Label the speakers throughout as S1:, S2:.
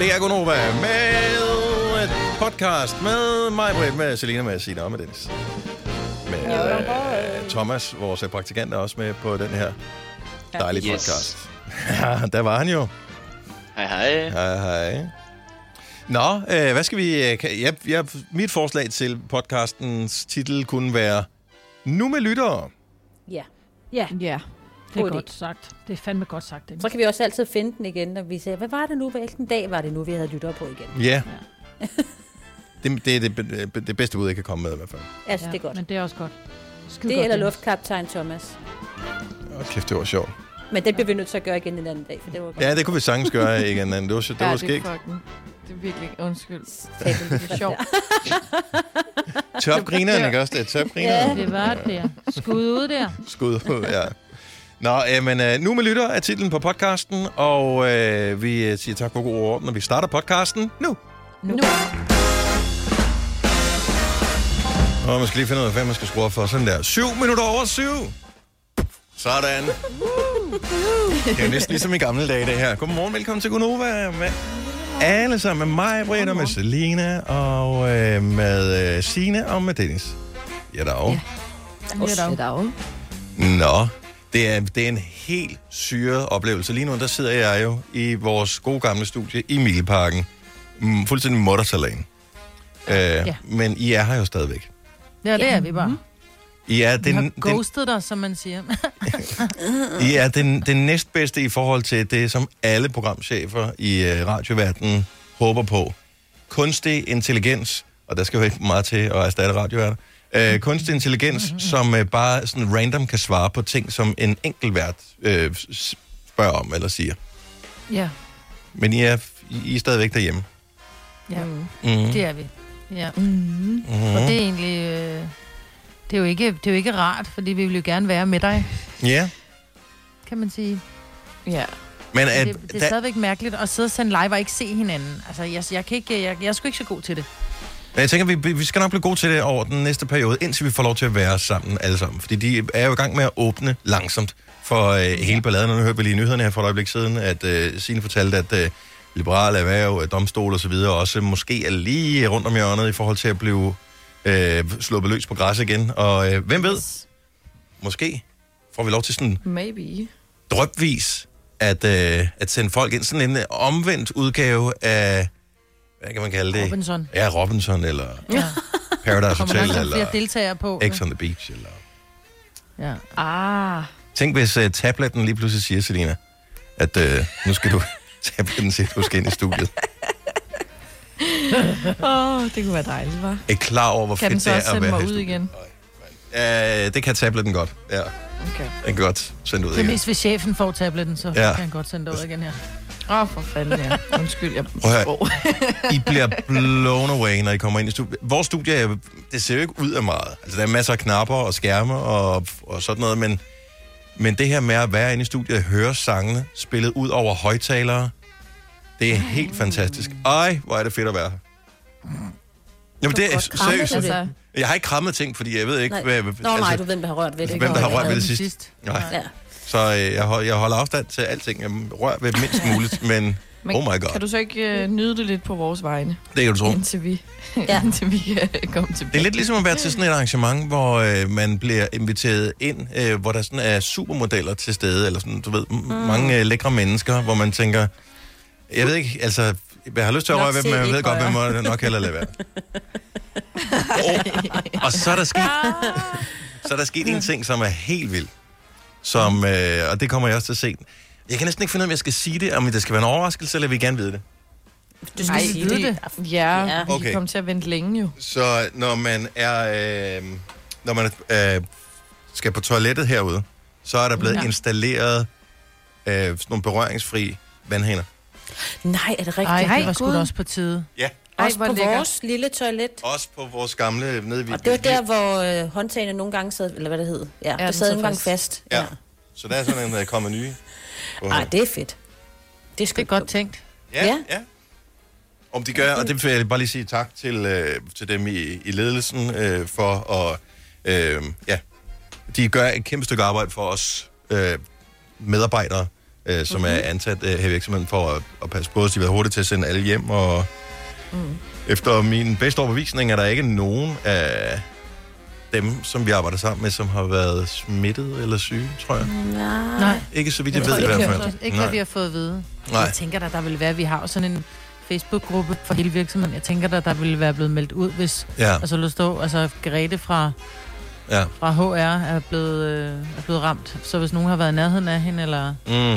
S1: Det er Gunova med et podcast med mig, Britt, med Selina, med Sina og med Dennis. Med øh, Thomas, vores øh, praktikant, er også med på den her
S2: Yes.
S1: dejlige podcast. Ja, der var han jo.
S2: Hej, hej.
S1: Hej, hej. Nå, øh, hvad skal vi... Øh, kan, jeg, jeg, mit forslag til podcastens titel kunne være Nu med lyttere.
S3: Ja.
S4: Ja,
S5: Ja,
S4: det er
S3: God idé.
S4: godt sagt. Det er fandme godt sagt. Dennis.
S3: Så kan vi også altid finde den igen, når vi siger, hvad var det nu, hvilken dag var det nu, vi havde lyttere på igen.
S1: Ja. Det, det er det, be- det bedste bud, jeg kan komme med i hvert fald.
S3: Altså, ja, det er godt.
S4: Men det er også godt. Skide
S3: Det
S4: godt,
S3: eller
S4: Dennis.
S3: luftkaptajn Thomas.
S1: Åh, kæft, det var sjovt.
S3: Men den bliver vi nødt til at gøre igen en anden dag, for det var godt.
S1: Ja, det kunne vi sagtens gøre igen. Anne. Det var, sj- det
S5: ja,
S1: var
S5: det
S1: skægt.
S5: er fucking... Det er virkelig... Undskyld.
S3: Fabelagtigt.
S5: Det er sjovt.
S1: Topgrineren, ikke også? Det er topgrineren.
S4: Det var det der. Skud ud der.
S1: Skud ud, ja. Nå, øh, men øh, nu med lytter er titlen på podcasten, og øh, vi øh, siger tak for god orden, og vi starter podcasten nu.
S5: Nu.
S1: Og man skal lige finde ud af, hvad man skal skrue op for. Sådan der. Syv minutter over syv. Sådan. Det er jo næsten ligesom i gamle dage, det her. Godmorgen, velkommen til Gunova. Med alle sammen. Med mig, Britt, og med Selina, og øh, med øh, Sine og med Dennis. Ja, da
S5: Ja. Det er jo.
S1: Nå, det er, det er en helt syret oplevelse. Lige nu, der sidder jeg jo i vores gode gamle studie i Mileparken. Mm, fuldstændig muttersalan. Øh, ja. Men I er her jo stadigvæk.
S5: Ja, det er vi bare.
S4: Mhm.
S1: I er
S5: Den,
S1: den,
S5: har
S1: den,
S5: ghostet dig, som man siger.
S1: I er den, den næstbedste i forhold til det, som alle programchefer i øh, radioverdenen håber på. Kunstig intelligens, og der skal jo ikke meget til at erstatte radioværter. Øh, kunstig intelligens, som øh, bare sådan random kan svare på ting, som en enkelt vært øh, s- spørger om eller siger.
S5: ja.
S1: Men I er, I er stadigvæk derhjemme.
S5: ja.
S1: Mm.
S5: Det er vi. Ja.
S6: Mm.
S5: Mm-hmm. Og det er egentlig... Øh, det, er jo ikke, det er jo ikke rart, fordi vi vil jo gerne være med dig,
S1: Ja,
S5: kan man sige.
S6: Ja.
S1: men øh, at,
S5: At, det, det er stadigvæk mærkeligt at sidde og sende live og ikke se hinanden. Altså, jeg, jeg, kan ikke, jeg, jeg er sgu ikke så god til det.
S1: Men jeg tænker, vi, vi skal nok blive gode til det over den næste periode, indtil vi får lov til at være sammen alle sammen. Fordi de er jo i gang med at åbne langsomt for øh, hele balladen. Og nu hørte vi lige i nyhederne her for et øjeblik siden, at øh, Signe fortalte, at øh, liberale erhverv, øh, domstol og så videre også måske er lige rundt om hjørnet i forhold til at blive øh, sluppet løs på græs igen. Og øh, hvem ved, måske får vi lov til sådan
S6: Maybe.
S1: drøbvis at, øh, at sende folk ind. Sådan en øh, omvendt udgave af, hvad kan man kalde det?
S5: Robinson.
S1: Ja, Robinson, eller
S5: Ja.
S1: Paradise
S5: Kommer
S1: Hotel,
S5: der nok flere
S1: eller
S5: deltagere på.
S1: X on the Beach. Eller...
S5: Ja.
S6: Ah.
S1: Tænk, hvis uh, tabletten lige pludselig siger, Selina, at uh, nu skal du... tabletten siger, at du skal ind i studiet.
S6: Åh, oh, det kunne være dejligt, var.
S1: Er I klar over, hvor
S6: Kan den
S1: fedt
S6: så
S1: det
S6: også
S1: er at
S6: sende
S1: være
S6: mig
S1: Oh her i
S6: ud
S1: studiet?
S6: igen?
S1: Nej. Uh, det kan tabletten godt, ja.
S6: Okay.
S1: Den kan godt sende ud
S5: Det er
S1: igen.
S5: mest, hvis chefen får tabletten, så
S1: Ja.
S5: ja. kan han godt sende dig ud igen her.
S6: Åh, oh, for fanden, ja. Undskyld, jeg...
S1: Prøv at høre. I bliver blown away, når I kommer ind i studiet. Vores studie, er jo- det ser jo ikke ud af meget. Altså, der er masser af knapper og skærme og, og sådan noget, men, men det her med at være inde i studiet og høre sangene spillet ud over højtalere, det er helt fantastisk. Ej, hvor er det fedt at være her. Jamen, det er seriøst.
S6: Altså,
S1: Jeg har ikke krammet ting, fordi jeg ved ikke,
S3: Nej.
S1: hvad... altså,
S3: Nå nej, du ved, hvem der har rørt ved det.
S1: Hvem der har rørt ved det
S5: den
S1: sidst? Nej.
S3: Ja.
S1: Så øh, jeg, hold- jeg holder afstand til alting. Jeg rører ved mindst muligt, men...
S6: men
S1: Oh my god.
S6: Kan du så ikke øh, nyde det lidt på vores vegne,
S1: Det kan du tro.
S6: indtil vi,
S3: Ja.
S6: ja. indtil vi øh, kan komme tilbage?
S1: Det er lidt ligesom at være til sådan et arrangement, hvor øh, man bliver inviteret ind, øh, hvor der sådan er supermodeller til stede, eller sådan, du ved, m- mange øh, lækre mennesker, hvor man tænker, jeg ved ikke, altså, jeg har lyst til at
S3: Nok
S1: røre ved dem,
S3: se
S1: men jeg ved
S3: ikke
S1: godt, man må nok hellere lade være. og, og så er der sket, Ah. så er der sket en ting, som er helt vild, som, øh, og det kommer jeg også til at se. Jeg kan næsten ikke finde ud af, om jeg skal sige det, om det skal være en overraskelse, eller vil I gerne vide det.
S3: Du skal
S6: Ej,
S3: sige
S5: vide
S3: det.
S5: det.
S6: Ja,
S3: Ja.
S6: ja. vi
S1: Okay.
S6: okay. kommer til at vente længe jo.
S1: Så når man er, øh, når man øh, skal på toilettet herude, så er der blevet ja. installeret øh, sådan nogle berøringsfri vandhaner.
S3: Nej, er det
S5: Ej,
S3: rigtigt?
S5: det var sgu da også på tide.
S1: Ja.
S6: Ej,
S3: Også
S6: hvor
S3: på
S6: lækkert.
S3: vores lille toilet.
S1: Også på vores gamle nede ved-
S3: Og det var der, hvor øh, håndtagene nogle gange sad, eller hvad det hed. Ja, ja der
S6: den
S3: sad
S6: sad
S3: nogle gange
S6: fast.
S3: fast.
S1: Ja. Så der er sådan en, der kommer nye. Uh,
S3: Ej, det er fedt. Det
S5: Det
S3: skal
S5: er godt tænkt.
S3: ja.
S1: ja. Om de gør, og det vil jeg bare lige sige tak til, øh, til dem i, i ledelsen øh, for at, øh, ja, de gør et kæmpe stykke arbejde for os øh, medarbejdere, øh, som
S5: Mhm.
S1: er ansat øh, her i virksomheden for at, at passe på os. De har været hurtige til at sende alle hjem, og
S6: Mm.
S1: efter min bedste overbevisning er der ikke nogen af dem, som vi arbejder sammen med, som har været smittet eller syge, tror jeg.
S3: Nej.
S5: Mm, Nej.
S1: Ikke så vidt jeg,
S5: Jeg
S1: ved
S5: tror
S1: i hvert
S5: ikke,
S1: fald.
S5: ikke hvad vi har fået at vide.
S1: Nej.
S5: Jeg tænker da, der vil være, vi har jo sådan en Facebook-gruppe for hele virksomheden. Jeg tænker da, der ville være blevet meldt ud, hvis...
S1: Ja,
S5: Altså, lå stå, altså Grete fra,
S1: ja.
S5: fra HR er blevet, øh, er blevet ramt. Så hvis nogen har været i nærheden af hende, eller...
S1: Mm.
S6: ved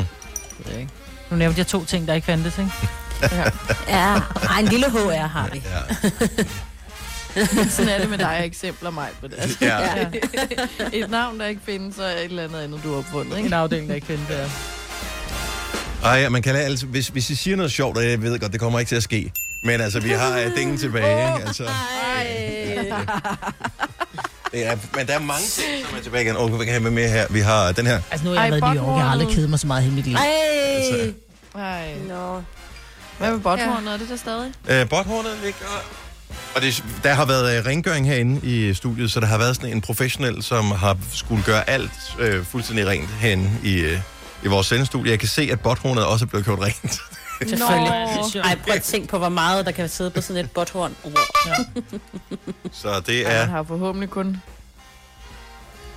S6: jeg ikke.
S5: Nu nævnte jeg to ting, der ikke fandtes, ikke?
S3: Ja, ej, en lille HR har vi.
S1: Ja.
S6: Sådan er det med dig og eksempler, mig. Men altså,
S1: Ja.
S5: Ja.
S6: et navn, der ikke findes, og et eller andet andet, du har opfundet.
S5: En
S6: Ikke?
S5: afdeling, der ikke fandtes. Ja.
S1: Ej, ja, man kan lade- altså, hvis, hvis I siger noget sjovt, og jeg ved godt, det kommer ikke til at ske. Men altså, vi har øh, dingen tilbage, ikke? Altså, det er, men der er mange ting, som er tilbage igen. Åh, oh, hvad kan jeg have med her? Vi har den her.
S7: Altså nu har jeg
S6: Ej,
S7: været i New York, jeg har aldrig
S6: botmålet.
S7: kedet mig så meget i hele mit liv.
S3: Ej.
S1: Altså-
S6: Nej.
S3: Nå.
S6: Hvad med botthornet? Er det der stadig?
S1: Øh, Botthornet ligger... Og det, der har været øh, rengøring herinde i studiet, så der har været sådan en professionel, som har skulle gøre alt øh, fuldstændig rent herinde i, øh, i vores sendestudie. Jeg kan se, at botthornet også er blevet gjort rent.
S3: Selvfølgelig.
S4: Nå.
S3: Ej, prøv at tænke på, hvor meget der kan sidde på sådan et botthorn.
S1: så det
S6: Ja. Man
S1: er...
S6: har forhåbentlig kun...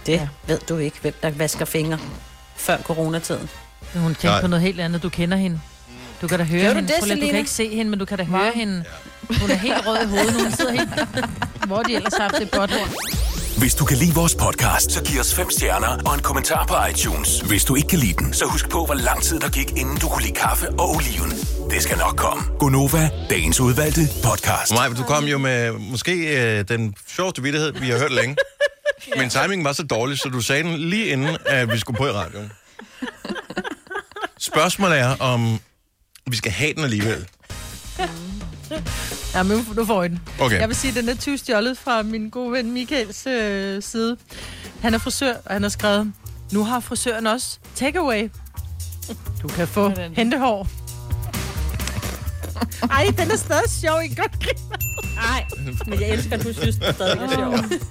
S3: Det ved du ikke, hvem der vasker fingre før coronatiden.
S5: Hun tænkte
S1: Nej.
S5: på noget helt andet. Du kender hende. Du kan da høre
S3: Gjorde du
S5: hende.
S3: det,
S5: Prøv lige, du kan
S3: Selina?
S5: ikke se hende, men du kan da høre hende. Hun er helt rød i hovedet. nu. Hun sidder helt... Hvor har de ellers haft det godt ord.
S1: ligesom-
S8: Hvis du kan lide vores podcast, så giv os fem stjerner og en kommentar på iTunes. Hvis du ikke kan lide den, så husk på, hvor lang tid der gik, inden du kunne lide kaffe og oliven. Det skal nok komme. Gonova, dagens udvalgte podcast.
S1: Maja, du kom jo med måske øh, den sjoveste vittighed, vi har hørt længe. Men timingen var så dårlig, så du sagde den lige inden, at vi skulle på i radioen. Spørgsmålet er, om vi skal have den alligevel.
S5: Ja, men nu- nu får I den.
S1: Okay.
S5: Jeg vil sige, at den er tyvstjålet fra min gode ven Michaels øh, side. Han er frisør, og han har skrevet, nu har frisøren også takeaway. Du kan få
S6: Hvordan?
S5: hentehår. Ej, den er stadig sjov. I kan godt grine.
S3: Nej, men jeg elsker, at du synes, det stadig er sjovt.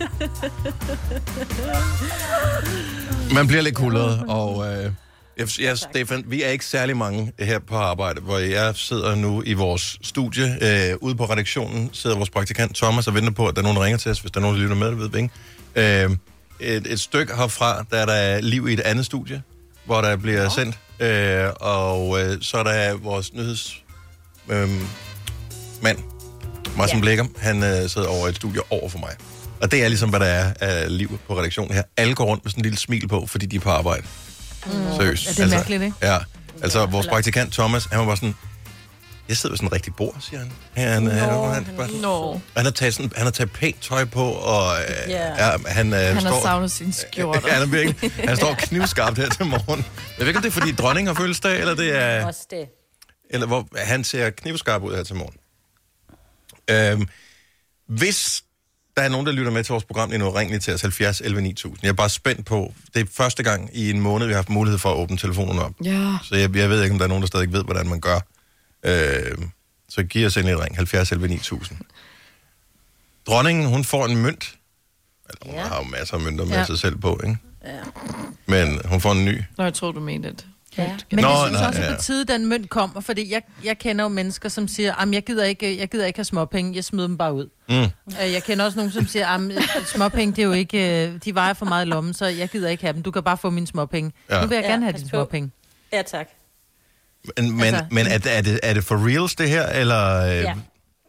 S1: Man bliver lidt kullet, og øh, jeg, jeg, Stefan, vi er ikke særlig mange her på arbejde, hvor jeg sidder nu i vores studie. Øh, ude på redaktionen sidder vores praktikant Thomas og venter på, at der er nogen, der ringer til os, hvis der er nogen, der lytter med, det ved vi ikke. Øh, et, et stykke herfra, der er der liv i et andet studie, hvor der bliver ja. sendt, øh, og øh, så er der vores nyheds... Øh, mand, Martin ja.
S3: Ja.
S1: Blækker, han øh, sidder over i et studie over for mig. Og det er ligesom, hvad der er af liv på redaktionen her. Alle går rundt med sådan en lille smil på, fordi de er på arbejde. Mm. Seriøst.
S5: Ja, det er mærkeligt, ikke?
S1: Ja. Altså, vores praktikant Thomas, han var bare sådan, jeg sidder ved sådan en rigtig bord, siger han. Han, øh, han, han, bare sådan,
S6: Nå.
S1: han har taget, sådan, han har taget pænt tøj på, og øh,
S3: Ja.
S1: yeah. ja, han, øh,
S6: Han har
S1: står,
S6: savnet sin skjorte.
S1: Ja, han, er virkelig, han står knivskarpt her til morgen. Jeg ved ikke, om det er, fordi dronningen har fødselsdag, eller det er...
S3: Også det.
S1: Eller hvor han ser knivskarp ud her til morgen. Øhm, hvis der er nogen, der lytter med til vores program lige nu, ring lige til os 70 11 9000. Jeg er bare spændt på, det er første gang i en måned, vi har haft mulighed for at åbne telefonen op.
S6: Ja.
S1: Så jeg, jeg ved ikke, om der er nogen, der stadig ved, hvordan man gør. Øhm, så giv os endelig et ring, 70 11 9000. Dronningen, hun får en mønt. Eller, hun ja.
S3: Ja.
S1: har jo masser af mønter med ja.
S5: Ja.
S1: sig selv på, ikke? Ja. Men hun får en ny.
S6: Nå, jeg tror du mente det.
S3: Ja.
S5: Men
S1: Nå,
S5: Nå, jeg synes
S1: nej,
S5: også, at
S1: ja.
S5: på tide, den mønt kommer, fordi jeg, jeg kender jo mennesker, som siger, at jeg gider, ikke, jeg gider ikke have småpenge, jeg smider dem bare ud. Mm. Jeg kender også nogen, som siger, at småpenge, det er jo ikke, øh, de vejer for meget i lommen, så jeg gider ikke have dem, du kan bare få mine småpenge.
S1: Ja.
S5: Ja. Nu vil jeg
S3: Ja,
S5: gerne have
S3: pas
S5: dine
S3: på.
S5: småpenge.
S3: Ja, tak.
S1: Men, men, altså,
S5: Altså-
S1: men er, det- er, det, er det for reals, det her? Eller, øh,
S3: Ja.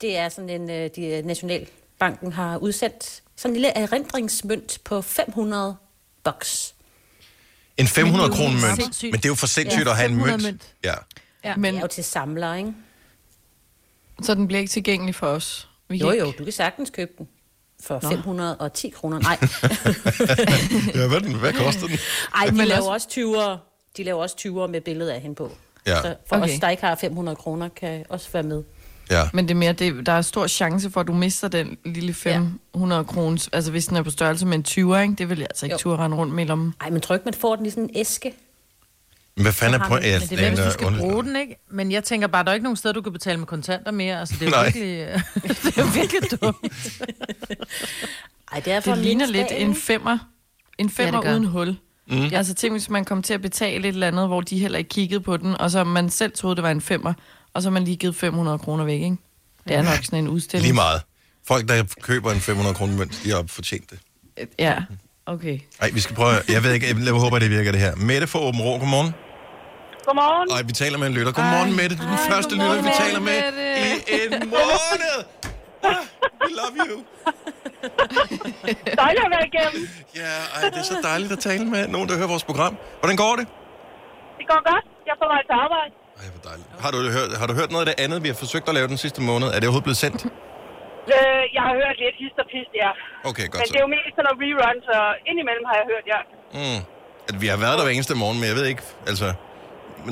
S3: Det er sådan en, øh, de Nationalbanken har udsendt sådan en lille erindringsmønt på 500 bucks.
S1: En 500
S5: Men det er jo
S1: kroner
S5: helt
S1: mønt.
S5: sindssygt.
S1: Men det er jo for sindssygt
S5: Ja,
S1: at have en
S5: 500
S1: mønt.
S5: mønt.
S1: Ja.
S4: Ja.
S3: Det
S6: Men,
S3: er jo til samlere, ikke?
S6: så den bliver ikke tilgængelig for os. Vi kan
S3: Jo,
S6: ikke-
S3: jo, du kan sagtens købe den for Nå. 510 kroner. Nej,
S1: ja hvad, den, hvad koster den?
S3: Ej de
S6: Men
S3: laver
S6: også-
S3: også 20'ere. De laver også 20'ere med billedet af hende på.
S1: Ja.
S3: Så for
S6: Okay.
S3: okay. os, der ikke har 500 kroner, kan også være med.
S1: Ja.
S6: Men det er mere, det, der er stor chance for, at du mister den lille 500 ja. kroner. Altså hvis den er på størrelse med en 20'er, ikke? det vil jeg altså ikke
S3: Jo.
S6: turde rende rundt med om.
S3: Ej, men tror du ikke, man får den i sådan en æske?
S1: Men hvad fanden er
S3: har
S1: på?
S3: man-
S1: Ja,
S3: Men
S5: Men det er, hvem,
S1: den
S5: du
S1: er
S5: skal
S1: underlig.
S5: bruge den, ikke? Men jeg tænker bare, der er ikke nogen steder, du kan betale med kontanter mere. Altså, det er
S1: Nej.
S5: jo virkelig, det er jo virkelig dumt.
S3: Ej, det er for
S6: Det ligner lidt en
S3: en
S6: femmer. En femmer ja,
S5: gør.
S6: uden hul. Mm. Altså tænk, hvis man kom til at betale et eller andet, hvor de heller ikke kiggede på den, og så man selv troede, det var en femmer, og så har man lige givet 500 kroner væk, ikke? Det er nok sådan en udstilling.
S1: Lige meget. Folk, der køber en 500 kroner mønt, de har fortjent det.
S6: Ja, okay.
S1: Ej, vi skal prøve. Jeg ved ikke, jeg håber, det virker det her. Mette fra Åben Rå, godmorgen.
S7: Godmorgen.
S1: Ej, vi taler med en lytter. Godmorgen, Mette. Du er den første lytter, vi taler med i en måned. Ah, We love you.
S7: Dejligt at være igennem.
S1: Ja, ej, det er så dejligt at tale med nogen, der hører vores program. Hvordan går det?
S7: Det går godt. Jeg er på vej til arbejde.
S1: Ej, hvor dejligt. Har du hørt, har du hørt noget af det andet, vi har forsøgt at lave den sidste måned? Er det overhovedet blevet sendt?
S7: Øh, jeg har hørt lidt hist og pist, ja.
S1: Okay, godt
S7: Men
S1: så.
S7: det er jo mest sådan noget rerun, så indimellem har jeg hørt jer.
S1: Mm. At vi har været der hver eneste morgen, men jeg ved ikke, altså...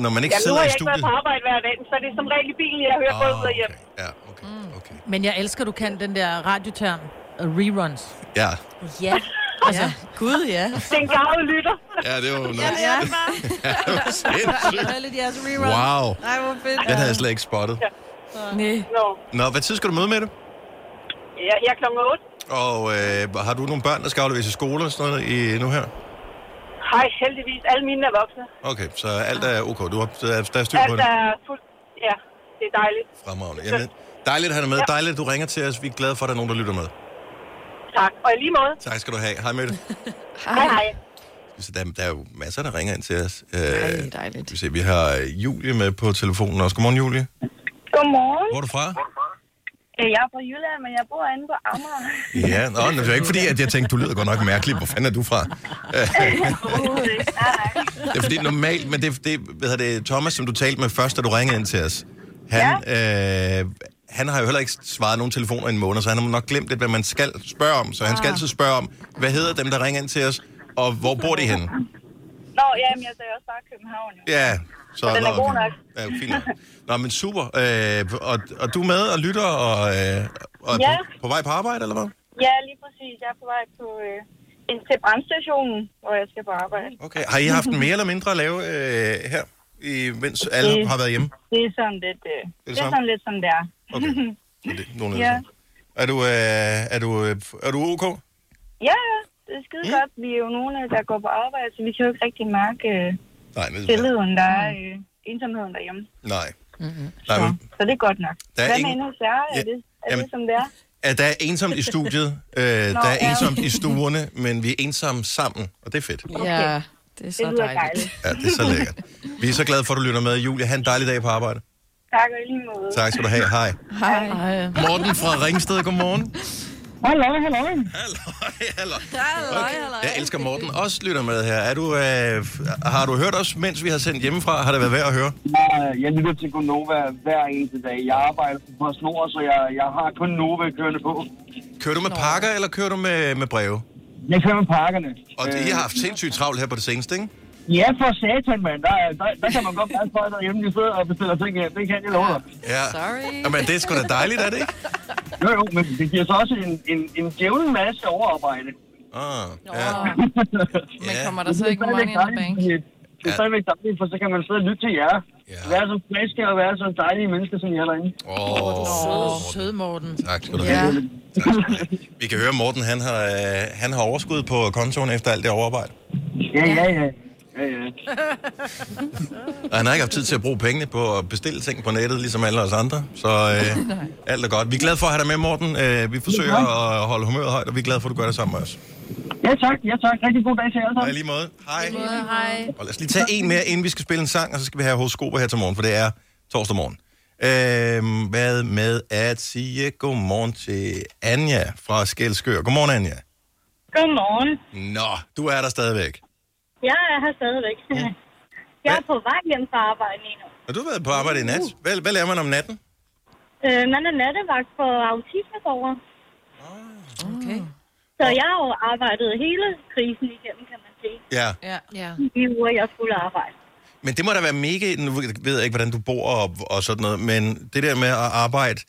S1: Når man ikke
S7: Ja, nu
S1: sidder
S7: har
S1: i
S7: jeg ikke
S1: studiet...
S7: været på arbejde hver dag, så det er som regel i bilen, jeg hører både ud og
S1: Ah, okay.
S7: hjem.
S1: Ja, okay, okay.
S5: Mm. Men jeg elsker, du kan den der radioterm. øh, Reruns.
S1: Ja,
S3: Ja,
S5: Altså, gud ja.
S7: Det er en gavet lytter.
S1: ja det var jo noget.
S5: Ja,
S1: Det var sindssygt.
S5: det er lidt jeres reruns.
S1: Wow,
S5: Nej, hvor fedt.
S1: den havde jeg slet ikke spottet.
S6: Nej.
S7: Nå.
S1: Nå, hvad tid skal du møde med det?
S7: Ja, jeg er klokken 8.
S1: Og øh, har du nogle børn, der skal afleveres i skole og sådan noget i, nu her?
S7: Hej, heldigvis. Alle mine er voksne.
S1: Okay, så alt er okay. Du har, der er styr på
S7: Alt
S1: det.
S7: er fuldt... Ja, det er dejligt.
S1: Fremragende. Jamen, dejligt at have dig med. Dejligt, at du ringer til os. Vi er glade for, at der er nogen, der lytter med.
S7: Tak. Og i lige måde.
S1: Tak skal du have. Hej med det.
S7: Hej, hej.
S1: Så der, der er jo masser, der ringer ind til os. Øh,
S6: Ej,
S1: skal
S6: dejligt.
S1: vi, se, vi har øh, Julie med på telefonen også. Godmorgen, Julie.
S7: Godmorgen.
S1: Hvor er du fra?
S7: Øh, Jeg er fra Jylland, men jeg bor inde på Amager.
S1: Ja, nå, men det er ikke fordi, at jeg tænkte, du lyder godt nok mærkelig. Hvor fanden er du fra?
S7: Overhovedet ikke. Nej, nej.
S1: Det er fordi normalt, men det, det, hvad hedder det Thomas, som du talte med først, da du ringede ind til os. Han, ja. øh, han har jo heller ikke svaret nogen telefoner i en måned, så han har nok glemt lidt, hvad man skal spørge om. Så han
S7: Ah.
S1: skal altid spørge om, hvad hedder dem, der ringer ind til os, og hvor bor de henne?
S7: Nå, jamen, jeg sagde også bare København. jo.
S1: Ja, så...
S7: den er
S1: nå,
S7: god
S1: okay.
S7: nok.
S1: Ja, fint nok. Nå, men super. Øh, og, og du er med og lytter og, øh, og er
S7: Ja.
S1: på, på vej på arbejde, eller hvad?
S7: Ja, lige præcis. Jeg er på vej på, øh, ind til brandstationen, hvor jeg skal på arbejde.
S1: Okay. Har I haft mere eller mindre at lave øh, her, i, mens alle
S7: Øh.
S1: har været hjemme?
S7: Det er sådan lidt, øh, det er
S1: samme?
S7: sådan lidt, som det er.
S1: Okay. Så det, nogen
S7: Ja.
S1: ja. Er du, øh, er, du, øh, er du ok?
S7: Ja, ja, det er
S1: Mm.
S7: skide godt. Vi er jo nogle, øh, der går på arbejde, så vi kan jo ikke rigtig mærke øh,
S1: Nej, men,
S7: billeden, der
S1: Mm.
S7: er øh, ensomheden derhjemme.
S1: nej. nej men,
S7: Så det er godt nok.
S1: Der er
S7: Hvad med
S1: ingen-
S7: endnu særligt?
S1: Ja,
S7: Er det, er
S1: jamen-
S7: det som det er?
S1: at der er ensomt i studiet, øh, der er
S7: ja.
S1: ensomt i stuerne, men vi er ensomme sammen, og det er fedt.
S6: Ja, det er
S7: Det
S6: så
S7: lyder
S6: dejligt.
S7: dejligt.
S1: Ja, det er så lækkert. Vi er så glade for, at du lytter med. Julie, ha' en dejlig dag på arbejde.
S7: Tak og i lige måde.
S1: Tak skal du have. Hej.
S6: Hej.
S1: Morten fra Ringsted, godmorgen.
S7: Hallo, hallo.
S1: Halløj, halløj. Okay. Jeg elsker Morten. Også lytter med her. Er du, øh, f- har du hørt os, mens vi har sendt hjemmefra? Har det været værd at høre?
S9: Øh, Jeg lytter til kun Nova hver eneste dag. Jeg arbejder på snor, så jeg, jeg har kun Nova kørende på.
S1: Kører du med pakker, eller kører du med, med breve?
S9: Jeg kører med pakkerne.
S1: Og I
S9: Øh.
S1: har haft sindssygt travlt her på det seneste, ikke?
S9: Ja, for satan, mand. Der, er- der, der kan man godt være for, at hjemme de sidder og bestiller ting. her. Det kan jeg love dig.
S1: Ja.
S6: Sorry.
S1: Jamen, det er sgu da dejligt, er det ikke?
S9: Jo, jo, men det giver så også en, en, en djævlen masse overarbejde.
S1: Ah, ja.
S6: Men
S1: Ja.
S6: kommer der så ikke money in the bank?
S9: dejligt. Det er
S1: Ja.
S9: stadigvæk dejligt, for så kan man sidde og lytte til jer.
S1: Ja.
S9: Være så friske og være så dejlige mennesker, som I er derinde.
S1: Åh,
S5: Åh, sød Morten.
S1: tak skal du
S6: Ja.
S1: have. Tak skal du have. Vi kan høre, Morten, han har, øh, han har overskud på kontoen efter alt det overarbejde.
S9: Ja, ja, ja. Ja, ja.
S1: Og han har ikke haft tid til at bruge pengene på at bestille ting på nettet, ligesom alle os andre. Så øh, alt er godt. Vi er glade for at have dig med, Morten. Øh, vi forsøger at holde humøret højt, og vi er glade for, at du gør det sammen med os.
S9: Ja, tak. Ja, tak. Rigtig god dag til jer alle
S1: Og i
S9: sammen.
S1: lige måde. Hej.
S5: Hej.
S1: Og lad os lige tage en mere, inden vi skal spille en sang, og så skal vi have horoskoper her til morgen, for det er torsdag morgen. Øhm, hvad med at sige godmorgen til Anja fra Skelskør. Godmorgen, Anja.
S7: Godmorgen.
S1: Nå, du er der stadigvæk.
S7: Jeg er her stadigvæk. Jeg er på vej hjem fra arbejde lige nu.
S1: Har du været på arbejde i nat? Hvad, hvad laver man om natten?
S7: Øh, man er nattevagt for autismeborgere.
S5: Okay.
S7: Så jeg har jo arbejdet hele krisen igennem, kan man sige.
S1: Ja,
S5: Ja. ja.
S7: De uger, jeg skulle arbejde.
S1: men det må da være mega... Nu ved jeg ikke, hvordan du bor og, og sådan noget, men det der med at arbejde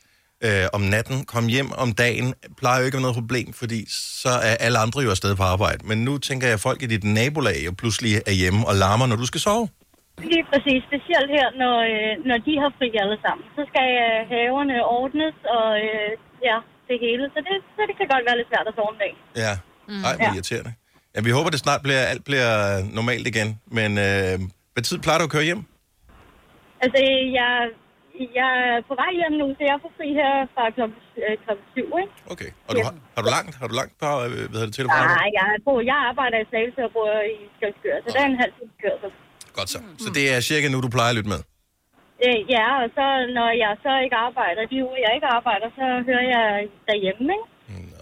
S1: øh, om natten, komme hjem om dagen, plejer jo ikke at være noget problem, fordi så er alle andre jo afsted på arbejde. Men nu tænker jeg, at folk i dit nabolag jo pludselig er hjemme og larmer, når du skal sove.
S7: Lige præcis. Specielt her, når, øh, når de har fri alle sammen. Så skal øh, haverne ordnes og øh, ja, det hele. Så det, så det kan godt være lidt svært at sove en dag.
S10: Mm.
S1: Ja. Ej, hvor irriterende. Ja, vi håber, det snart bliver, alt bliver øh, normalt igen. Men øh, hvad tid plejer du at køre hjem?
S10: Altså, jeg, jeg er på vej hjem nu, så jeg får fri her fra klokken øh, klokken syv, ikke?
S1: Okay. Og du, har, har du langt? Har du langt på, øh, hvad hedder det, til og fra
S10: Nej,
S1: arbejde?
S10: jeg, bor, jeg arbejder i Slagelse og bor i Skjoldskør, så der er en halv times kørsel.
S1: Godt så. Så det er cirka nu, du plejer at lytte med.
S10: Øh, ja, og så når jeg så ikke arbejder, de uger jeg ikke arbejder, så hører jeg derhjemme, ikke?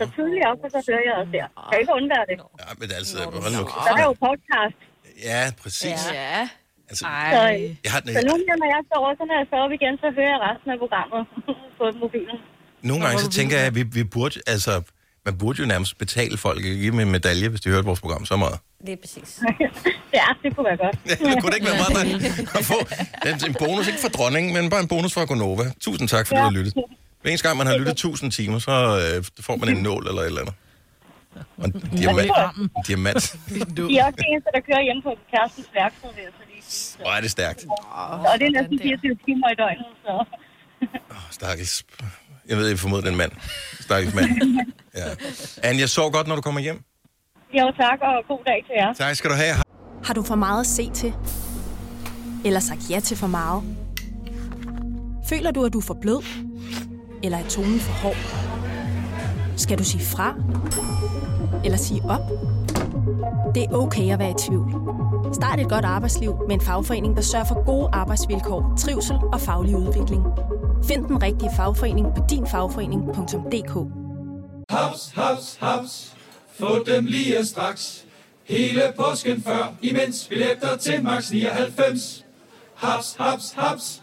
S10: Så tidligt op, og så hører jeg også der. Kan ikke undvære det.
S1: Ja, men altså, hold nu.
S10: Der er jo podcast.
S1: Ja, præcis.
S6: Ja.
S1: Altså,
S10: Så,
S1: jeg har den,
S10: så nu, når jeg står over, så når jeg står op igen, så hører jeg resten af programmet på mobilen.
S1: Nogle gange så tænker jeg, at vi, vi burde, altså, man burde jo nærmest betale folk, give dem en medalje, hvis de hørte vores program så meget.
S11: Det er præcis.
S10: ja, det kunne være godt.
S1: Ja, det kunne det ikke være meget dejligt at få en- en bonus, ikke for dronningen, men bare en bonus for Gonova. Tusind tak, fordi du har lyttet. Hver eneste gang, man har lyttet 1000 timer, så øh, får man en nål eller et eller andet. Og en diamant. En diamant.
S10: De er også de eneste, der kører hjemme på kærestens værksted, vil jeg så lige sige. Så.
S1: Hvor er det stærkt.
S10: og det er næsten 24 timer i døgnet, så...
S1: Åh, Stakkels. Jeg ved, jeg formoder, den mand. Stakkels mand. Ja. Anne, jeg sover godt, når du kommer hjem.
S10: Jo, tak, og god dag til jer.
S1: Tak skal du have.
S12: Har du for meget at se til? Eller sagt ja til for meget? Føler du, at du er for blød? Eller er tonen for hård? Skal du sige fra? Eller sige op? Det er okay at være i tvivl. Start et godt arbejdsliv med en fagforening, der sørger for gode arbejdsvilkår, trivsel og faglig udvikling. Find den rigtige fagforening på dinfagforening.dk
S13: Haps, haps, haps. Få dem lige straks. Hele påsken før, imens billetter til max 99. Haps, haps, haps.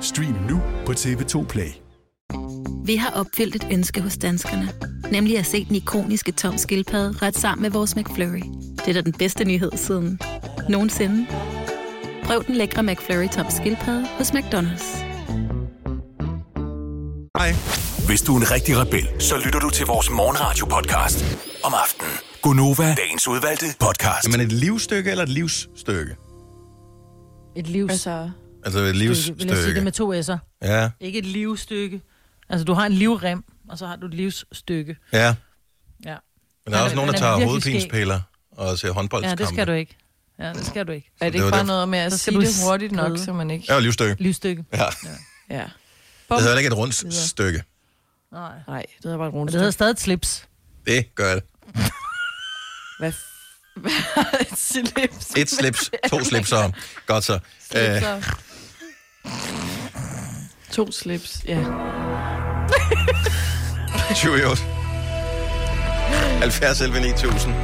S14: Stream nu på TV2 Play.
S3: Vi har opfyldt et ønske hos danskerne. Nemlig at se den ikoniske tom skildpadde ret sammen med vores McFlurry. Det er da den bedste nyhed siden nogensinde. Prøv den lækre McFlurry tom skildpadde hos McDonald's.
S1: Hej.
S8: Hvis du er en rigtig rebel, så lytter du til vores morgenradio-podcast om aftenen. Gunova, dagens udvalgte podcast.
S1: Er man et livstykke eller et livsstykke?
S5: Et livs...
S6: Altså...
S1: Altså et
S5: Vil jeg sige det
S1: livsstykke.
S5: med to s'er?
S1: Ja.
S5: Ikke et livstykke. Altså, du har en livrem, og så har du et livsstykke.
S1: Ja.
S5: Ja.
S1: Men der er også nogen, der
S5: den
S1: tager
S5: virkelig
S1: hovedpinspiller og ser håndboldskampe.
S5: Ja, det skal du ikke. Ja, det skal du ikke.
S6: Er det
S1: var
S6: ikke bare
S1: derfor-
S6: noget med at
S5: Så skal
S6: sige
S5: du
S6: det hurtigt nok,
S5: skride.
S6: så man ikke...
S1: Ja, livsstykke.
S5: Livsstykke.
S1: Ja.
S6: Ja.
S1: Det hedder ikke et rundt stykke.
S5: Nej.
S6: Nej, det hedder bare et
S5: Og
S6: rundt
S5: det hedder stadig et slips.
S1: Det gør det.
S6: Hvad f- et slips?
S1: Et slips, to slipser. Godt så. Øh,
S6: Slipser. To slips, ja.
S1: Cheerios. 70 11 9000.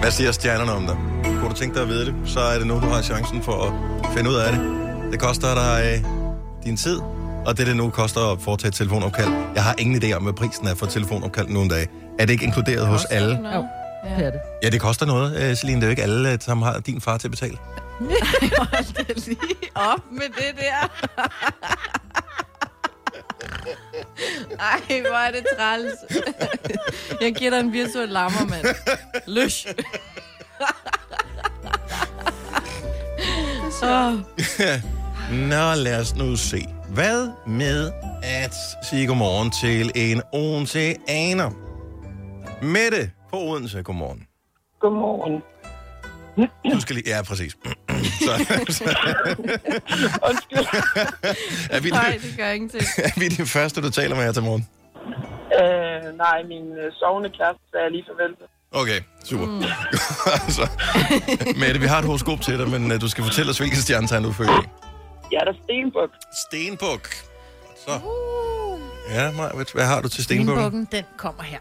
S1: Hvad siger stjernerne om dig? Kunne du tænke dig at vide det, så er det nu, du har chancen for at finde ud af det. Det koster dig øh, din tid, og det det nu koster at foretage et telefonopkald. Jeg har ingen idé om, hvad prisen er for et telefonopkald nu om dagen. Er det ikke inkluderet hos alle?
S5: Jo, det er det.
S1: Ja, det koster noget, øh, Celine. Det er jo ikke alle, øh, som har din far til at betale.
S6: Hold da lige op med det der. Ej, hvor er det træls. Jeg giver dig en virtuel lammer, mand. Løs. Så.
S1: Nå, lad os nu se. Hvad med at sige godmorgen til en oenseaner? Mette på Odense, godmorgen.
S9: Godmorgen.
S1: Du skal lige... Ja, præcis. så, så, er, vi
S6: Nej,
S1: de,
S6: det gør ingenting.
S1: er vi de første, du taler med her til morgen?
S9: Øh, nej, min øh, sovende kæreste er lige forventet.
S1: Okay, super. Mm. så, Mette, vi har et horoskop til dig, men uh, du skal fortælle os, hvilken stjernetegn du er født i.
S9: Jeg er der Stenbuk.
S1: Stenbuk. Så. Ja, Maja, hvad har du til stenbukken?
S5: Stenbukken, den kommer her.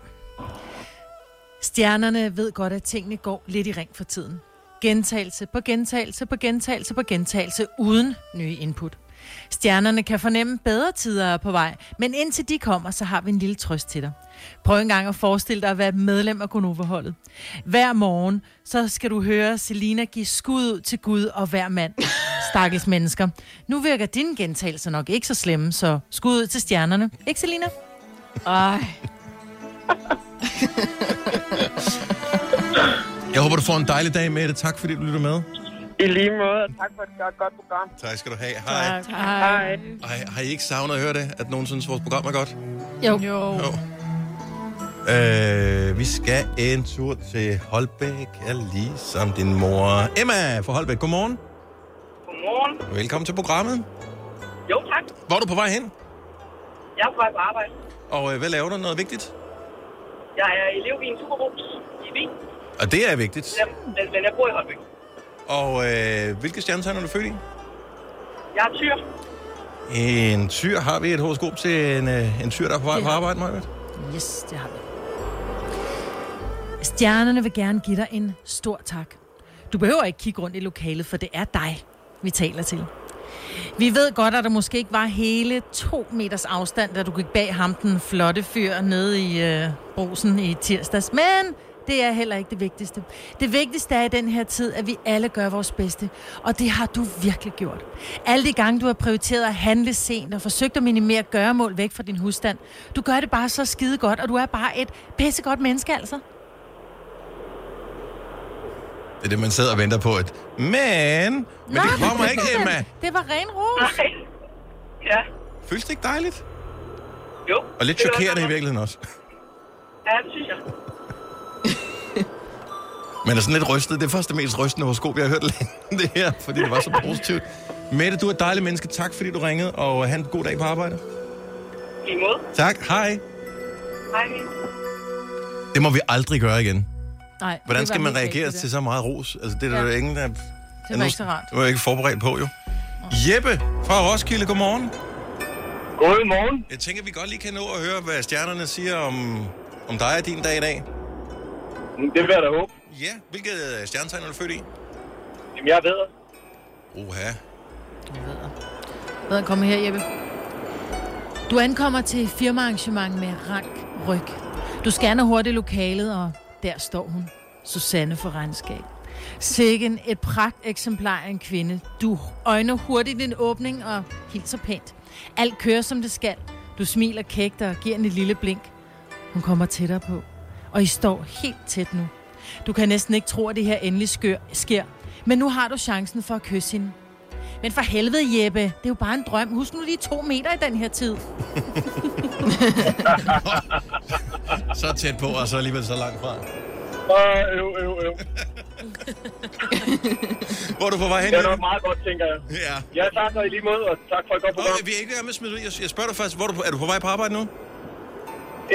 S5: Stjernerne ved godt, at tingene går lidt i ring for tiden. Gentagelse på gentagelse på gentagelse på gentagelse uden nye input. Stjernerne kan fornemme bedre tider er på vej, men indtil de kommer, så har vi en lille trøst til dig. Prøv engang at forestille dig at være medlem af Gonova-holdet. Hver morgen, så skal du høre Selina give skud ud til Gud og hver mand. Stakkels mennesker. Nu virker dine gentagelser nok ikke så slemme, så skud ud til stjernerne. Ikke, Selina? Ej.
S1: Jeg håber, du får en dejlig dag med det. Tak fordi du lytter med.
S15: I lige måde, og tak for et godt, godt program.
S1: Tak skal du have. Hej.
S15: Tak. Hej.
S1: Ej, har I ikke savnet at høre det, at nogen synes, vores program er godt?
S5: Jo.
S1: Jo. Øh, vi skal en tur til Holbæk, ja, ligesom din mor. Emma fra Holbæk, godmorgen.
S15: Godmorgen.
S1: Velkommen til programmet.
S15: Jo, tak.
S1: Hvor er du på vej hen?
S15: Jeg er på vej på arbejde.
S1: Og øh, hvad laver du? Noget vigtigt?
S15: Jeg er elev i en superbrus i Wien.
S1: Og det er vigtigt.
S15: Men, men, men jeg bor i Holbæk.
S1: Og øh, hvilke stjernetegn er du født i?
S15: Jeg er tyr.
S1: En tyr. Har vi et horoskop til en, øh, en tyr, der er på vej
S5: Det
S1: på
S5: har
S1: arbejde, Maja?
S5: Yes, det har vi. Stjernerne vil gerne give dig en stor tak. Du behøver ikke kigge rundt i lokalet, for det er dig, vi taler til. Vi ved godt, at der måske ikke var hele to meters afstand, da du gik bag ham, den flotte fyr, nede i øh, brosen i tirsdags. Men det er heller ikke det vigtigste. Det vigtigste er i den her tid, at vi alle gør vores bedste. Og det har du virkelig gjort. Alle de gange, du har prioriteret at handle sent og forsøgt at minimere gøremål væk fra din husstand. Du gør det bare så skide godt, og du er bare et pissegodt menneske, altså.
S1: Det er det, man sidder og venter på. Et, men, men
S5: Nå,
S1: det kommer ikke,
S5: var-
S1: Emma.
S5: Det var ren ros. Nej.
S15: Ja.
S1: Føles det ikke dejligt?
S15: Jo.
S1: Og lidt
S15: det gør
S1: chokerende i
S15: det.
S1: virkeligheden også.
S15: Ja, det synes jeg.
S1: Men er sådan lidt rystet. Det er først det mest rystende horoskop, jeg har hørt længe, det her, fordi det var så positivt. Mette, du er et dejligt menneske. Tak, fordi du ringede, og have en god dag på arbejde.
S15: I lige måde.
S1: Tak. Hej.
S15: Hej.
S1: Det må vi aldrig gøre igen.
S5: Nej,
S1: Hvordan
S5: det var
S1: skal man
S5: helt
S1: reagere
S5: rigtigt,
S1: til
S5: det.
S1: så meget ros? Altså, det er
S5: Ja.
S1: der jo ingen, der...
S5: var ikke så rart.
S1: Det var jeg ikke forberedt på, jo. Jeppe fra Roskilde, godmorgen.
S15: Godmorgen.
S1: Jeg tænker, vi godt lige kan nå at høre, hvad stjernerne siger om, om dig og din dag i dag.
S15: Mm, Det vil jeg da håbe.
S1: Ja, hvilket øh, stjernetegn er du født i?
S15: Jamen, jeg ved.
S1: Oha.
S5: Hvad kommer her, Jeppe? Du ankommer til firmaarrangement med rank ryg. Du scanner hurtigt lokalet, og der står hun. Susanne for regnskab. Sikken et pragt eksemplar af en kvinde. Du øjner hurtigt din åbning og hilser pænt. Alt kører, som det skal. Du smiler kægt og giver hende et lille blink. Hun kommer tættere på, og I står helt tæt nu. Du kan næsten ikke tro, at det her endelig skør, sker, men nu har du chancen for at kysse hende. Men for helvede, Jeppe, det er jo bare en drøm. Husk nu lige to meter i den her tid.
S1: Så tæt på, og så alligevel så langt fra.
S15: Åh,
S1: Øh,
S15: øv, øv, øv.
S1: Hvor er du på vej hen?
S15: Det er
S1: Jeppe?
S15: nok meget godt, tænker jeg.
S1: Ja.
S15: Ja, tak og i lige måde, og tak for et godt program.
S1: Okay, vi er ikke ved at smide ud. Jeg- Jeg spørger dig først, hvor er du, på- er du på vej på arbejde nu?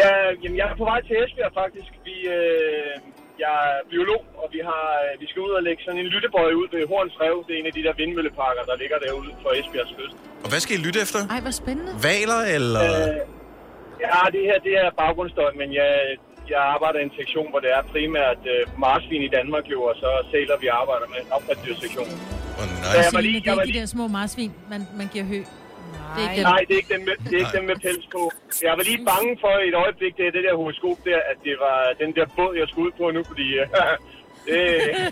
S15: Ja, jamen, jeg er på vej til Esbjerg faktisk. Vi, øh, jeg er biolog, og vi, har, øh, vi skal ud og lægge sådan en lyttebøj ud ved Horns Rev. Det er en af de der vindmølleparker, der ligger derude for Esbjergs kyst.
S1: Og hvad skal I lytte efter?
S5: Ej, hvor spændende.
S1: Valer eller...
S15: Øh, ja, det her det er baggrundsstøj, men jeg, jeg arbejder i en sektion, hvor det er primært øh, marsvin i Danmark jo, og så sæler vi arbejder med affaldsdyrsektion.
S1: Oh,
S15: jeg var
S5: Selina,
S15: lige,
S5: det
S15: jeg
S5: er
S15: var
S5: ikke de
S15: lige,
S5: der små marsvin, man, man giver hø. Det er ikke
S15: nej,
S5: dem.
S15: det er ikke dem med, det er ikke dem med pels på. Jeg var lige bange for et øjeblik, det, det der horoskop der, at det var den der båd, jeg skulle ud på nu, fordi øh, det,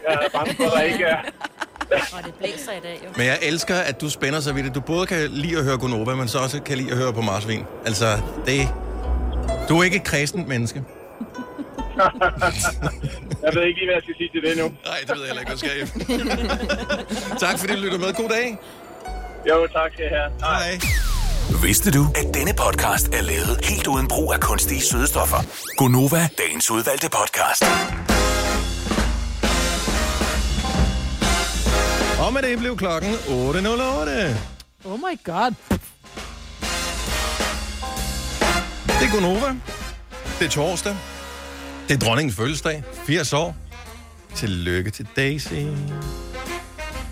S15: jeg er bange for, at der ikke er.
S3: Og det blæser i dag, jo.
S1: Men jeg elsker, at du spænder sig ved det. Du både kan lide at høre Gonova, men så også kan lide at høre på Marsvin. Altså, det... Du er ikke et kristent menneske.
S15: Jeg ved ikke lige, hvad jeg skal sige til det nu.
S1: Nej, det ved jeg heller ikke, hvad skal jeg. Tak fordi du lytter med. God dag.
S15: Jo, tak skal I have.
S1: Hej.
S8: Vidste du, at denne podcast er lavet helt uden brug af kunstige sødestoffer? Gonova, dagens udvalgte podcast.
S1: Og med det blev klokken 8.08. Det
S5: Oh my god.
S1: er Gonova. Det er torsdag. Det er dronningens fødselsdag. 80 år. Tillykke til Daisy.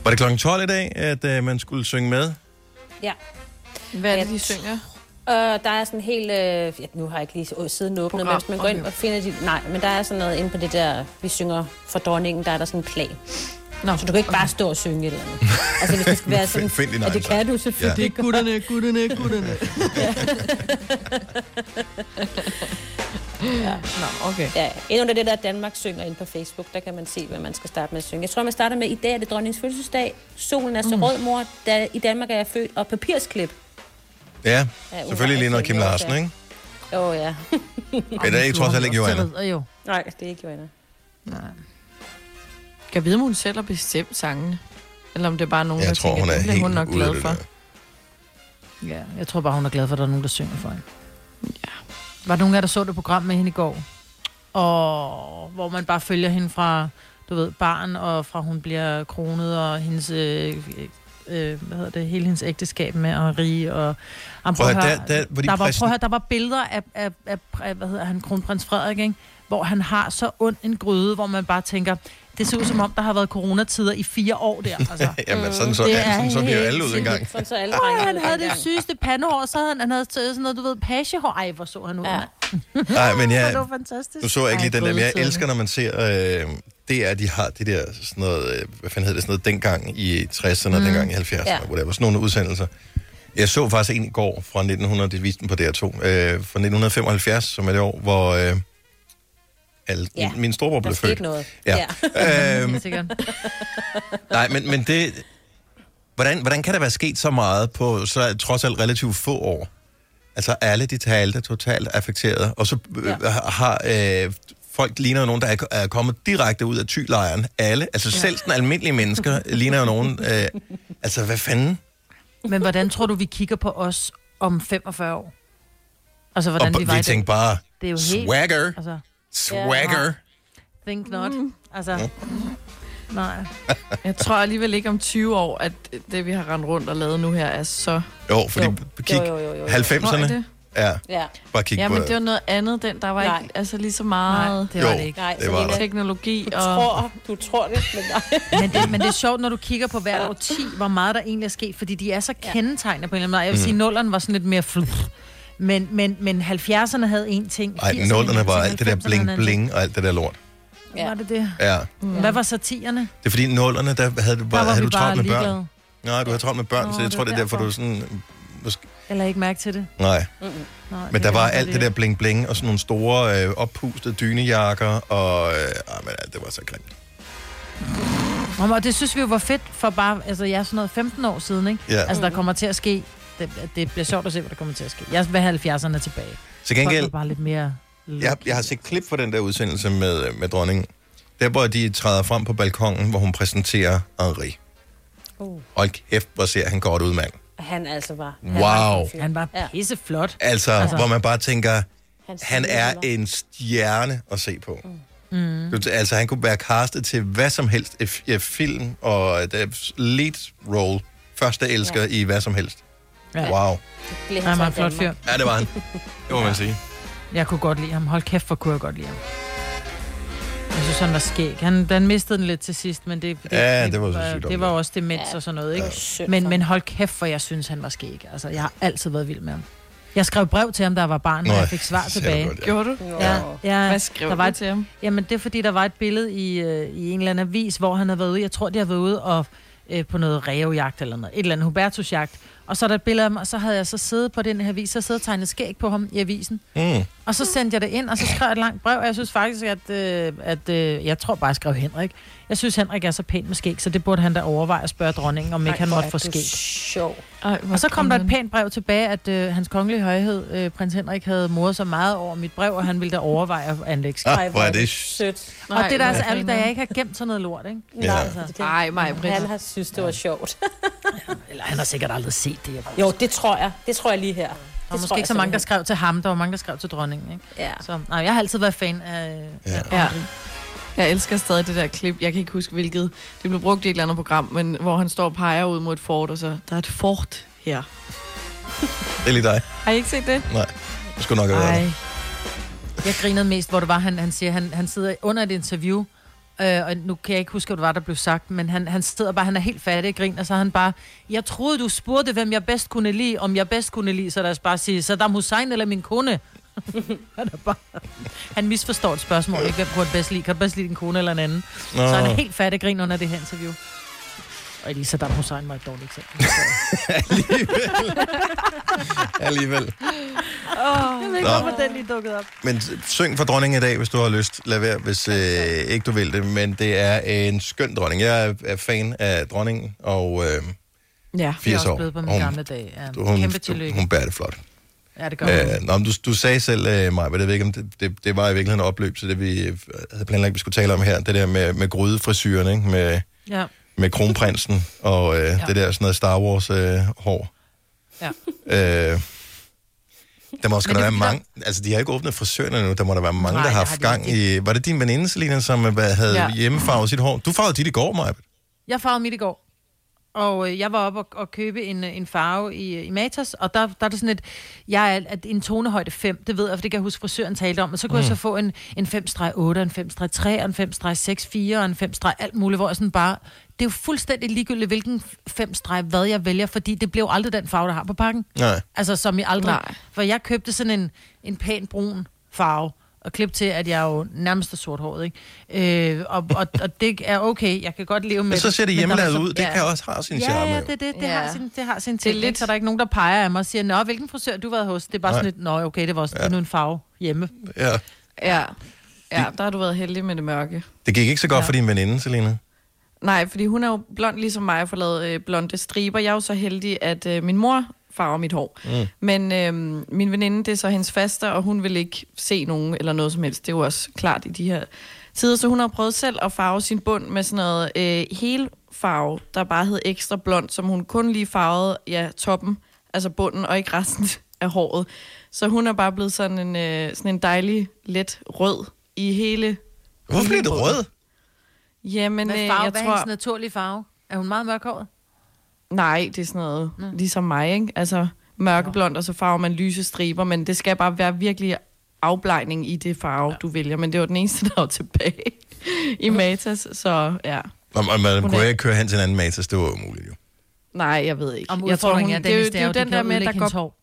S1: Var det klokken 12 i dag, at øh, man skulle synge med?
S3: Ja.
S6: Hvad er det, de synger?
S3: Og der er sådan helt... Øh, ja, nu har jeg ikke lige siden åbnet, men
S6: Program,
S3: hvis man går ind
S6: okay.
S3: og finder de... Nej, men der er sådan noget inde på det der, vi synger for dronningen, der er der sådan en klag. Nå. Så du kan ikke bare stå og synge et eller andet. Altså, hvis det skal være sådan...
S1: Find- find din
S3: og
S1: egen
S3: det kan
S1: sang.
S3: du selvfølgelig
S1: Ja.
S3: ja.
S1: Det
S6: er gutterne, gutterne, gutterne.
S3: ja.
S6: Nå, okay.
S3: Ja, ind under det der Danmark synger ind på Facebook, der kan man se, hvad man skal starte med at synge. Jeg tror, man starter med, i dag er det dronningens fødselsdag, solen er så
S6: Mm.
S3: mm. rød, mor, da, i Danmark er jeg født, og papirsklip.
S1: Ja,
S3: Ja,
S1: selvfølgelig
S3: Ulla,
S1: lige noget
S3: jeg
S1: Kim
S3: tænker
S1: Larsen,
S3: også,
S1: ikke?
S3: Åh oh, ja.
S1: Men det er ikke trods alt ikke Johanna.
S3: jo. Nej, det er ikke Johanna.
S6: Nej. Kan jeg vide, om hun selv har bestemt sangene? Eller om det er bare nogen,
S1: Jeg
S6: der
S1: tror,
S6: tænker,
S1: hun er
S6: det bliver
S1: helt
S6: hun nok
S1: ude af
S6: glad
S1: det
S6: for.
S1: der.
S5: Ja, jeg tror bare, hun er glad for, at der er nogen, der synger for hende. Ja. Var der nogen af jer, der så det program med hende i går? Og hvor man bare følger hende fra, du ved, barn, og fra hun bliver kronet, og hendes, øh, øh, hvad hedder det, hele hendes ægteskab med Henri, og... Jamen,
S1: Prøv at høre,
S5: at høre,
S1: der- der- hvor de
S5: der, var, prøv
S1: præsen-
S5: at høre, der var billeder af, af, af, af, hvad hedder han, kronprins Frederik, ikke? hvor han har så ond en gryde, hvor man bare tænker, det ser ud som om, der har været coronatider i fire år der. Altså.
S1: Jamen, sådan så- ja, sådan så de jo alle ud engang. Sådan
S3: så alle
S5: Åh,
S3: ringer
S5: han
S3: ud
S5: havde det
S3: engang.
S5: sygeste pandehår, og så havde han, han havde taget sådan noget, du ved, pagehår. Ej, hvor så han ud. Ja.
S1: Nej, men jeg,
S5: det var fantastisk.
S1: nu så jeg ikke lige
S5: Ej,
S1: den der, men jeg
S5: brødtiderne.
S1: elsker, når man ser, øh, det er, at de har det der, sådan noget, øh, hvad fanden hedder det, sådan noget, dengang i 60'erne, mm.
S5: Mm.
S1: dengang i 70'erne,
S5: Ja.
S1: ja. whatever, sådan nogle udsendelser. Jeg så faktisk en i går fra 1900, det viste den på DR2, øh, fra 1975, som er det år, hvor øh, al, ja.
S3: Ja.
S1: min, min storebror blev
S3: Der skete
S1: født.
S3: noget.
S1: Ja. ja. øhm,
S5: Sikkert.
S1: nej, men, men det... Hvordan, hvordan kan der være sket så meget på så trods alt relativt få år? Altså alle de talte totalt affekteret, og så øh, ja. har øh, folk ligner jo nogen, der er, er kommet direkte ud af tylejren. Alle, altså ja. selv den almindelige mennesker ligner jo nogen. Øh, altså hvad fanden?
S5: Men hvordan tror du, vi kigger på os om 45 år? Altså, hvordan
S1: og
S5: vi var i
S1: vi
S5: dag?
S1: tænkte bare,
S5: Det er jo helt-
S1: swagger,
S5: altså-
S1: swagger.
S5: Think not. Altså, nej.
S6: Mm. Jeg tror alligevel ikke om 20 år, at det, vi har rendt rundt og lavet nu her, er så...
S1: Jo, fordi kig,
S6: Jo, jo, jo, jo, jo. Tror I
S1: 90'erne.
S6: det?
S1: Ja.
S3: Ja.
S1: Bare kig
S6: ja,
S1: på
S6: men det var noget andet, den. Der var
S3: Nej.
S6: ikke altså, lige så meget...
S1: det var Jo, det ikke.
S5: Nej,
S1: det var der.
S6: Teknologi
S5: Du
S6: og...
S5: tror-
S3: du tror det, men
S5: Men det, men det er sjovt, når du kigger på hver årti, hvor meget der egentlig er sket, fordi de er så kendetegnende på en eller anden måde. Jeg vil
S1: Mm.
S5: sige, at nullerne var sådan lidt mere fluff. Men, men, men 70'erne havde en ting.
S1: Ej,
S5: 80'erne
S1: nullerne
S5: havde
S1: var
S5: en ting,
S1: alt det der
S5: 90'erne havde en anden ting.
S1: bling-bling og alt det der lort.
S5: Ja. Var det det?
S1: Ja.
S5: Mm. Hvad var satirerne?
S1: Det er fordi, i nullerne, der havde du, bare,
S5: var
S1: havde
S5: vi
S1: du
S5: bare
S1: travlt med børn.
S5: ligeglade.
S1: Nej, du havde travlt med børn,
S5: Nå,
S1: så jeg
S5: det
S1: tror, det er
S5: var
S1: derfor, du
S5: derfor.
S1: er sådan... Måske,
S5: Eller ikke mærke til det?
S1: nej.
S5: Mm-mm. Nej,
S1: Men der
S5: kan
S1: var
S5: godt
S1: alt det
S5: være.
S1: der bling-bling og sådan nogle store øh, oppustede dynejakker, og... Øh, ah, men, det var så grimt.
S5: Nå, men, og det synes vi jo var fedt for bare, altså jeg er sådan noget 15 år siden, ikke?
S1: Ja.
S5: Altså der kommer til at ske, det, det bliver sjovt at se, hvad der kommer til at ske. Jeg vil have 70'erne tilbage.
S1: Til gengæld-
S5: Folk var bare lidt mere...
S1: Jeg, jeg har set klip fra den der udsendelse med, øh, med dronningen. Der, hvor de træder frem på balkongen, hvor hun præsenterer Henri.
S3: Uh.
S1: Og kæft, hvor ser han godt ud, mand.
S3: Han altså var...
S1: Wow.
S5: Han var pisseflot.
S1: Altså, altså, hvor man bare tænker,
S3: Hans
S1: han er en stjerne at se på. Mm.
S5: Mm.
S1: Du- Altså, han kunne være castet til hvad som helst. F- ja, film og øh, lead role. Første elsker ja. i hvad som helst. Ja. Wow.
S3: Blev
S5: Han var en
S3: så i
S5: flot fyr.
S3: Danmark.
S1: Ja, det var han. Det må man sige.
S5: Jeg kunne godt lide ham. Hold kæft, hvor kunne jeg godt lide ham. Jeg synes, han var skæg. Han, han mistede den lidt til sidst, men det, det,
S1: Ja, det var så
S5: det,
S1: sygdom,
S5: det var også demens og sådan noget. Ikke?
S3: Synd for
S5: Men,
S3: ham.
S5: men hold kæft, for jeg synes, han var skæg. Altså, jeg har altid været vild med ham. Jeg skrev brev til ham, da jeg var barn, og
S6: Nå,
S5: jeg fik svar
S6: det ser
S5: tilbage.
S6: du godt, ja. Gjorde du?
S5: Ja. ja.
S6: Hvad skrev
S5: der var
S6: du
S5: et,
S6: til ham?
S5: Jamen, det er fordi, der var et billede i, øh, i en eller anden avis, hvor han havde været ude. Jeg tror, de har været ude og, øh, på noget rævejagt eller noget. Et eller andet Hubertusjagt. Og så er der et billede af ham, og så havde jeg så siddet på den her avis, så siddet og tegnet skæg på ham i avisen.
S1: Mm.
S5: Og så sendte jeg det ind, og så skrev jeg et langt brev, og jeg synes faktisk, at, øh, at øh, jeg tror bare, jeg skrev Henrik. Jeg synes, Henrik er så pæn med skæg, så det burde han da overveje at spørge dronningen, om
S3: Ej,
S5: ikke han
S3: hvor
S5: måtte
S3: er
S5: få
S3: du
S5: skæg.
S3: Sjov.
S5: Ej, og så kom der et pænt brev tilbage, at øh, hans kongelige højhed, øh, prins Henrik, havde moret sig meget over mit brev, og han ville da overveje at anlægge skæg.
S1: Ah, hvor er det
S3: sødt.
S5: Og det der er så ærligt, da altså jeg ikke har gemt sådan noget lort, ikke?
S1: Ja. Nej,
S5: altså. Ej, mig, Britt.
S3: Han har synes, det var sjovt.
S5: Eller han har sikkert aldrig set det. Jeg
S3: jo, det tror jeg. Det tror jeg lige her.
S5: Der var måske ikke så mange, der skrev til ham, der var mange, der skrev til dronningen, ikke?
S3: Ja.
S5: Så nej, jeg har altid været fan af...
S6: Ja. ja. Jeg elsker stadig det der klip. Jeg kan ikke huske, hvilket. Det blev brugt i et eller andet program, men hvor han står og peger ud mod et fort, og så, der er et fort her.
S1: Det er lige dig.
S5: Har I ikke set det?
S1: Nej, det skulle nok have været
S5: Ej.
S1: det.
S5: Jeg grinede mest, hvor det var, han, han siger, han, han sidder under et interview, øh, og nu kan jeg ikke huske, hvad det var, der blev sagt, men han, han sidder bare, han er helt fattig og griner, så er han bare, jeg troede, du spurgte, hvem jeg bedst kunne lide, om jeg bedst kunne lide, så lad os bare sige, Saddam Hussein eller min kone. han er bare... Han misforstår et spørgsmål, ikke? Hvem kunne han bedst lide? Kan du bedst lide din kone eller en anden?
S1: Nå.
S5: Nå. Så han er helt fattig grin under det her interview. Og lige Saddam Hussein var et dårligt eksempel.
S1: Alligevel.
S5: oh, jeg ved ikke,
S1: Nå.
S5: hvorfor den lige dukkede op.
S1: Men s- syng for dronningen i dag, hvis du har lyst. Lad være, hvis øh, ikke du vil det. Men det er en skøn dronning. Jeg er, er fan af dronningen, og øh,
S5: Ja,
S1: 80
S5: også
S1: år.
S5: blevet på
S1: Hun-
S5: mine gamle dage. Ja,
S1: hun,
S5: kæmpe
S1: hun,
S5: tillykke.
S1: hun bærer det flot.
S5: Ja, det gør hun.
S1: Øh, nå, men du, du sagde selv, øh, Maja, men jeg ved ikke, om det, det, det var i virkeligheden en opløb til det, vi øh, havde planlagt, vi skulle tale om her. Det der med, med grydefrisyren, ikke? Med,
S5: Ja.
S1: med kronprinsen og øh, ja. det der sådan noget Star Wars-hår. Øh, hår.
S5: Ja.
S1: Øh, der må også
S5: Men
S1: der
S5: det er
S1: være
S5: fordi,
S1: mange... Altså, de har ikke åbnet frisørerne nu. Der må der være
S5: Nej,
S1: mange, der har
S5: det
S1: haft
S5: har de
S1: gang i... Var det din veninde, Selina, som øh, hvad, havde
S5: Ja.
S1: ja. hjemmefarvet sit hår? Du farvede dit i går, Maja.
S5: Jeg farvede mit i går. Og øh, jeg var oppe og, og købe en, øh, en farve i, øh, i Matas, og der, der er det sådan et, jeg er at en tonehøjde 5, det ved jeg, for det kan jeg huske, frisøren talte om, og så kunne mm. jeg
S10: Mm.
S5: så få en, en 5-8, en 5-3, en 5-6-4, og en 5 alt muligt, hvor jeg sådan bare, det er jo fuldstændig ligegyldigt, hvilken 5 hvad jeg vælger, fordi det blev aldrig den farve, der har på pakken.
S1: Nej.
S5: Altså som i aldrig.
S6: Nej.
S5: Nej. For jeg købte sådan en, en pæn brun farve, og klip til, at jeg jo nærmest er sorthåret, ikke? Øh, og, og, og, det er okay, jeg kan godt leve med
S1: Men så ser det
S5: men der var
S1: hjemmelavet
S5: så-
S1: ud. Det kan også have sin
S5: ja,
S1: charme,
S5: Ja,
S1: jo.
S5: det, det, det,
S6: Ja.
S5: har sin, det har sin
S6: Det er
S5: ting. Lidt...
S6: lidt-
S5: Så der er ikke nogen, der peger af mig og siger, Nå, hvilken frisør du har været hos? Det er bare
S1: Nej.
S5: sådan lidt, Nå, okay, det var også ja. nu en farve hjemme.
S1: Ja.
S6: Ja. ja, der har du været heldig med det mørke.
S1: Det gik ikke så godt
S6: Ja.
S1: ja. for din veninde, Selina.
S6: Nej, fordi hun er jo blond ligesom mig og får lavet øh, blonde striber. Jeg er jo så heldig, at øh, min mor farver mit hår.
S1: Mm.
S6: Men øh, min veninde, det er så hendes faster, og hun vil ikke se nogen eller noget som helst. Det er jo også klart i de her tider. Så hun har prøvet selv at farve sin bund med sådan noget øh, hele farve, der bare hed ekstra blond, som hun kun lige farvede, ja, toppen, altså bunden, og ikke resten af håret. Så hun er bare blevet sådan en, øh, sådan en dejlig, let rød i hele...
S1: Hvorfor
S6: hele
S1: bliver det
S6: bunden.
S1: rød?
S6: Jamen,
S5: Hvad
S6: øh,
S5: farve,
S6: jeg
S5: hvad er
S6: tror...
S5: hendes naturlige farve? Er hun meget mørkhåret?
S6: Nej, det er sådan noget mm. ligesom mig, ikke? Altså mørkeblond, og så farver man lyse striber, men det skal bare være virkelig afblejning i det farve, ja. du vælger. Men det var den eneste, der var tilbage i Matas, så ja.
S1: Nå, man, man
S6: Hun
S1: kunne
S6: er-
S1: ikke køre hen til en anden matas, det var umuligt jo.
S6: Nej, jeg ved ikke.
S5: Om
S6: jeg
S5: udfordringen er,
S6: det er jo,
S5: Dennis,
S6: det er jo den der med, der går...
S5: Hår.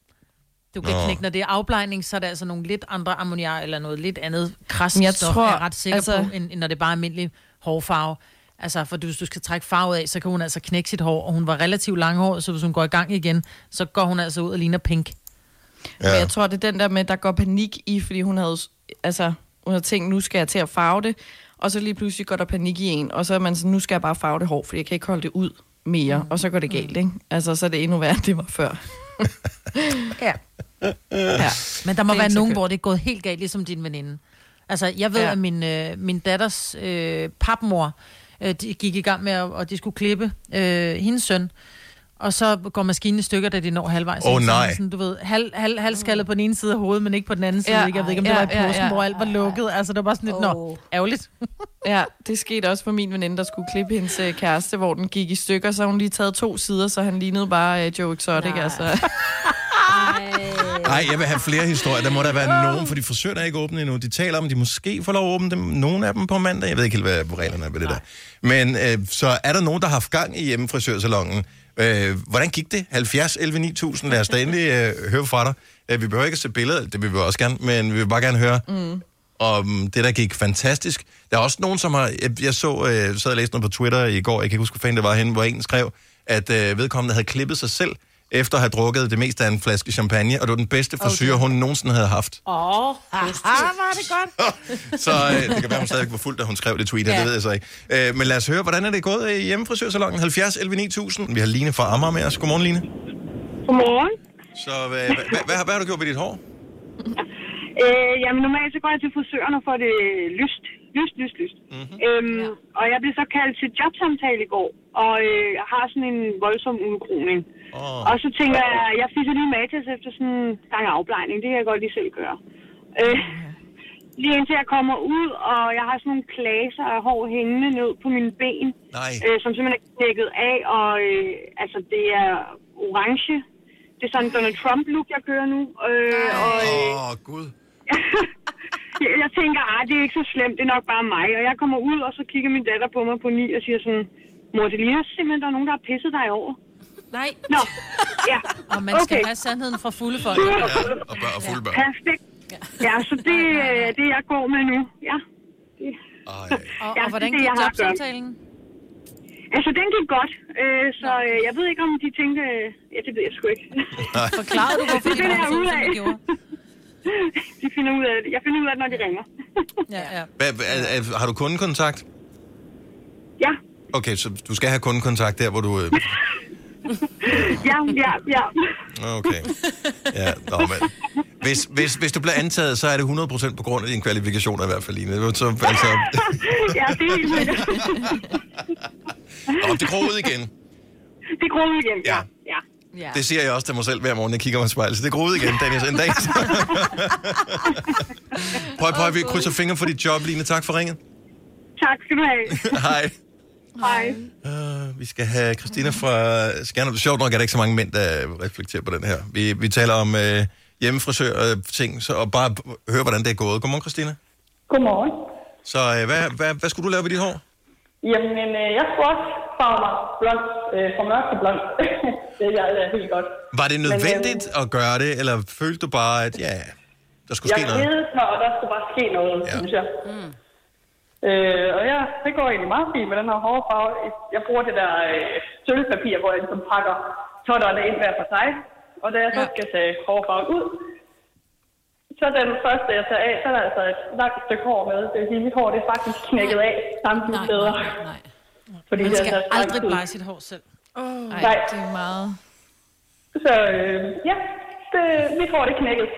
S5: Du kan
S1: Nå.
S5: Nå. knække, når det er afblejning, så er der altså nogle lidt andre ammoniak eller noget lidt andet
S6: Men jeg
S5: krast, stof,
S6: tror,
S5: er jeg ret sikker
S6: altså-
S5: altså... på, end, end når det er bare almindelig hårfarve. Altså, for du, hvis du skal trække farve af, så kan hun altså knække sit hår, og hun var relativt langhåret, så hvis hun går i gang igen, så går hun altså ud og ligner pink.
S6: Ja. Jeg tror, det er den der med, der går panik i, fordi hun havde, altså, hun havde tænkt, nu skal jeg til at farve det, og så lige pludselig går der panik i en, og så er man sådan, nu skal jeg bare farve det hår, fordi jeg kan ikke holde det ud mere, mm. og så går det galt, ikke? Altså, så er det endnu værre, end det var før.
S5: Ja.
S15: Øh.
S5: ja. Men der må
S6: Det er
S5: være
S6: ikke så
S5: nogen,
S6: kønt.
S5: hvor det er gået helt galt, ligesom din veninde. Altså, jeg ved,
S6: Ja.
S5: ja. at min, øh, min datters øh, papmor øh, de gik i gang med, at, og de skulle klippe øh, hendes søn. Og så går maskinen i stykker, da de når halvvejs.
S1: Åh,
S5: Så er
S1: nej.
S5: det Sådan, du ved, halv, halv, halvskaldet på den ene side af hovedet, men ikke på den anden side.
S6: Ja.
S5: Ja, ikke? Jeg ved ikke, om
S6: Ja,
S5: det var i
S6: ja,
S5: posen,
S6: ja.
S5: ja, hvor alt var lukket. Altså, det var bare sådan lidt, oh. nå, ærgerligt.
S6: Ja, det skete også for min veninde, der skulle klippe hendes øh, kæreste, hvor den gik i stykker, så har hun lige taget to sider, så han lignede bare øh, Joe Exotic, Nej. altså.
S1: Nej, jeg vil have flere historier. Der må der være nogen, for de frisører der er ikke åbne endnu. De taler om, at de måske får lov at åbne dem, nogle af dem på mandag. Jeg ved ikke helt, hvad reglerne er ved det der. Men øh, så er der nogen, der har haft gang i hjemmefrisørsalongen. Øh, hvordan gik det? 70, 11, 9000. Lad os da endelig øh, høre fra dig. Øh, vi behøver ikke at se billeder, det vil vi også gerne, men vi vil bare gerne høre Mm. om det, der gik fantastisk. Der er også nogen, som har... Jeg, jeg så, øh, sad og læste noget på Twitter i går, jeg kan ikke huske, hvor fanden det var henne, hvor en skrev, at øh, vedkommende havde klippet sig selv, efter at have drukket det meste af en flaske champagne, og det var den bedste frisyr, hun nogensinde havde haft.
S5: Åh, oh, var det godt.
S1: Så øh, det kan være, hun stadigvæk var fuld, da hun skrev det tweet her, ja.
S5: Ja.
S1: det ved jeg så ikke. Øh, men lad os høre, hvordan er det gået øh, i hjemmefrisørsalongen 70 11 9000? Vi har Line fra Amager med os. Godmorgen, Line.
S7: Godmorgen.
S1: Så øh, hvad, hvad, hvad, har- hvad har du gjort ved dit hår?
S7: Øh, jamen normalt så går jeg til frisøren og får det lyst. Lyst, lyst, lyst.
S1: Mhm.
S7: Mm-hmm. Øhm, ja. Og jeg blev så kaldt til jobsamtale i går, og øh, har sådan en voldsom udkroning. Oh. Og så tænker jeg, jeg fisser lige Matas efter sådan en gang afblejning. Det kan jeg godt lige selv gøre. Øh, lige indtil jeg kommer ud, og jeg har sådan nogle klaser af hår hængende ned på mine ben.
S1: Nej.
S7: Øh, som simpelthen er knækket af, og øh, altså det er orange. Det er sådan Donald Trump-look, jeg kører nu. Øh, og, øh,
S1: Åh, oh, Gud.
S7: jeg- jeg tænker, at det er ikke så slemt, det er nok bare mig. Og jeg kommer ud, og så kigger min datter på mig på ni og siger sådan, mor, det ligner simpelthen, der er nogen, der har pisset dig over.
S5: Nej.
S7: Nå, ja.
S5: Og man skal
S7: Okay.
S5: have sandheden fra fulde folk.
S7: Ja,
S1: og, og fulde børn.
S7: Perfekt.
S2: Ja, så det er det, jeg går med nu. Ja. Det-
S5: Og,
S2: Ja,
S5: og hvordan
S2: det er
S5: gik
S2: det, jeg har at gøre.
S5: jobsamtalen?
S2: Altså, den gik godt, øh, så øh, jeg ved ikke, om de tænkte... Øh, ja, det ved jeg sgu ikke.
S5: Forklarede du, hvorfor
S2: det
S5: de
S2: finder jeg
S5: var
S2: ud
S5: sådan,
S2: af.
S5: som de gjorde?
S2: de finder ud af det. Jeg finder ud af det, når de ringer.
S5: Ja, ja.
S1: Hvad, hvad- er, er, har du kundekontakt?
S2: Ja.
S1: Okay, så du skal have kundekontakt der, hvor du... øh,
S2: Ja, ja, ja.
S1: Okay. Ja, nå, men. Hvis, hvis, hvis du bliver antaget, så er det 100% på grund af dine kvalifikationer i hvert fald, Line. Så, altså,
S2: ja, det er helt vildt.
S1: op, det gror ud igen.
S2: Det gror ud igen. Ja. ja.
S1: Ja. Det siger jeg også til mig selv hver morgen, jeg kigger mig i spejlet. Så det gror ud igen, Daniel, en dag. prøv, prøv, vi krydser fingre for dit job, Line. Tak for ringet.
S2: Tak skal du have.
S1: Hej.
S2: Hej.
S1: Uh, vi skal have Christina fra Skjern. Sjovt nok er der ikke så mange mænd, der reflekterer på den her. Vi, vi taler om øh, hjemmefrisør og ting, så, og bare høre, hvordan det er gået. Godmorgen, Christina.
S9: Godmorgen.
S1: Så øh, hvad, hvad, hvad skulle du lave ved dit hår?
S9: Jamen, øh, jeg skulle også farve mig blond, øh, fra mørk til blond. det er jeg er helt godt.
S1: Var det
S9: Men, øh,
S1: nødvendigt at gøre det, eller følte du bare, at ja, der skulle
S9: jeg
S1: ske noget?
S9: kedede mig, og der skulle bare ske noget, ja. synes jeg. Mm. Øh, og ja, det går egentlig meget fint med den her hårde farve. Jeg bruger det der øh, sølvpapir, hvor jeg ligesom pakker totterne ind hver for sig. Og da jeg så skal tage hårfarven ud, så den første, jeg tager af, så er der altså et langt stykke hår med. Det vil sige, mit hår det er faktisk knækket af samtlige steder. Nej, nej, nej. Fordi
S5: Man
S9: det er
S5: skal
S9: altså lang
S5: aldrig
S9: tid.
S5: blege sit hår selv. Oh,
S9: Nej, Nej. det er meget. Så øh, ja, det, mit hår det knækket.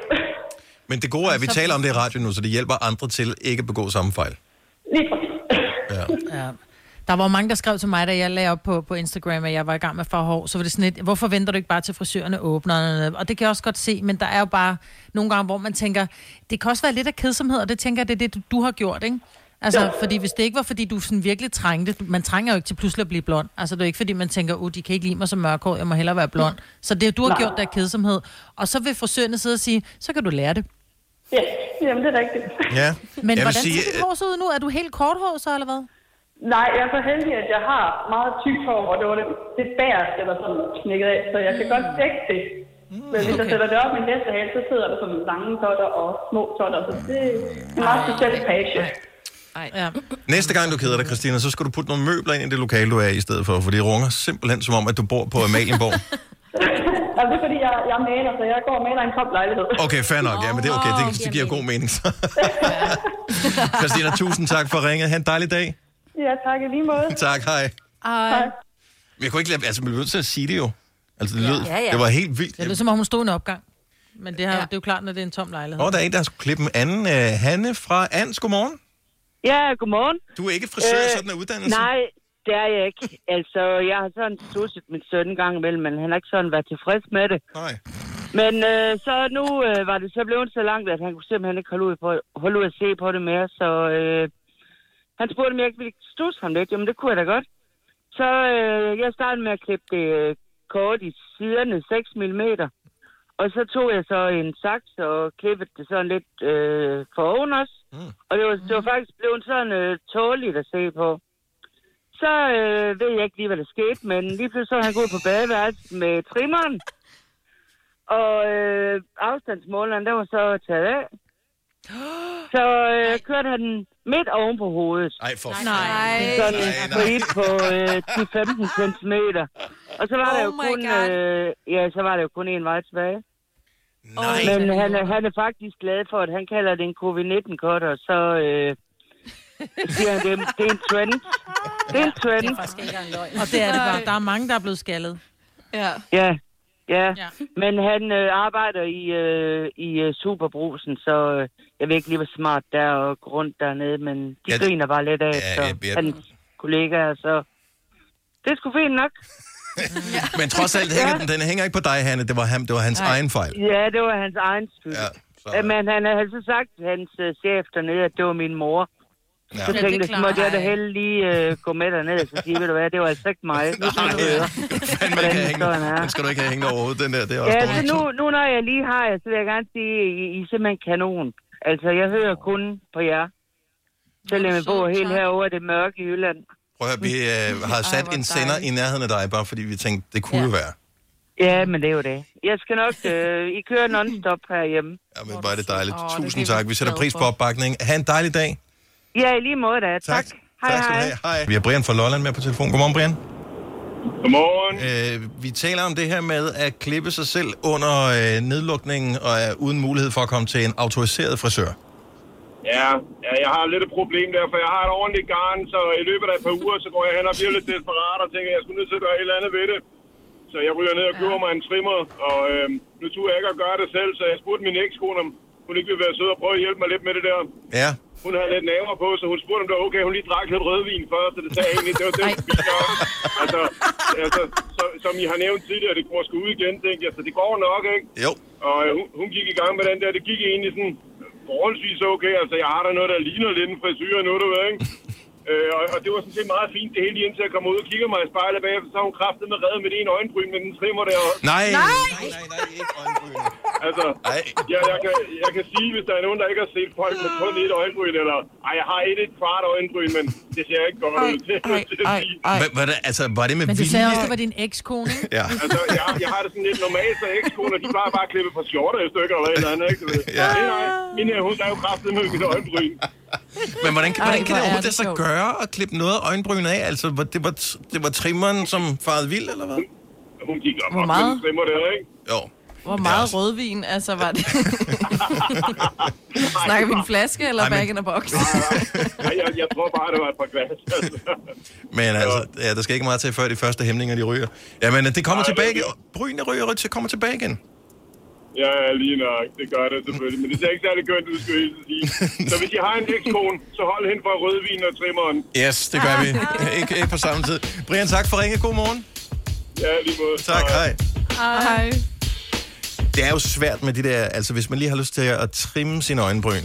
S1: Men det gode er, at
S9: Altså-
S1: vi taler om det i radioen nu, så det hjælper andre til ikke at begå samme fejl.
S9: Lige præcis.
S5: Ja. Der var jo mange, der skrev til mig, da jeg lagde op på, på Instagram, at jeg var i gang med farhår. Så var det sådan lidt, hvorfor venter du ikke bare til frisørerne åbner? Og det kan jeg også godt se, men der er jo bare nogle gange, hvor man tænker, det kan også være lidt af kedsomhed, og det tænker jeg, det er det, du, du har gjort, ikke? Altså,
S9: Jo.
S5: fordi hvis det ikke var, fordi du sådan virkelig trængte, man trænger jo ikke til pludselig at blive blond. Altså, det er jo ikke, fordi man tænker, oh, de kan ikke lide mig som mørkhåret, jeg må hellere være blond. Så det, du har
S9: Nej.
S5: Nej. gjort, der er kedsomhed. Og så vil frisørerne sidde og sige, så kan du lære det.
S9: Ja, jamen det er rigtigt.
S1: Ja.
S5: Men
S1: jeg
S5: hvordan
S1: vil
S5: sige,
S1: sige, øh,
S5: ser dit hår så ud nu? Er du helt korthår så, eller hvad?
S9: Nej, jeg er så heldig, at jeg har meget tykt hår, og det var det, det bagerste, der sådan knækket af, så jeg kan godt dække det. Men hvis jeg
S5: Mm. Okay.
S9: sætter det op i min næste hale, så sidder der sådan lange totter og små totter, så det er en meget speciel page.
S5: Ja.
S1: næste gang du keder dig, Christina, så skal du putte nogle møbler ind i det lokale, du er i stedet for, for det runger simpelthen som om, at du bor på Amalienborg.
S9: Jamen, det er fordi, jeg, jeg maler, så jeg går og maler i en tom lejlighed.
S1: Okay, fair nok. Ja, men det er okay. Det, det giver god mening. så. Christina, tusind tak for ringet. Ha' en dejlig dag.
S9: Ja, tak i lige måde.
S1: Tak, hej.
S5: Ej.
S1: Men jeg kunne ikke lade, altså, man blev nødt til at sige det jo. Altså, det, lød,
S5: Ja, ja.
S1: det var helt vildt.
S5: Det lød som om, hun stod i en opgang. Men det, her, ja. det er jo klart, når det er en tom lejlighed.
S1: Og der er en, der har skulle klippe en anden. Uh, Hanne fra Ans, godmorgen.
S16: Ja, godmorgen. Øh,
S1: Du er ikke frisør, sådan er uddannelsen?
S16: Nej, det er jeg ikke. Altså, jeg har sådan susset min søn en gang imellem, men han har ikke sådan været tilfreds med det.
S1: Nej.
S16: Men øh, så nu øh, var det så blevet så langt, at han kunne simpelthen ikke holde ud, på, holde ud at se på det mere. Så øh, han spurgte, om jeg ikke ville stusse ham lidt. Jamen, det kunne jeg da godt. Så øh, jeg startede med at klippe det øh, kort i siderne, 6 mm. Og så tog jeg så en saks og klippede det sådan lidt øh, foroven også. Og det var, det var faktisk blevet sådan øh, tåligt at se på. Så øh, ved jeg ikke lige, hvad der skete, men lige pludselig så var han gået på badeværelset med trimmeren. Og øh, afstandsmåleren, den var så taget af. Så øh, kørte han den midt oven på hovedet.
S1: Nej, for
S16: nej. Sådan en sprit på øh, 10-15 cm. Og så var oh der jo
S17: Oh my
S16: kun,
S17: God.
S16: øh, ja, så var der jo kun en vej tilbage.
S1: Nej.
S16: Men han er, han er faktisk glad for, at han kalder det en covid-19-cutter, så øh, siger han, det, er- det er en trend. Det er en trend.
S5: Og det er det bare. Der er mange, der er blevet skaldet.
S18: Ja.
S16: Ja, ja. ja. Men han øh, arbejder i, øh, i øh, Superbrusen, så øh, jeg ved ikke lige, hvor smart der er og grund dernede, men de
S1: Ja,
S16: ja,
S1: det-
S16: griner bare lidt af,
S1: Ja,
S16: ja, så
S1: jeg- jeg-
S16: hans kollegaer, så det er sgu fint nok.
S1: Men trods alt, hænger, den, den hænger ikke på dig, Hanne. Det var, ham, det var hans egen fejl.
S16: Ja, det var hans egen skyld.
S1: Ja,
S16: så... Men han havde så sagt til hans øh, chef dernede, at det var min mor.
S1: Ja.
S16: Ja. Så
S1: Ja, det er
S16: tænkte jeg, så
S1: klart.
S16: måtte jeg da hellere lige øh, gå med derned og så sige, ved du hvad, det var altså ikke mig. Nu skal du høre.
S1: Fandme ikke have hængende. Den skal du ikke have hængende overhovedet, den der. Det er også
S16: Ja, så
S1: dårligt.
S16: nu, nu når jeg lige har jer, så vil jeg gerne sige, I, I er simpelthen kanon. Altså, jeg hører kun på jer. Selvom jeg bor helt herovre i det mørke i Jylland.
S1: Prøv at høre, vi øh, har sat en sender i nærheden af dig, bare fordi vi tænkte, det kunne ja. være.
S16: Ja, men det er jo det. Jeg skal nok... Øh, I kører non-stop herhjemme.
S1: Men hvor er det dejligt.
S16: Åh, det
S1: Tusind
S16: bliver vi
S1: tak. Vi sætter
S16: glade
S1: pris på
S16: for.
S1: opbakningen. Ha' en dejlig dag.
S16: Ja, i lige måde da. Tak. Hej,
S1: Tak skal du
S16: hej.
S1: have. Hej. Vi har Brian fra Lolland med på telefon. Godmorgen, Brian. Godmorgen. Øh, vi taler om det her med at klippe sig selv under øh, nedlukningen og er uden mulighed for at komme til en autoriseret frisør.
S15: Ja, ja, jeg har lidt et problem der, for jeg har et ordentligt garn, så i løbet af et par uger, så går jeg hen og bliver lidt desperat og tænker, at jeg skulle nødt til at gøre et eller andet ved det. Så jeg ryger ned og køber mig en trimmer, og øh, nu turde jeg ikke at gøre det selv, så jeg spurgte min ekskone, om hun ikke ville være sød og prøve at hjælpe mig lidt med det der.
S1: Ja.
S15: Hun havde lidt naver på, så hun spurgte, om det var okay, hun lige drak lidt rødvin først, og det sagde jeg egentlig, det var det, var fint nok. Altså, altså så, som I har nævnt tidligere, det går sgu ud igen, tænkte jeg, så det går nok, ikke?
S1: Jo.
S15: Og øh, hun, hun gik i gang med den der, det gik egentlig sådan forholdsvis okay, altså jeg har da noget, der ligner lidt en frisyr nu, du ved, ikke? Øh, og, og, det var sådan set meget fint, det hele lige indtil jeg kom ud og kigger mig i spejlet bagefter, så har hun kraftet med reddet med det ene øjenbryn, men den trimmer der også.
S1: Nej!
S15: Nej, nej, Altså, jeg, jeg, kan, jeg kan sige, hvis der er nogen, der ikke har set folk med kun et øjenbryn, eller ej, jeg har et et kvart øjenbryn, men det ser ikke godt ud. Det er nødt til at sige.
S1: Hva- Var det, altså, var det med
S5: Men du
S1: vilje?
S5: sagde også, det var din ekskone, ikke?
S1: Ja.
S15: Altså, jeg, jeg har det sådan lidt normalt, så ekskoner, de plejer bare at klippe på skjorter i stykker eller et eller andet, ikke? Ja. Nej, nej, min her, hun er jo kraftet med mit øjenbryn.
S1: Men hvordan,
S15: Ej,
S1: hvordan kan det
S15: hvor er
S1: overhovedet
S15: det
S1: det så
S15: sjovt.
S1: gøre at klippe noget af øjenbrynene af? Altså, var- det var, det var trimmeren, som farede vild, eller hvad?
S15: Hun gik op
S6: Hvor meget?
S15: Det må det jo, ikke?
S1: Jo.
S6: Hvor meget rødvin, altså var det? Snakker vi en flaske eller
S1: Ej, men-
S6: back in a box?
S15: Nej, jeg, jeg tror bare, det var et par glas. Altså.
S1: Men altså, ja, der skal ikke meget til, før de første hæmninger, de ryger. Jamen, det kommer
S15: Nej,
S1: tilbage
S15: det
S1: igen.
S15: er
S1: Brynene ryger, og det kommer tilbage igen.
S15: Ja, ja, lige nok. Det gør det selvfølgelig. Men det ser ikke særlig kønt ud, skulle jeg hilse at sige. Så hvis I har en ekskone, så hold hende fra rødvin og trimmeren.
S1: Yes, det gør vi. ikke, ikke på samme tid. Brian, tak for ringet. God morgen.
S15: Ja, lige måde.
S1: Tak, hej.
S6: Hej.
S1: Det er jo svært med de der, altså hvis man lige har lyst til at trimme sine øjenbryn.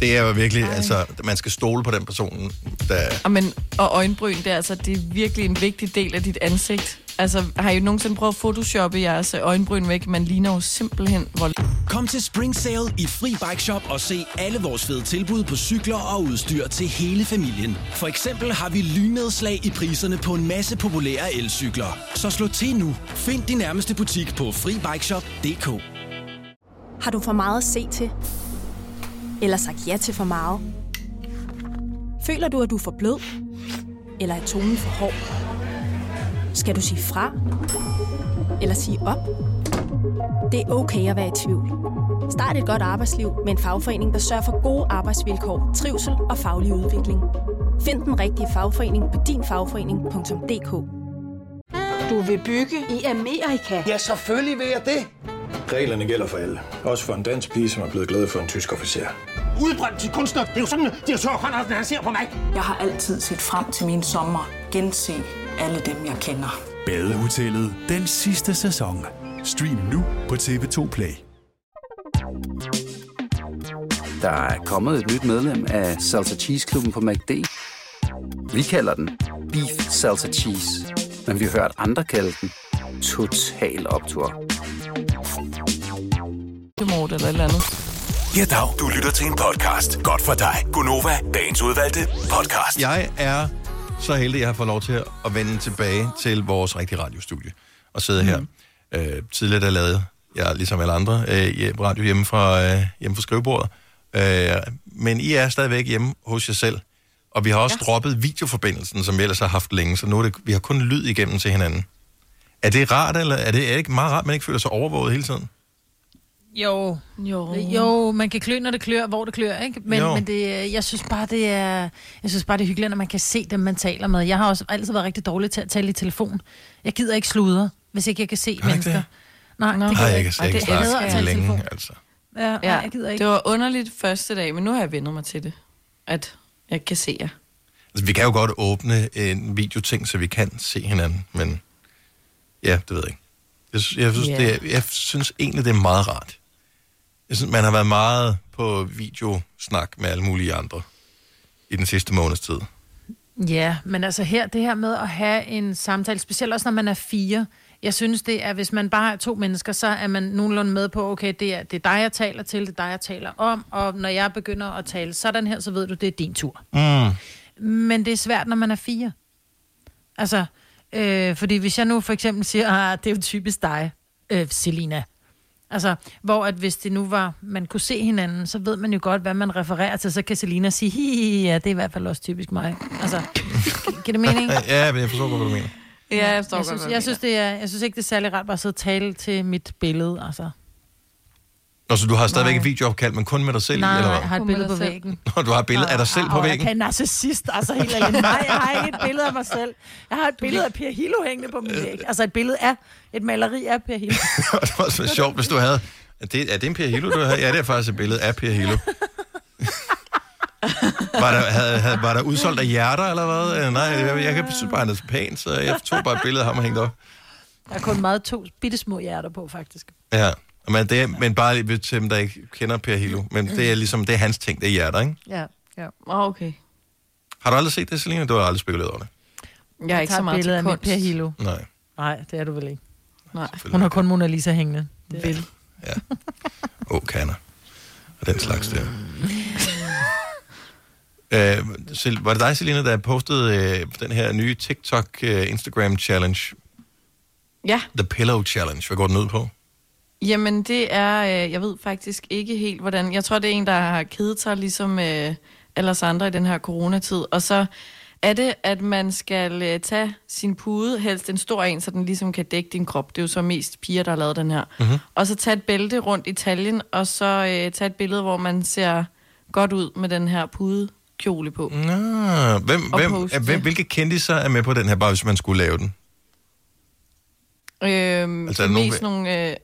S1: Det er jo virkelig, Ej. altså, man skal stole på den person, der...
S6: Og, men, og øjenbryn, det er, altså, det er virkelig en vigtig del af dit ansigt. Altså, har I nogensinde prøvet at photoshoppe jeres øh, øjenbryn væk? Man ligner jo simpelthen, hvor...
S19: Kom til Spring Sale i Fri Bike Shop og se alle vores fede tilbud på cykler og udstyr til hele familien. For eksempel har vi lynedslag i priserne på en masse populære elcykler. Så slå til nu. Find din nærmeste butik på FriBikeShop.dk
S12: Har du for meget at se til? Eller sagt ja til for meget? Føler du, at du er for blød? Eller er tonen for hård? Skal du sige fra? Eller sige op? Det er okay at være i tvivl. Start et godt arbejdsliv med en fagforening, der sørger for gode arbejdsvilkår, trivsel og faglig udvikling. Find den rigtige fagforening på dinfagforening.dk
S20: Du vil bygge i Amerika? Ja, selvfølgelig vil jeg det.
S21: Reglerne gælder for alle. Også for en dansk pige, som er blevet glad for en tysk officer.
S22: Udbrændt til kunstner. Det er jo sådan, at de har tørt, Andersen, han ser på mig. Jeg har altid set frem til min sommer. Gense alle dem, jeg kender.
S14: Badehotellet den sidste sæson. Stream nu på TV2 Play.
S23: Der er kommet et nyt medlem af Salsa Cheese Klubben på MACD. Vi kalder den Beef Salsa Cheese, men vi har hørt andre kalde den Total Optor.
S6: Morten eller et eller andet.
S8: Ja, dag. Du lytter til en podcast. Godt for dig. Gunova, dagens udvalgte podcast.
S1: Jeg er så heldig, at jeg har fået lov til at vende tilbage til vores rigtige radiostudie og sidde her. Øh, tidligere der lavede jeg, ligesom alle andre, øh, hjem- radio hjemme fra, øh, hjemme fra skrivebordet. Øh, men I er stadigvæk hjemme hos jer selv. Og vi har også ja. droppet videoforbindelsen, som vi ellers har haft længe, så nu er det, vi har kun lyd igennem til hinanden. Er det rart, eller er det, er det ikke meget rart, at man ikke føler sig overvåget hele tiden?
S5: Jo.
S6: Jo.
S5: jo, man kan klø, når det klør, hvor det klør, ikke? Men,
S1: Jo.
S5: men det, jeg synes bare, det er, jeg synes bare, det er hyggeligt, når man kan se dem, man taler med. Jeg har også altid været rigtig dårlig til at tale i telefon. Jeg gider ikke sludre, hvis ikke jeg kan se
S1: du ikke
S5: mennesker.
S1: det?
S5: Nej,
S1: Nå.
S5: det
S1: Nej,
S5: gider
S1: jeg
S5: ikke.
S1: kan slet
S5: Og
S1: ikke
S5: det- jeg hader at
S1: snakke
S5: tale i
S1: længe,
S5: telefon.
S1: altså.
S5: Ja, ja. Nej, jeg gider ikke.
S6: Det var underligt første dag, men nu har jeg vendt mig til det. At jeg ikke kan se jer.
S1: Altså, vi kan jo godt åbne en videoting, så vi kan se hinanden, men ja, det ved jeg ikke. Jeg, sy- jeg, synes,
S6: Ja.
S1: yeah. det er, jeg synes egentlig, det er meget rart. Jeg synes, man har været meget på videosnak med alle mulige andre i den sidste måneds tid.
S5: Ja, men altså her, det her med at have en samtale, specielt også når man er fire, jeg synes det er, hvis man bare er to mennesker, så er man nogenlunde med på, okay, det er, det er dig, jeg taler til, det er dig, jeg taler om, og når jeg begynder at tale sådan her, så ved du, det er din tur.
S1: Mm.
S5: Men det er svært, når man er fire. Altså, Øh, fordi hvis jeg nu for eksempel siger, ah, det er jo typisk dig, øh, Selina. Altså, hvor at hvis det nu var, man kunne se hinanden, så ved man jo godt, hvad man refererer til. Så kan Selina sige, hi, hi, hi, ja, det er i hvert fald også typisk mig. Altså, gi- giver det mening?
S1: ja, men jeg forstår godt, hvad du mener.
S6: Ja, jeg forstår
S5: jeg
S6: godt,
S5: synes,
S6: hvad du
S5: jeg synes, det er, jeg synes ikke, det er særlig rart bare at sidde og tale til mit billede, altså.
S1: Nå, så du har stadigvæk
S5: Nej.
S1: et videoopkald, men kun med dig selv
S5: nej,
S1: i, eller
S5: nej,
S1: hvad?
S5: jeg har et billede på væggen.
S1: Nå, du har et billede af dig selv på
S5: Og jeg
S1: væggen.
S5: kan en narcissist, altså helt alene. Nej, jeg har ikke et billede af mig selv. Jeg har et billede af Per Hilo hængende på min væg. Altså et billede af, et maleri af Per Hilo.
S1: Og det var også være sjovt, hvis du havde... Er det, er det en Per Hilo, du har? Ja, det er faktisk et billede af Per Hilo. var, der, havde, havde, var der udsolgt af hjerter, eller hvad? Øh, Nej, jeg, jeg kan synes bare, han er så pæn, så jeg tog bare et billede af ham og hængte op.
S5: Der er kun meget to bitte små hjerter på, faktisk.
S1: Ja, men, det, er- men bare lige til dem, der ikke kender Per Hilo. Men det er ligesom, det er hans ting, det er hjerter, ikke?
S5: Ja,
S6: ja. Oh, okay.
S1: Har du aldrig set det, Selina? Du har aldrig spekuleret over det.
S6: Jeg er ikke så meget
S5: billede af
S6: til
S5: mit
S6: kunst.
S5: Per Hilo.
S1: Nej.
S5: Nej, det er du vel ikke.
S6: Nej.
S5: Hun har kun Mona Lisa hængende.
S6: Vel.
S1: Åh, kander. Og den slags der. Øh, Sel- var det dig, Selina, der postede øh, den her nye øh, TikTok-Instagram-challenge?
S6: Ja.
S1: The Pillow Challenge. Hvad går den ud på?
S6: Jamen, det er, øh, jeg ved faktisk ikke helt, hvordan... Jeg tror, det er en, der har kedet sig, ligesom øh, alle os andre i den her coronatid. Og så er det, at man skal øh, tage sin pude, helst en stor en, så den ligesom kan dække din krop. Det er jo så mest piger, der har lavet den her.
S2: Mhm.
S6: Og så tage et bælte rundt i taljen, og så øh, tage et billede, hvor man ser godt ud med den her pude kjole på. Øhm,
S1: Nå, Ah, hvem,
S6: Og
S1: hvem,
S6: poste
S1: er, hvem,
S6: det.
S1: hvilke kendiser er med på den her, bare hvis man skulle lave den?
S6: Øhm, altså,
S1: Altså, er
S6: er
S1: der nogen-
S6: mest nogle, øh,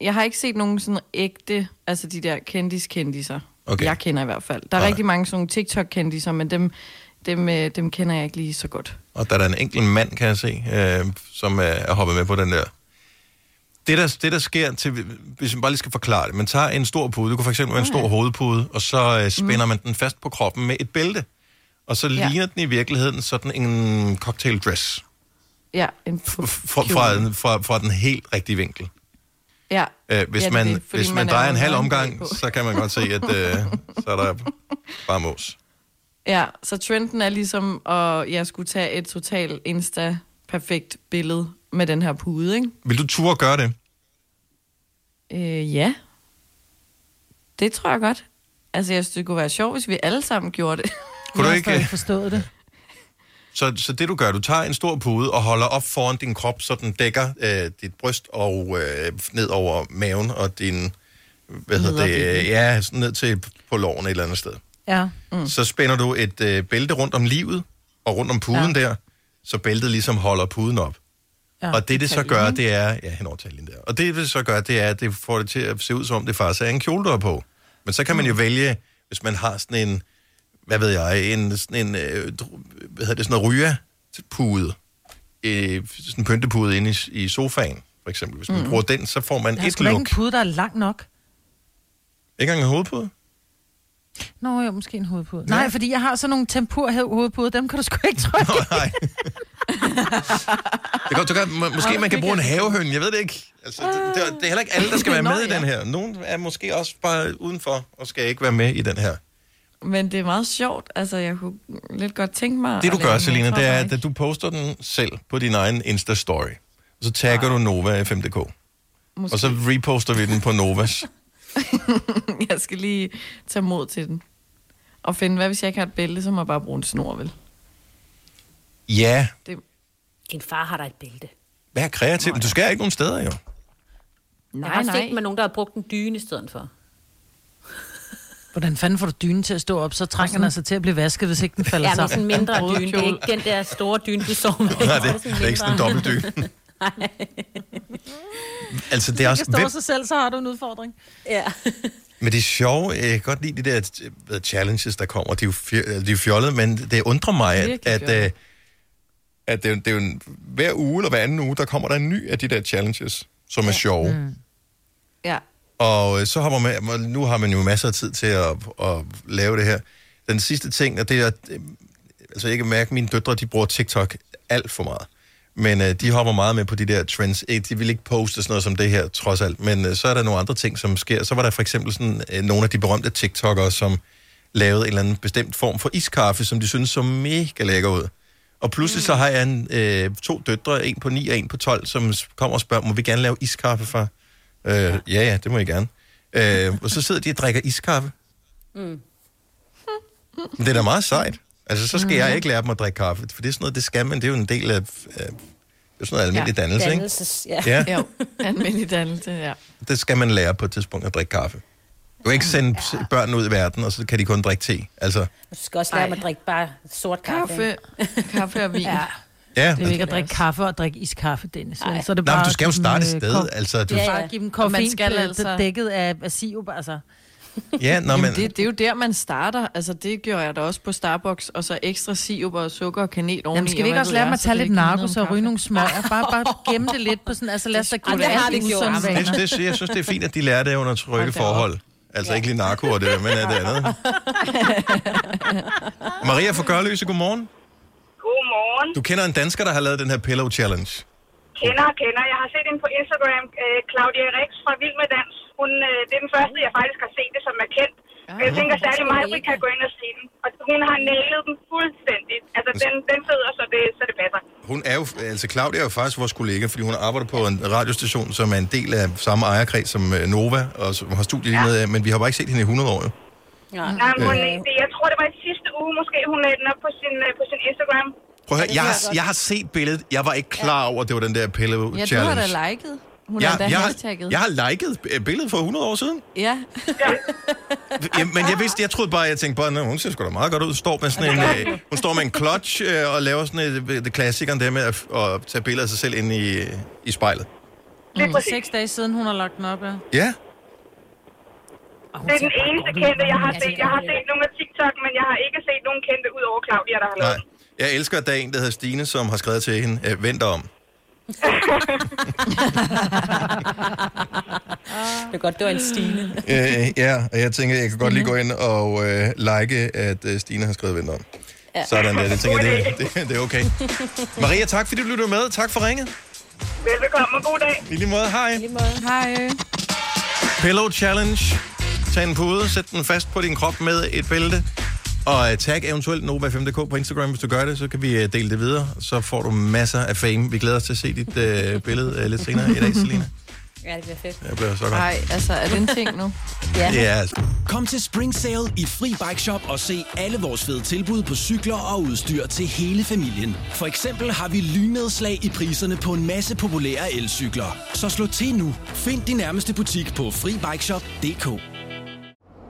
S6: jeg har ikke set nogen sådan ægte, altså de der kendis-kendiser.
S1: Okay.
S6: Jeg kender i hvert fald. Der er
S1: Nej.
S6: rigtig mange sådan nogle TikTok-kendiser, men dem, dem, øh, dem kender jeg ikke lige så godt.
S1: Og der er der en enkelt mand, kan jeg se, øh, som er, er hoppet med på den der. Det der, det, der sker til, hvis man bare lige skal forklare det, man tager en stor pude, det kunne for eksempel være en stor hovedpude, og så øh, spænder mm. man den fast på kroppen med et bælte. Og så
S6: Ja.
S1: ja. ligner den i virkeligheden sådan en cocktail dress.
S6: Ja, en
S1: Fra, fra, den- fra, fra den helt rigtige vinkel.
S6: ja.
S1: Øh, hvis,
S6: ja,
S1: ja,
S6: det er
S1: man,
S6: det, fordi
S1: hvis man, man
S6: er
S1: drejer en halv
S6: nøgen
S1: omgang,
S6: bagpå.
S1: så kan man godt se, at øh, så er der bare mos.
S6: Ja, så trenden er ligesom, at jeg skulle tage et totalt Insta-perfekt billede med den her pude, ikke?
S1: Vil du turde gøre det?
S6: Øh, ja. Det tror jeg godt. Altså, jeg synes, det kunne være sjovt, hvis vi alle sammen gjorde det.
S1: Kunne du Jeg har ikke- øh, stadig
S5: forstået det?
S1: Så, så det du gør, du tager en stor pude og holder op foran din krop, så den dækker øh, dit bryst og øh, ned over maven og din, hvad hedder det, øh, ja, sådan ned til på lårene et eller andet sted.
S5: Ja.
S1: Mm. Så spænder du et øh, bælte rundt om livet og rundt om puden ja. der, så bæltet ligesom holder puden op. Ja, og det, det så gør, det er... Ja, hen over taljen der. Og det, det så gør, det er, at det får det til at se ud som, om det faktisk er en kjole, der er på. Men så kan man jo vælge, hvis man har sådan en... Hvad ved jeg? En, sådan en... Øh, dr- hvad hedder det? Sådan en ryga-pude. Øh, sådan en pyntepude inde i, i sofaen, for eksempel. Hvis man
S5: Mm.
S1: mm. bruger den, så får man
S5: Der er
S1: et
S5: sgu da ikke
S1: look.
S5: en pude, der er lang nok.
S1: Ikke engang en hovedpude?
S5: Nå jo, måske en hovedpude. Ja. Nej, fordi jeg har sådan nogle tempur hovedpuder, dem kan du sgu ikke trykke.
S1: Nej. Det kan, du kan, må, måske man kan bruge en havehøn, jeg ved det ikke. Altså, det, det, er- det er heller ikke alle, der skal være
S6: Nå,
S1: med i
S6: ja.
S1: den her. Nogen er måske også bare udenfor og skal ikke være med i den her.
S6: Men det er meget sjovt. Altså, jeg kunne lidt godt tænke mig...
S1: Det du
S6: at lave
S1: gør,
S6: den,
S1: Selina,
S6: jeg tror
S1: det er,
S6: bare ikke.
S1: at du poster den selv på din egen Insta-story. Og så tagger du Nova FM.dk.
S6: Måske.
S1: Og så reposter vi den på Novas.
S6: jeg skal lige tage mod til den. Og finde, hvad hvis jeg ikke har et bælte, så må jeg bare bruge en snor, vel?
S1: Ja,
S6: Det...
S3: Din far har da et bælte.
S1: vær kreativ. Men du skal ikke nogen steder, jo.
S3: Nej, jeg har set med nogen, der har brugt en dyne i stedet for.
S5: Hvordan fanden får du dynen til at stå op? Så trænger den altså til at blive vasket, hvis ikke den falder
S3: Ja, men sådan
S5: sammen.
S3: en mindre dyne. Det er ikke den der store dyne, du sover med.
S1: Nej, det, det er ikke sådan en
S3: mindre.
S1: dobbeltdyne. altså, det
S5: Det
S1: er
S5: er
S1: også...
S5: Hvis den
S1: Hvem,
S5: står sig selv, så har du en udfordring.
S3: Ja.
S1: Men det er sjovt, jeg kan godt lide de der øh, challenges, der kommer. De er jo fj- øh, de er fjollede, men det undrer mig, at,
S6: Virkelig
S1: at, øh, at det, er jo- det er jo en, hver uge eller hver anden uge, der kommer der en ny af de der challenges, som er sjove. Mm.
S6: Ja.
S1: Og øh, så har man, og nu har man jo masser af tid til at, at lave det her. Den sidste ting, og det er, at, øh, altså jeg kan mærke, at mine døtre, de bruger TikTok alt for meget. Men øh, de hopper meget med på de der trends. Eh, De vil ikke poste sådan noget som det her, trods alt. Men øh, så er der nogle andre ting, som sker. Så var der for eksempel sådan, øh, nogle af de berømte TikTokere, som lavede en eller anden bestemt form for iskaffe, som de synes så mega lækker ud. Og pludselig så har jeg en, øh, to døtre, en på 9 og en på 12, som s- kommer og spørger, må vi gerne lave iskaffe for? Øh, ja, ja, det må I gerne. Øh, og så sidder de og drikker iskaffe.
S3: Mm.
S1: Men det er da meget sejt. Altså, så skal
S5: Mhm.
S1: jeg ikke lære dem at drikke kaffe, for det er sådan noget, det skal man. Det er jo en del af, af det er jo sådan noget almindelig ja, dannelse, ikke?
S6: Dannelses, ja.
S1: Ja.
S6: Jo, almindelig dannelse, ja.
S1: Det skal man lære på et tidspunkt at drikke kaffe. Du kan ikke sende ja. børn ud i verden, og så kan de kun drikke te. Altså,
S3: Du skal også lære mig at drikke bare sort kaffe.
S5: Kaffe. Kaffe og vin. Ja.
S1: ja.
S5: Det er jo ikke at drikke kaffe og drikke iskaffe, Dennis.
S1: Nej.
S5: Ej. Så er
S1: Nå,
S5: det
S1: men
S5: bare
S1: du skal jo
S5: at give
S1: starte
S5: dem,
S1: et
S5: øh,
S1: sted,
S5: kom-
S1: altså, du-
S5: Du ja,
S1: Ja,
S5: ja.
S1: ja.
S5: bare give dem
S6: Og man
S5: koffein, man
S6: skal
S5: skal
S6: altså-
S5: altså... dækket af, af sirup, altså.
S1: Ja, nå,
S6: Jamen,
S1: men-
S6: det, det er jo der, man starter. Altså, det gjorde jeg da også på Starbucks, og så ekstra sirup og sukker og kanel oveni.
S5: Jamen, skal vi ikke også lære dem at tage lidt narkos og ryge nogle små? Og bare, bare gemme det lidt på sådan, altså lad os da
S6: Det
S5: give
S6: skulle jeg
S5: alle
S6: aldrig
S5: usunde
S6: gjort.
S5: vaner.
S1: det, det, jeg synes, det er fint, at de lærer det under trygge forhold. Altså ikke lige narko og det der, men af det andet. Maria fra Gørløse, godmorgen.
S2: Godmorgen.
S1: Du kender en dansker, der har lavet den her Pillow Challenge.
S2: Kender og kender. Jeg har set hende på Instagram, øh, Claudia Rex fra Vild med Dans. Hun, øh, det er den første, jeg faktisk har set det, som Ah. er kendt. Men jeg tænker særlig mig, at vi kan gå ind og se den. Og hun har nailet den fuldstændig. Altså, den, den sidder, så det, så det passer.
S1: Hun er jo, altså Claudia er jo faktisk vores kollega, fordi hun arbejder på en radiostation, som er en del af samme ejerkreds som øh, Nova, og som har studiet ja. med, men vi har bare ikke set hende i 100 år. jo.
S2: Ja. Nej, men hun,
S1: Ja.
S2: det, jeg tror, det var i sidste uge, måske, hun lagde den op på sin, øh, på sin Instagram.
S1: Prøv
S2: Ja,
S1: at høre,
S2: det
S1: jeg
S2: kan jeg
S1: har,
S2: godt.
S1: jeg har set billedet. Jeg var ikke klar over, at det var den der Pillow
S6: Ja, du har
S1: Challenge.
S6: da liket. Hun
S1: jeg,
S6: har da
S1: jeg,
S6: hashtagget.
S1: har, jeg har liket øh, billedet for 100 år siden.
S6: Ja.
S1: Ja, men jeg vidste, jeg troede bare, jeg tænkte bare, "Nå, hun ser sgu da meget godt ud. Står med sådan en, øh, hun står med en clutch øh, og laver sådan et, øh, det klassikeren der med at, f- at tage billeder af sig selv ind i, øh, i spejlet.
S5: Mm. Seks dage siden, hun har lagt den op, ja.
S1: Ja,
S2: Det er den eneste kendte, jeg har set. Jeg har set nogle af TikTok, men jeg har ikke set nogen kendte ud over Claudia, der har lavet
S1: nej. Jeg elsker, at der er en, der hedder Stine, som har skrevet til hende, øh, vent dig om.
S3: Det er godt, det var en stine.
S1: Øh, ja, og jeg tænker, jeg kan godt lige
S2: Mhm.
S1: gå ind og øh, like, at øh, Stine har skrevet vent dig om.
S2: Ja.
S1: Sådan der, det tænker jeg, det, det, det er okay. Maria, tak fordi du lyttede med. Tak for ringet.
S2: Velbekomme og god dag.
S1: I lige måde, hej. I
S2: lige måde.
S6: Hej.
S1: Pillow Challenge. Tag en pude, sæt den fast på din krop med et bælte, og øh, tag eventuelt Nova5.dk på Instagram, hvis du gør det, så kan vi øh, dele det videre, så får du masser af fame. Vi glæder os til at se dit øh, billede øh, lidt senere i dag, Selina.
S3: Ja, det bliver fedt.
S1: Det bliver så godt.
S6: Nej, altså, er det en ting nu?
S3: Ja.
S1: Det er altså
S19: Kom til Spring Sale i Fri Bike Shop og se alle vores fede tilbud på cykler og udstyr til hele familien. For eksempel har vi lynedslag i priserne på en masse populære elcykler. Så slå til nu. Find din nærmeste butik på FriBikeShop.dk.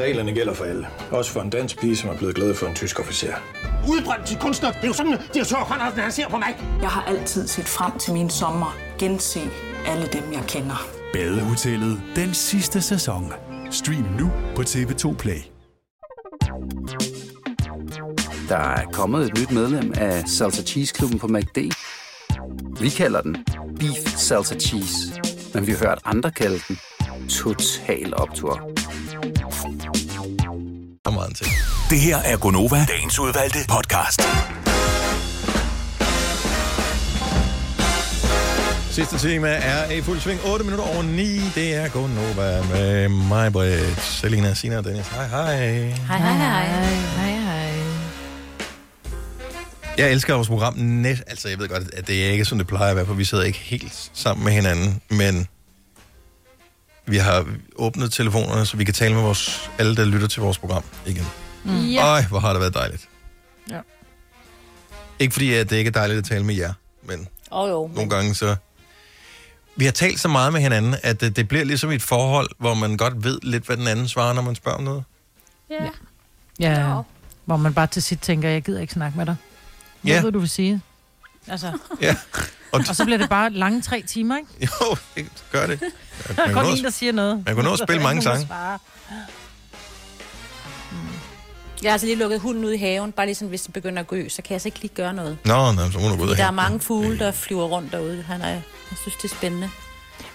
S21: Reglerne gælder for alle. Også for en dansk pige, som er blevet glad for en tysk officer.
S22: Udbrøndt til kunstner. Det er jo sådan, de har tørt, han, han ser på mig. Jeg har altid set frem til min sommer. Gense alle dem, jeg kender.
S14: Badehotellet den sidste sæson. Stream nu på TV2 Play.
S23: Der er kommet et nyt medlem af Salsa Cheese Klubben på MACD. Vi kalder den Beef Salsa Cheese, men vi har hørt andre kalde den Total Optor.
S1: Der er meget en ting.
S8: Det her er Gonova, dagens udvalgte podcast.
S1: Sidste time er i fuld sving. 8 minutter over 9. Det er Gunnova med mig, Britt, Selina, Sina og Dennis. Hej, hej.
S6: Hej, hej, hej. Hej, hej.
S1: Jeg elsker vores program net. Altså, jeg ved godt, at det er ikke sådan, det plejer at være, for vi sidder ikke helt sammen med hinanden, men vi har åbnet telefonerne, så vi kan tale med vores, alle, der lytter til vores program igen.
S5: Mm.
S1: Ja. Øj, hvor har det været dejligt.
S5: Ja.
S1: Ikke fordi, at det ikke er dejligt at tale med jer, men
S3: Åh oh, jo.
S1: nogle gange så... Vi har talt så meget med hinanden, at øh, det bliver ligesom et forhold, hvor man godt ved lidt, hvad den anden svarer, når man spørger om noget.
S5: Ja. ja. Hvor man bare til sit tænker, jeg gider ikke snakke med dig. Hvad
S1: Ja.
S5: ved du vil sige? Altså.
S1: Ja. Og,
S5: Og så bliver det bare lange tre timer, ikke?
S1: jo, det gør det. Man
S5: Der
S1: kan
S5: er
S1: nå
S5: kun
S1: at-
S5: en, der siger noget.
S1: man kan nå at
S5: Så er
S1: spille
S5: der
S1: mange
S5: ikke nogen,
S1: sange.
S5: der svarer.
S3: Jeg har altså lige lukket hunden ud i haven, bare lige sådan, hvis den begynder at gø, så kan jeg altså ikke lige gøre noget.
S1: Nå, nå, så må du gå ud
S3: Fordi
S1: af
S3: der er mange fugle, der flyver rundt derude. Han er, jeg synes, det er spændende.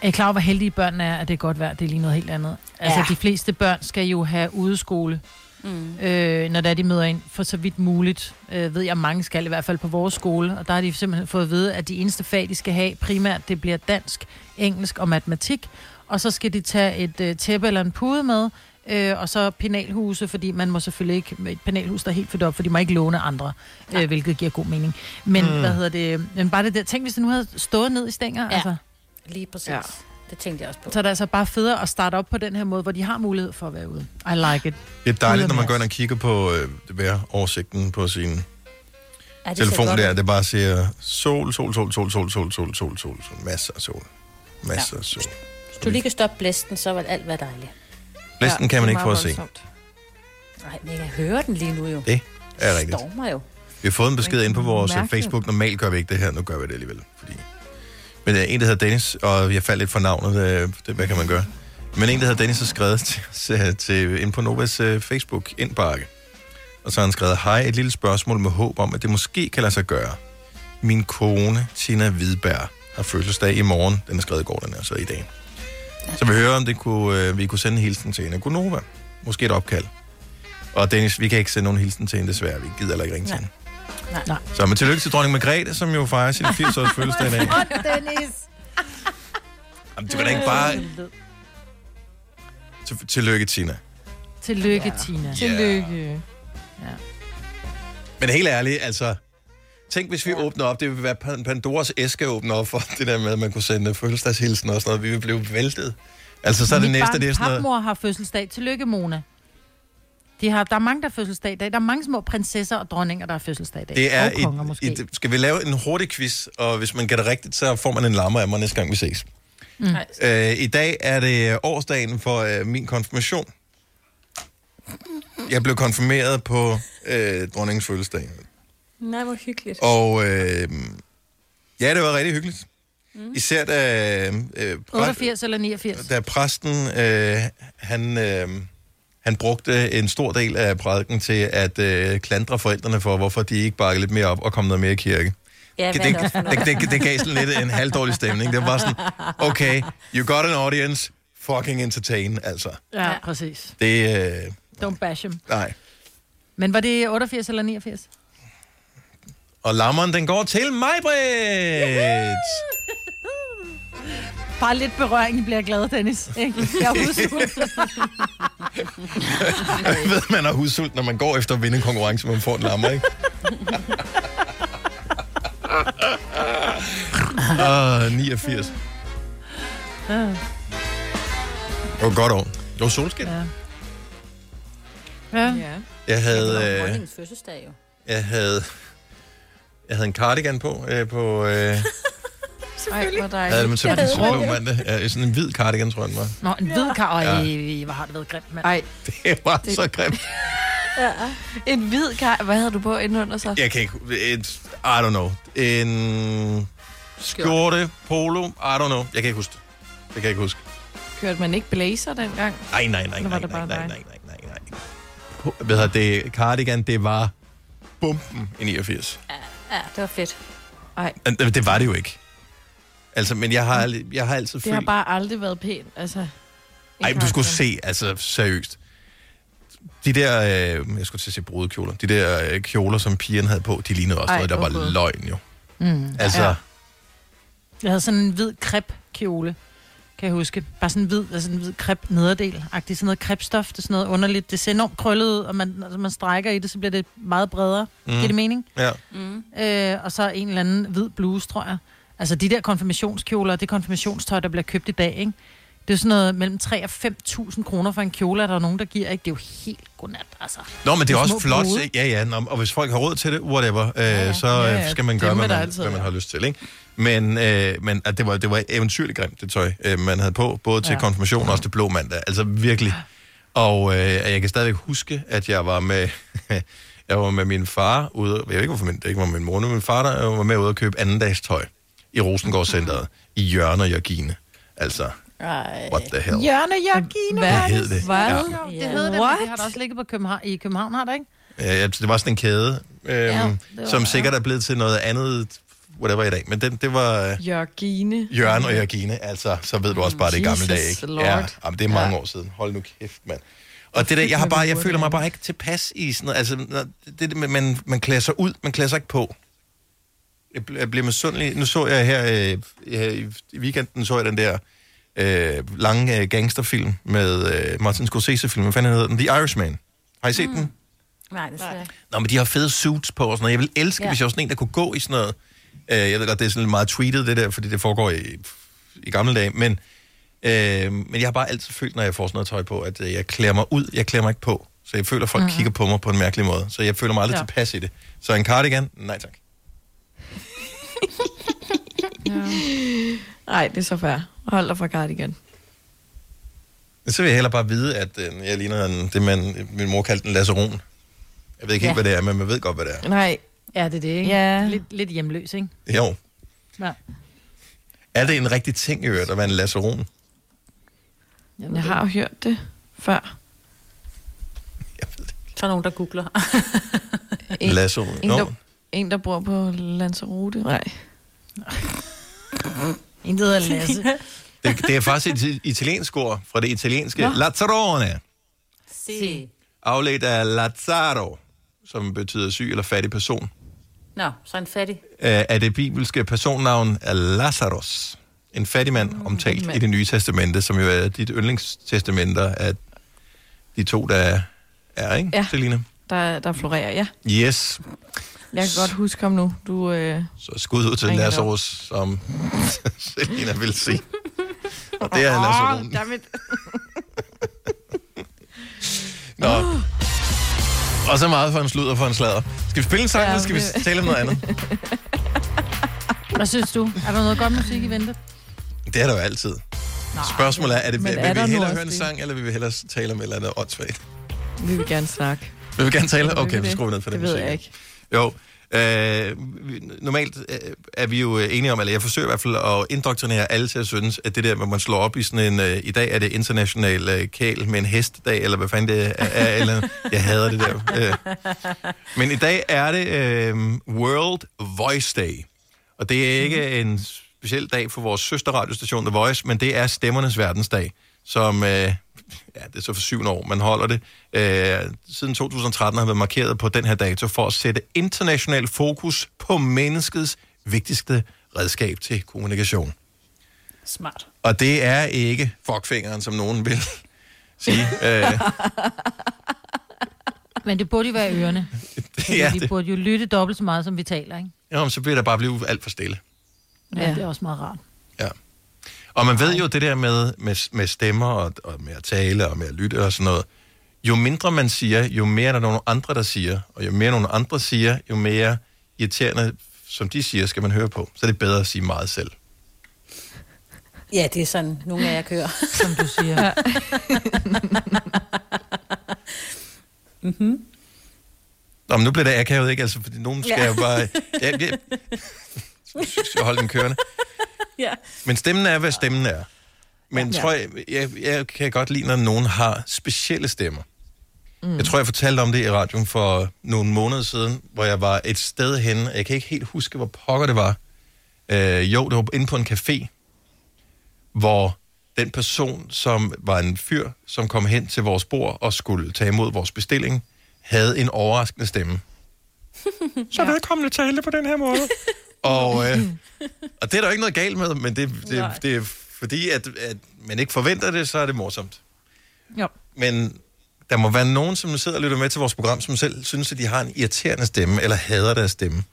S5: Er I klar over, hvor heldige børn er, at det er godt vejr? Det er lige noget helt andet. Altså,
S3: Ja.
S5: de fleste børn skal jo have udeskole,
S3: Mm.
S5: øh, når der de møder ind, for så vidt muligt. Øh, ved jeg, mange skal i hvert fald på vores skole, og der har de simpelthen fået at vide, at de eneste fag, de skal have primært, det bliver dansk, engelsk og matematik. Og så skal de tage et øh, tæppe eller en pude med, øh, og så penalhuse, fordi man må selvfølgelig ikke, et penalhus, der er helt fyldt op, for de må ikke låne andre, øh, hvilket giver god mening. Men
S3: Mm.
S5: mm. hvad hedder det? Men bare det der, tænk hvis det nu havde stået ned i stænger, ja. altså.
S3: Lige præcis.
S5: Ja.
S3: Ja. Det tænkte jeg også på.
S5: Så er det altså bare federe at starte op på den her måde, hvor de har mulighed for at være ude. I like it.
S1: Det er dejligt, når man går ind og kigger på øh, vejroversigten på sin
S5: Ja, det ser
S1: telefon
S5: godt
S1: der.
S5: ud.
S1: Det bare siger sol, sol, sol, sol, sol, sol, sol, sol, sol, sol. Masser af sol. Masser af sol.
S3: Hvis du lige kan stoppe blæsten, så vil alt være dejligt.
S1: Blæsten kan man ikke få at se.
S3: Nej, men jeg kan høre den lige nu jo.
S1: Det er rigtigt.
S3: stormer jo.
S1: Vi har fået en besked ind på vores øh,
S3: Mærkeligt.
S1: Facebook. Normalt gør vi ikke det her, nu gør vi det alligevel. Fordi... Men der er en, der hedder Dennis, og jeg faldt lidt for navnet. øh, Det, hvad kan man gøre? Men en, der hedder Dennis, har skrevet til, os, øh, til ind på Novas øh, Facebook indbakke. Og så har han skrevet, hej, et lille spørgsmål med håb om, at det måske kan lade sig gøre. Min kone, Tina Hvidberg, har fødselsdag i morgen. Den er skrevet i går, den er så i dag. Så vi hører, om det kunne, øh, vi kunne sende en hilsen til hende. Godnova. Måske et opkald. Og Dennis, vi kan ikke sende nogen hilsen til hende, desværre. Vi gider heller ikke ringe til hende.
S5: Nej. Nej.
S1: Så men tillykke til dronning Margrethe, som jo fejrer sin 80-års fødselsdag i dag.
S5: Dennis.
S1: Jamen, du kan da ikke bare... Til- Tillykke, Tina.
S5: Tillykke, ja. Tina.
S6: Tillykke.
S5: Ja.
S1: Men helt ærligt, altså... Tænk, hvis vi ja. åbner op, det ville være Pan- Pandoras æske åbner op for det der med, at man kunne sende fødselsdagshilsen og sådan noget. Vi ville blive væltet. Altså, så er det
S5: Mit
S1: næste,
S5: barns
S1: det er sådan noget...
S5: papmor har fødselsdag. Tillykke, Mona. De har, der er mange, der har fødselsdag i dag. Der er mange små prinsesser og dronninger, der har fødselsdag i dag.
S1: Det er
S5: og konger måske.
S1: et, et, skal vi lave en hurtig quiz, og hvis man gætter rigtigt, så får man en lammer af mig næste gang, vi ses.
S5: Mm.
S1: Øh, I dag er det årsdagen for øh, min konfirmation. Jeg blev konfirmeret på øh, dronningens fødselsdag.
S6: Nej, hvor hyggeligt.
S1: Og øh, ja, det var rigtig hyggeligt. Mm. Især da, øh, præ-
S5: 88 eller 89.
S1: da præsten, øh, han, øh, han brugte en stor del af prædiken til at øh, klandre forældrene for, hvorfor de ikke bakkede lidt mere op og kom noget mere i kirke.
S3: Ja,
S1: det,
S3: hvad er det også for
S1: det,
S3: noget?
S1: det, det, det gav sådan lidt en halvdårlig stemning. Det var sådan, okay, you got an audience, fucking entertain, altså.
S5: Ja, præcis.
S1: Det, øh,
S5: Don't bash him.
S1: nej.
S5: Men var det 88 eller 89?
S1: Og lammeren, den går til mig, Britt!
S5: Bare lidt berøring, I bliver glad, Dennis. Ikke? Jeg husker.
S1: Jeg ved, man er husult, når man går efter at vinde en konkurrence, man får en lammer, ikke? Ah, 89. Det var et godt år. Det var solskin.
S5: Ja. Ja.
S3: ja.
S1: Jeg havde, øh,
S3: Dronningens fødselsdag jo.
S1: jeg havde, jeg havde en cardigan på, øh, på, øh,
S6: Ej, hvor
S1: havde det med
S6: dejligt.
S1: til at blå mandag. Ja, sådan en hvid cardigan, tror jeg, den var.
S5: Nå, en hvid kar. Øj,
S1: Ja.
S5: hvor har det været grimt, mand.
S6: Ej.
S1: Det var så grimt.
S6: Ja. En hvid kar. Hvad havde du på indenunder så?
S1: Jeg kan ikke... Et, I don't know. En skjorte, polo, I don't know. Jeg kan ikke huske det. Det kan jeg ikke huske.
S6: Kørte man ikke blazer dengang?
S1: Ej, nej, nej,
S6: Eller var
S1: nej, nej,
S6: det
S1: nej,
S6: bare
S1: nej,
S6: dig?
S1: nej, nej, nej. Po- Hvad hedder det? Cardigan, det var bomben i 89.
S3: Ja, det var fedt.
S6: Ej,
S1: Øh, Det var det jo ikke. Altså, men jeg har, ald- jeg har altid
S6: det har
S1: følt...
S6: bare aldrig været pænt. Altså,
S1: Ej, du skulle se, altså seriøst. De der, øh, jeg skulle til at sige brudekjoler, de der øh, kjoler, som pigerne havde på, de lignede også
S5: Ej,
S1: noget, der var
S5: overhovedet.
S1: løgn jo.
S5: Mm.
S1: Altså, ja.
S5: Jeg havde sådan en hvid krep kjole, kan jeg huske. Bare sådan en hvid, altså en hvid krep nederdel. Agtig sådan noget krepstof, det er sådan noget underligt. Det ser enormt krøllet ud, og man, altså man strækker i det, så bliver det meget bredere. Mm. Giver det mening?
S1: Ja.
S5: Mm. Øh, og så en eller anden hvid bluse, tror jeg. Altså de der konfirmationskjoler, det konfirmationstøj, der bliver købt i dag, ikke? Det er jo sådan noget mellem 3 og 5.000 kroner for en kjole, er der nogen, der giver, ikke? Det er jo helt godnat, altså.
S1: Nå, men det er
S5: Med
S1: også
S5: små
S1: flot,
S5: brude.
S1: ikke? Ja, ja. Nå, og hvis folk har råd til det, whatever, øh, så øh,
S5: Ja, ja.
S1: skal man
S5: Dem
S1: gøre,
S5: vil
S1: hvad
S5: der
S1: man,
S5: altid
S1: hvad man
S5: være.
S1: har lyst til, ikke? Men, øh, men at det, var, det var eventyrligt grimt, det tøj, øh, man havde på, både til
S5: Ja.
S1: konfirmation og også til blå mandag. Altså virkelig. Og øh, jeg kan stadigvæk huske, at jeg var med... jeg var med min far ude... Jeg ved ikke, hvorfor min, det ikke var min mor, men min far øh, der var med ude og købe andendags tøj i Rosengård Centeret i Jørgen og Jørgine. Altså, What the hell?
S5: Hjørne Jørgine.
S1: Hvad hed det?
S5: Hvad?
S1: Ja.
S5: Ja. Det hedder det, men det har der også ligget på København, i København, har det ikke?
S1: Øh, det var sådan en kæde, øhm, ja,
S5: var-
S1: som sikkert er blevet til noget andet, whatever i dag. Men den, det var øh,
S6: Jørgine.
S1: Jørgen og Jørgine, altså, så ved du også bare, det er gamle
S6: Jesus
S1: dage, ikke?
S6: Lord.
S1: Ja, jamen, det er mange år siden. Hold nu kæft, mand. Og det der, jeg, har bare, jeg føler mig bare ikke tilpas i sådan noget. Altså, når- det, det, man- man, man klæder sig ud, man klæder sig ikke på. Jeg, bl- jeg bliver misundelig. Nu så jeg her, øh, her i- i weekenden, så jeg den der øh, lange øh, gangsterfilm med øh, Martin Scorsese-film. Hvad fanden hedder den? The Irishman. Har I set mm. den?
S3: Nej, det skal jeg ikke.
S1: Nå, men de har fede suits på og sådan noget. Jeg ville elske,
S3: Ja.
S1: ja. hvis jeg var sådan en, der kunne gå i sådan noget. Øh, jeg ved godt, det er sådan lidt meget tweetet, det der, fordi det foregår i, i gamle dage. Men, øh, men jeg har bare altid følt, når jeg får sådan noget tøj på, at øh, jeg klæder mig ud, jeg klæder mig ikke på. Så jeg føler, at folk
S5: Mhm.
S1: mm-hmm. kigger på mig på en mærkelig måde. Så jeg føler mig aldrig
S5: Ja.
S1: ja. tilpas i det. Så en cardigan? Nej tak.
S6: Nej, det er så fair. Hold dig fra cardigan.
S1: Men så vil jeg hellere bare vide, at øh, jeg ligner en, det, man, min mor kaldte en lasseron. Jeg ved ikke ja.
S5: Ja.
S1: helt, hvad det er, men man ved godt, hvad det er.
S6: Nej.
S5: Ja, det er det, ikke?
S6: Ja.
S5: Lidt, lidt hjemløs, ikke?
S1: Jo.
S5: Ja.
S1: Er det en rigtig ting i øvrigt at være en lasseron?
S6: Jeg har jo hørt det før.
S3: Så er nogen, der googler.
S6: En,
S1: Lasso.
S6: En,
S1: Nå.
S6: der, en, der bor på Lanzarote. Nej. en, der hedder Lasse.
S1: Det, det er faktisk et italiensk ord fra det italienske.
S6: Nå.
S1: Lazzarone.
S3: Se.
S1: afledt af Lazaro, som betyder syg eller fattig person,
S3: Nå, så en fattig.
S1: øh, er det bibelske personnavn af Lazarus. En fattig mand omtalt i det nye testamente, som jo er dit yndlingstestamenter af de to, der er, ikke,
S6: Ja.
S1: Selina?
S6: Der, der florerer, ja.
S1: Yes.
S6: Jeg kan godt huske ham nu. Du, øh,
S1: Så skud ud til
S6: Ringer det op.
S1: Lazarus, som Selina vil sige. Og det er Lazarus.
S6: Åh, dammit.
S1: Nå. Og så meget for en sludder for en sladder. Skal vi spille en sang,
S5: Ja,
S1: eller skal vi
S5: det-
S1: tale om noget andet?
S5: Hvad synes du? Er der noget godt musik i vente?
S1: Det er der jo altid. Spørgsmålet er, er det,
S5: Men
S1: vil,
S5: er der
S1: vil vi
S5: nu
S1: hellere
S5: også
S1: høre en
S5: det?
S1: sang, eller vil vi hellere tale om et eller andet åndssvagt?
S6: vi vil gerne snakke.
S1: Vil vi gerne
S6: Ja,
S1: tale?
S6: vil
S1: Okay,
S6: vi
S1: så
S6: det?
S1: skruer vi ned for
S6: Det
S1: den
S6: ved
S1: musik.
S6: jeg ikke.
S1: Jo, øh, vi- normalt øh, er vi jo øh, enige om, eller jeg forsøger i hvert fald at indoktrinere alle til at synes, at det der, hvor man slår op i sådan en, øh, i dag er det international øh, kæl med en hestdag, eller hvad fanden det er, er eller andet. jeg hader det der. Øh. Men i dag er det øh, World Voice Day, og det er
S6: Mhm.
S1: ikke en speciel dag for vores søsterradiostation The Voice, men det er Stemmernes Verdensdag, som... Øh, ja, det er så for syvende år, man holder det. Øh, siden 2013 har været markeret på den her dato for at sætte international fokus på menneskets vigtigste redskab til kommunikation.
S3: Smart.
S1: Og det er ikke fuckfingeren, som nogen vil sige. Øh,
S5: Men det burde jo være ørerne.
S1: ja,
S5: ja, de
S1: det-
S5: burde jo lytte dobbelt så meget, som vi taler, ikke?
S1: jo, men så bliver der bare blive alt for stille.
S5: Ja, ja. det er også meget rart.
S1: Og man ved jo det der med, med, med stemmer og, og med at tale og med at lytte og sådan noget. Jo mindre man siger, jo mere er der nogle andre, der siger. Og jo mere nogle andre siger, jo mere irriterende, som de siger, skal man høre på. Så er det bedre at sige meget selv.
S3: Ja, det er sådan, nogle af jer kører.
S5: Som du siger.
S3: Ja.
S1: Mm-hmm. Nå, men nu bliver det akavet, ikke? Altså, fordi nogen skal
S3: Ja.
S1: ja. jo bare... Ja, ja. Så holde den kørende.
S3: ja.
S1: Men stemmen er, hvad stemmen er. Men
S3: Ja.
S1: ja. tror jeg, jeg, jeg kan godt lide, når nogen har specielle stemmer. Mm. Jeg tror, jeg fortalte om det i radioen for nogle måneder siden, hvor jeg var et sted henne, og jeg kan ikke helt huske, hvor pokker det var. Øh, jo, det var inde på en café, hvor den person, som var en fyr, som kom hen til vores bord og skulle tage imod vores bestilling, havde en overraskende stemme. Så velkommen at tale på den her måde. Og, øh, og det er der jo ikke noget galt med, men det, det,
S5: Nej.
S1: det er fordi, at, at man ikke forventer det, så er det morsomt.
S5: Jo.
S1: Men der må være nogen, som sidder og lytter med til vores program, som selv synes, at de har en irriterende stemme, eller hader deres stemme.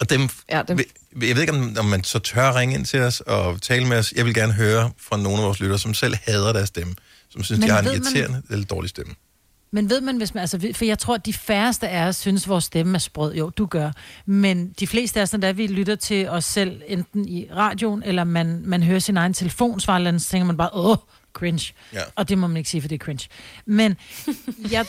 S1: Og dem,
S6: ja, dem.
S1: jeg ved ikke, om, om man så tør ringe ind til os og tale med os. Jeg vil gerne høre fra nogle af vores lyttere, som selv hader deres stemme, som synes,
S5: Men
S1: de har en
S5: ved man-
S1: irriterende man... eller dårlig stemme.
S5: Men ved man, hvis man... Altså, vi- for jeg tror, at de færreste af os synes, vores stemme er sprød. Jo, du gør. Men de fleste af os, når det er, vi lytter til os selv, enten i radioen, eller man, man hører sin egen telefon svare et eller andet, så tænker man bare, åh, cringe.
S4: Ja.
S5: Og det må man ikke sige, for det er cringe. Men jeg,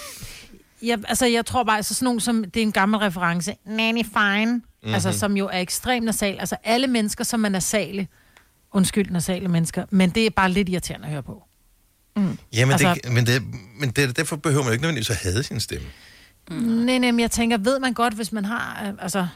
S5: jeg, altså, jeg tror bare, altså sådan nogen som... Det er en gammel reference. Nanny Fine. Mm-hmm. Altså,
S4: Mhm.
S5: som jo er ekstremt nasal. Altså, alle mennesker, som er nasale, Undskyld, nasale mennesker, men det er bare lidt irriterende at høre på. Mm.
S1: Jamen, altså... det, men, det, men det, derfor behøver man jo ikke nødvendigvis at have sin stemme.
S5: Nej, nej, men jeg tænker, ved man godt, hvis man har... øh, Altså,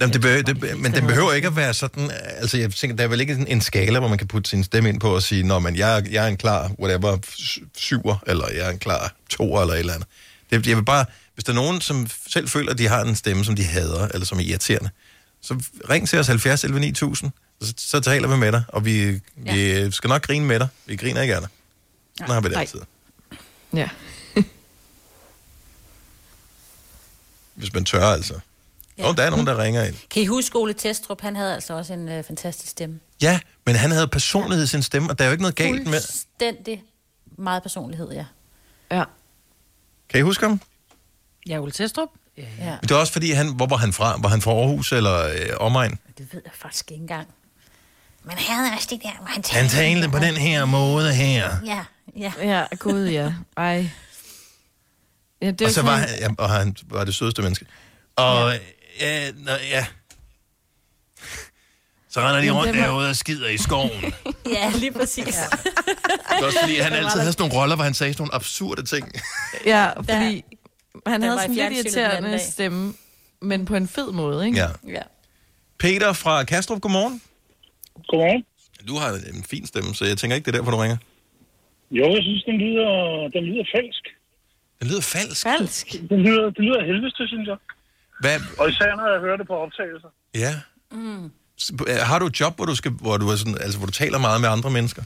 S1: Jamen, det behøver, det, men den behøver ikke at være sådan... Altså, jeg tænker, der er vel ikke sådan en skala, hvor man kan putte sin stemme ind på og sige, Nå, men jeg, er- jeg er en klar, whatever, sy- syver, eller jeg er en klar toer, eller et eller andet. Det, jeg vil bare... Hvis der er nogen, som selv føler, at de har en stemme, som de hader, eller som er irriterende, så ring til os 70 11 9000, og så, så taler vi med dig, og vi, vi ja. skal nok grine med dig. Vi griner ikke af dig. Sådan har vi det
S6: Nej.
S1: altid.
S6: Ja.
S1: Hvis man tør, altså. Ja. Og der er nogen, der ringer ind.
S3: Kan I huske Ole Testrup? Han havde altså også en øh, fantastisk stemme.
S1: Ja, men han havde personlighed i sin stemme, og der er jo ikke noget galt med...
S3: Fuldstændig meget personlighed, ja.
S1: Kan I huske ham?
S5: Ja, Ole Testrup?
S3: ja.
S1: Men Det var også fordi, han, hvor var han fra? Var han fra Aarhus eller øh, omegn?
S3: Det ved jeg faktisk ikke engang. Men han havde også det der, hvor han
S1: Han talte på den her måde her.
S3: Ja, ja.
S6: Ja, gud ja. Ej. Ja, det er
S1: og så
S6: jo
S1: var
S6: sådan-
S1: han, ja, og han var det sødeste menneske. Og ja, øh, nå, ja. Så render de
S3: Men
S1: rundt
S3: det var-
S1: derude og skider i skoven. Det
S3: ja, lige præcis. Ja.
S1: er også fordi, han
S3: Der var
S1: altid
S3: der-
S1: havde sådan nogle roller, hvor han sagde sådan nogle absurde ting.
S6: Ja, fordi ja. han
S3: Den
S6: havde
S3: var i
S6: sådan lidt
S3: fjernsynet den anden
S6: irriterende
S3: dag.
S6: stemme, men på en fed måde, ikke?
S1: Ja.
S6: ja.
S1: Peter fra Kastrup, godmorgen.
S4: Godmorgen.
S1: Du har en fin stemme, så jeg tænker ikke, det er derfor, du ringer.
S4: Jo, jeg synes, den lyder, den lyder falsk.
S1: Den lyder falsk?
S6: Falsk?
S4: Den lyder, den lyder af helvede, synes jeg.
S1: Hvad?
S4: Og især, når jeg hører det på optagelser.
S1: Ja.
S4: Mm.
S1: S- øh, Har du et job, hvor du, skal, hvor du, er sådan, altså, hvor du taler meget med andre mennesker?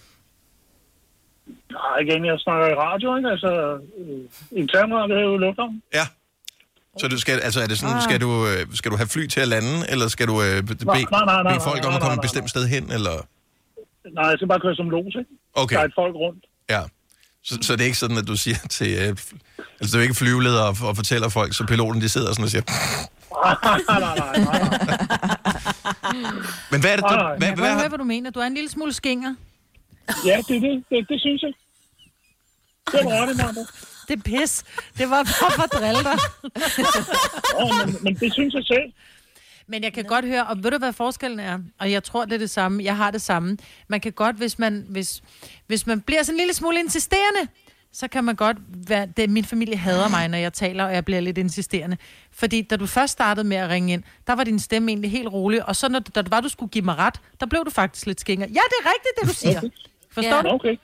S4: Nej, igen, jeg snakker i radio, ikke? Altså, øh, en kamera, det er jo lufthavn.
S1: Ja. Så du skal, altså er det sådan,
S4: Ah.
S1: skal du, øh, skal du have fly til at lande, eller skal du øh, be,
S4: Nej, nej, nej, nej,
S1: bede folk
S4: nej,
S1: om
S4: nej,
S1: at komme et
S4: nej,
S1: bestemt sted hen, eller?
S4: Nej, jeg skal bare køre som los, ikke?
S1: Okay.
S4: Der er et folk rundt.
S1: Ja. Så, så det er ikke sådan, at du siger til, øh, fl- altså du er ikke flyveleder og, og fortæller folk, så piloten de sidder sådan og siger,
S4: nej, nej, nej, nej.
S1: men hvad er det, du,
S4: Nej, nej.
S1: hvad,
S5: Jeg
S1: hvad,
S5: kan høre,
S1: har-
S5: hvad du mener. Du er en lille smule skinger.
S4: Ja, det er det. Det, det synes jeg. Det var det, Marco.
S5: Det er pis. Det var bare for at drille dig.
S4: oh, men, men, det synes jeg selv.
S5: Men jeg kan godt høre, og ved du, hvad forskellen er? Og jeg tror, det er det samme. Jeg har det samme. Man kan godt, hvis man, hvis, hvis man bliver sådan en lille smule insisterende, så kan man godt være... Det, min familie hader mig, når jeg taler, og jeg bliver lidt insisterende. Fordi da du først startede med at ringe ind, der var din stemme egentlig helt rolig, og så når, da det var, du skulle give mig ret, der blev du faktisk lidt skinger. Ja, det er rigtigt, det du siger. Forstår
S3: Ja.
S5: du?
S4: Okay.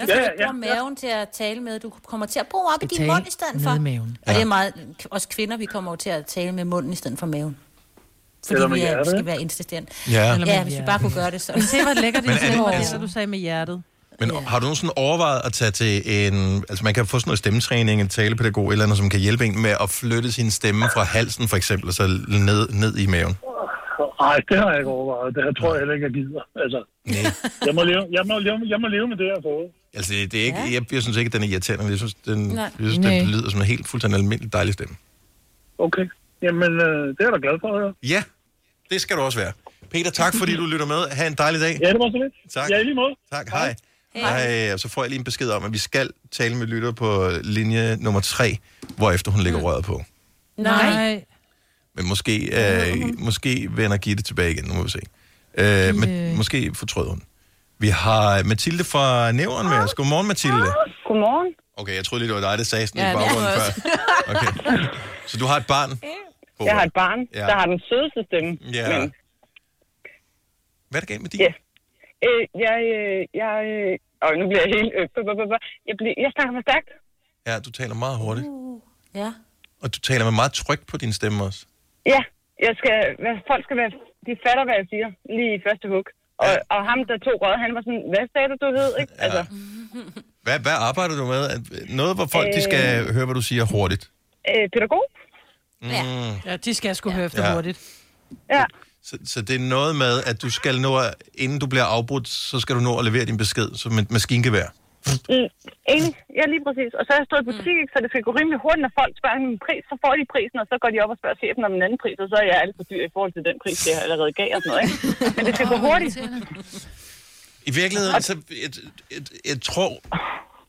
S3: Jeg ja,
S5: Ja,
S3: ja,
S5: ja,
S3: bruger
S5: ja.
S3: maven til at tale med. Du kommer til at bruge op i
S5: Skal
S3: din
S5: tale
S3: mund i stedet for.
S5: med maven.
S3: Og det
S5: Ja.
S3: er meget... Os kvinder, vi kommer jo til at tale med munden i stedet for maven. Fordi
S5: Eller med
S3: vi, er, vi
S5: hjertet.
S3: skal være insisterende.
S1: Ja. Eller med
S3: ja, hvis vi
S5: hjertet.
S3: bare kunne gøre det så.
S5: Men se, hvor lækkert det
S1: Men er det-
S5: er, det,
S1: altså-
S5: du sagde med hjertet.
S1: men har du nogensinde overvejet at tage til en, altså man kan få sådan noget stemmetræning, en talepædagog eller noget, som kan hjælpe en med at flytte sin stemme fra halsen for eksempel, og så ned, ned i maven?
S4: Nej, det har jeg ikke overvejet. Det her tror jeg heller ikke, jeg gider. Altså, jeg, må leve, jeg, må leve, jeg må leve med det, jeg har fået.
S1: Altså, det er ikke, ja. jeg, jeg synes ikke, at den er irriterende. men Jeg synes, den,
S4: Nej.
S1: jeg synes, den
S4: Nej.
S1: lyder som en helt fuldstændig almindelig dejlig stemme.
S4: Okay. Jamen, øh, det er jeg da glad for at høre.
S1: Ja, det skal du også være. Peter, tak fordi du lytter med. Ha' en dejlig dag.
S4: Ja, det var så lidt.
S1: Tak.
S4: Ja, i lige måde.
S1: Tak, hej. Hej, og så får jeg lige en besked om, at vi skal tale med lytter på linje nummer 3, hvor efter hun lægger røret på.
S5: Nej.
S1: Men måske, øh, måske vender Gitte tilbage igen, nu må vi se. Øh, men, måske fortrød hun. Vi har Mathilde fra Nævren med os. Godmorgen, Mathilde.
S9: Godmorgen.
S1: Okay, jeg troede lige, det var dig, der sagde sådan
S9: Ja,
S1: i
S9: det
S1: baggrunden
S9: var
S1: før.
S9: også.
S1: Okay. Så du har et barn? Håber
S9: Jeg har et barn,
S1: Ja.
S9: ja. der har den sødeste stemme.
S1: Ja.
S9: Men,
S1: Hvad er der galt med din?
S9: ja. Øh, jeg, øh, jeg, øh, og nu bliver jeg helt... Øh, bup, bup, bup, bup. jeg, bliver, jeg snakker for stærkt.
S1: Ja, du taler meget hurtigt.
S9: Ja.
S1: Og du taler med meget tryk på din stemme også.
S9: Ja, jeg skal, hvad, folk skal være... De fatter, hvad jeg siger, lige i første hug. Og, ja. og ham, der tog røget, han var sådan, hvad sagde du, du hed? Ikke? Altså,
S1: Hvad, hvad arbejder du med? At- Noget, hvor folk øh... de
S9: Øh.
S1: skal høre, hvad du siger hurtigt.
S9: øh, pædagog?
S1: Mm.
S5: Ja, de skal sgu høre efter
S1: Ja.
S5: hurtigt.
S9: Ja.
S1: Så, så det er noget med, at du skal nå, at- inden du bliver afbrudt, så skal du nå at levere din besked som et maskingevær.
S9: Mm, enig. Ja, lige præcis. Og så har jeg stået i butik, ikke, så det skal gå rimelig hurtigt, når folk spørger om en pris, så får de prisen, og så går de op og spørger chefen om en anden pris, og så er jeg alt for dyr i forhold til den pris, jeg allerede gav og sådan noget. Ikke? Men det skal gå hurtigt.
S1: I virkeligheden, så jeg, jeg, jeg tror,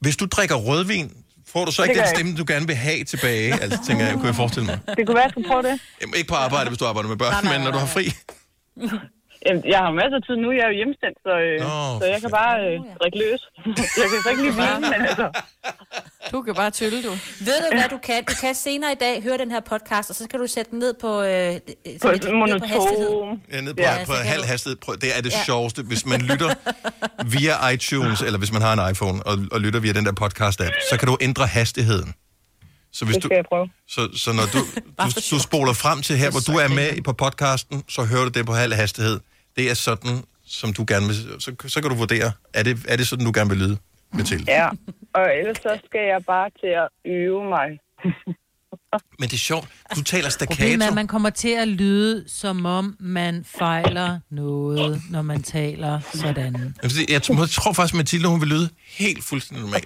S1: hvis du drikker rødvin, får du så
S9: Det
S1: ikke
S9: gør
S1: den
S9: jeg
S1: stemme, du gerne vil have tilbage? Altså, tænker jeg, kunne jeg forestille mig.
S9: Det kunne være, at jeg skulle prøve det.
S1: Jamen, ikke på arbejde, hvis du arbejder med børn,
S9: Nej, nej,
S1: men når du har fri.
S10: Jamen, Jeg har jo masser af tid nu. Jeg er jo hjemsendt, så, øh, så jeg kan bare øh, drikke løs. jeg kan så ikke lige vine, men altså...
S6: Du kan bare tølle, du.
S3: Ved du, hvad du kan? Du kan senere i dag høre den her podcast, og så kan du sætte den ned på...
S10: På
S3: Øh, sådan lidt- ned
S10: monoton.
S3: hastighed.
S1: Ja, ned på,
S3: Ja, så
S1: ja, på
S3: kan
S1: halv
S3: du-
S1: hastighed. Prøv, det er det
S3: Ja.
S1: ja. sjoveste, hvis man lytter via iTunes, eller hvis man har en iPhone, og, og lytter via den der podcast-app, så kan du ændre hastigheden. Så hvis
S10: Det skal jeg
S1: du,
S10: prøve.
S1: så, så når du, du, du spoler frem til her, hvor du er med på podcasten, så hører du det på halv hastighed. Det er sådan, som du gerne vil... Så, så kan du vurdere, er det, er det sådan, du gerne vil lyde, Mathilde?
S10: Ja, og ellers så skal jeg bare til at øve mig.
S1: Men det er sjovt. Du taler
S5: Problemet er,
S1: staccato.
S5: at man kommer til at lyde, som om man fejler noget, når man taler sådan.
S1: Jeg vil sige, Jeg tror, jeg tror faktisk, Mathilde, hun vil lyde helt fuldstændig normal.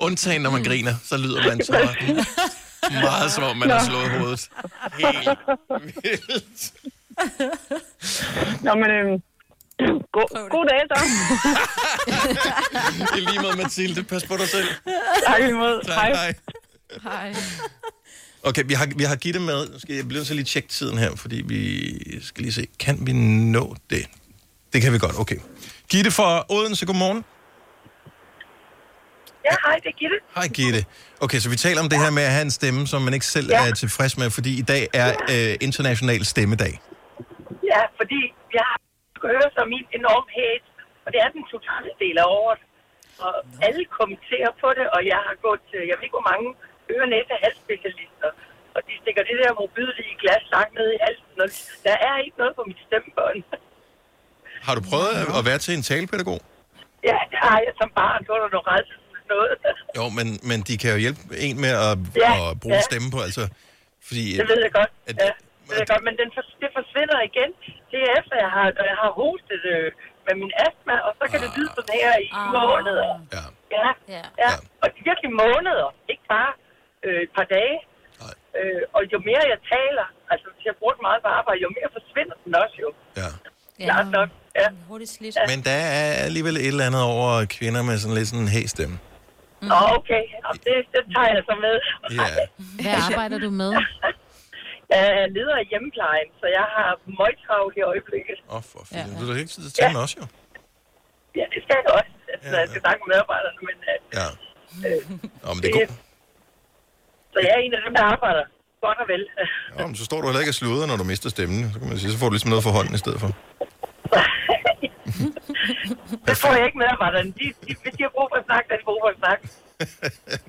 S1: Undtagen, når man griner, så lyder man så meget, som om man har
S10: Nå.
S1: slået hovedet.
S10: Nå, men øhm, god, god dag så.
S1: I lige måde, Mathilde. Pas på dig selv.
S10: Tak i måde.
S1: Tak,
S10: Hej.
S1: hej.
S6: Hej.
S1: Okay, vi har, vi har Gitte med. Nu skal jeg blive så lige tjekke tiden her, fordi vi skal lige se. Kan vi nå det? Det kan vi godt, okay. Gitte fra Odense, godmorgen.
S9: Ja, hej, det er Gitte.
S1: Hej Gitte. Okay, så vi taler om det her med at have en stemme, som man ikke selv ja. er tilfreds med, fordi i dag er øh, international stemmedag.
S9: Ja, fordi jeg har skøre som min enorm hate, og det er den totale del af året. Og alle kommenterer på det, og jeg har gået til, jeg ved ikke hvor mange øre, næse og halsspecialister, og de stikker det der mobilige glas langt ned i halsen, og der er ikke noget på mit stemmebånd.
S1: Har du prøvet at- at være til en talepædagog?
S9: Ja, det har jeg som barn, så var der noget redselsfuldt noget.
S1: Jo, men, men de kan jo hjælpe en med at,
S9: Ja,
S1: ja. at bruge
S9: ja.
S1: ja. stemme på, altså. Fordi,
S9: Det ved jeg godt. Ja, det ved jeg godt, men den for, det forsvinder igen. Det er efter, jeg har, når jeg har hostet øh, med min astma, og så kan det lyde sådan her i
S10: Ah.
S9: måneder.
S1: Ja.
S9: Ja, ja. ja. Og det er virkelig måneder, ikke bare øh, et par dage. Øh, og jo mere jeg taler, altså hvis jeg bruger den meget på arbejde, jo mere forsvinder den også jo.
S1: Ja.
S9: Klart nok. Ja.
S3: Hurtigt slidt.
S9: Ja.
S1: Men der er alligevel et eller andet over kvinder med sådan lidt sådan en hæs stemme.
S5: Mm.
S9: Nå, okay. Jamen, det, det tager jeg så med.
S1: Ja.
S5: Hvad arbejder du med?
S9: Jeg er leder af hjemmeplejen, så jeg har møgtravlt i øjeblikket.
S1: Åh, oh, for ja, Du har ikke tid til at tale med os, jo.
S9: Ja, det skal jeg også, altså, når jeg skal snakke med medarbejderne, men øh,
S1: Ja.
S9: øh,
S1: Nå, men det er godt.
S9: så jeg er en af dem, der arbejder godt og vel.
S1: Nå, men så står du heller ikke og sluder, når du mister stemmen. Så, kan man sige, så får du ligesom noget for hånden i stedet for.
S9: Det får jeg ikke medarbejderne. De, de, hvis de har brug for at snakke, så har de brug for at snakke.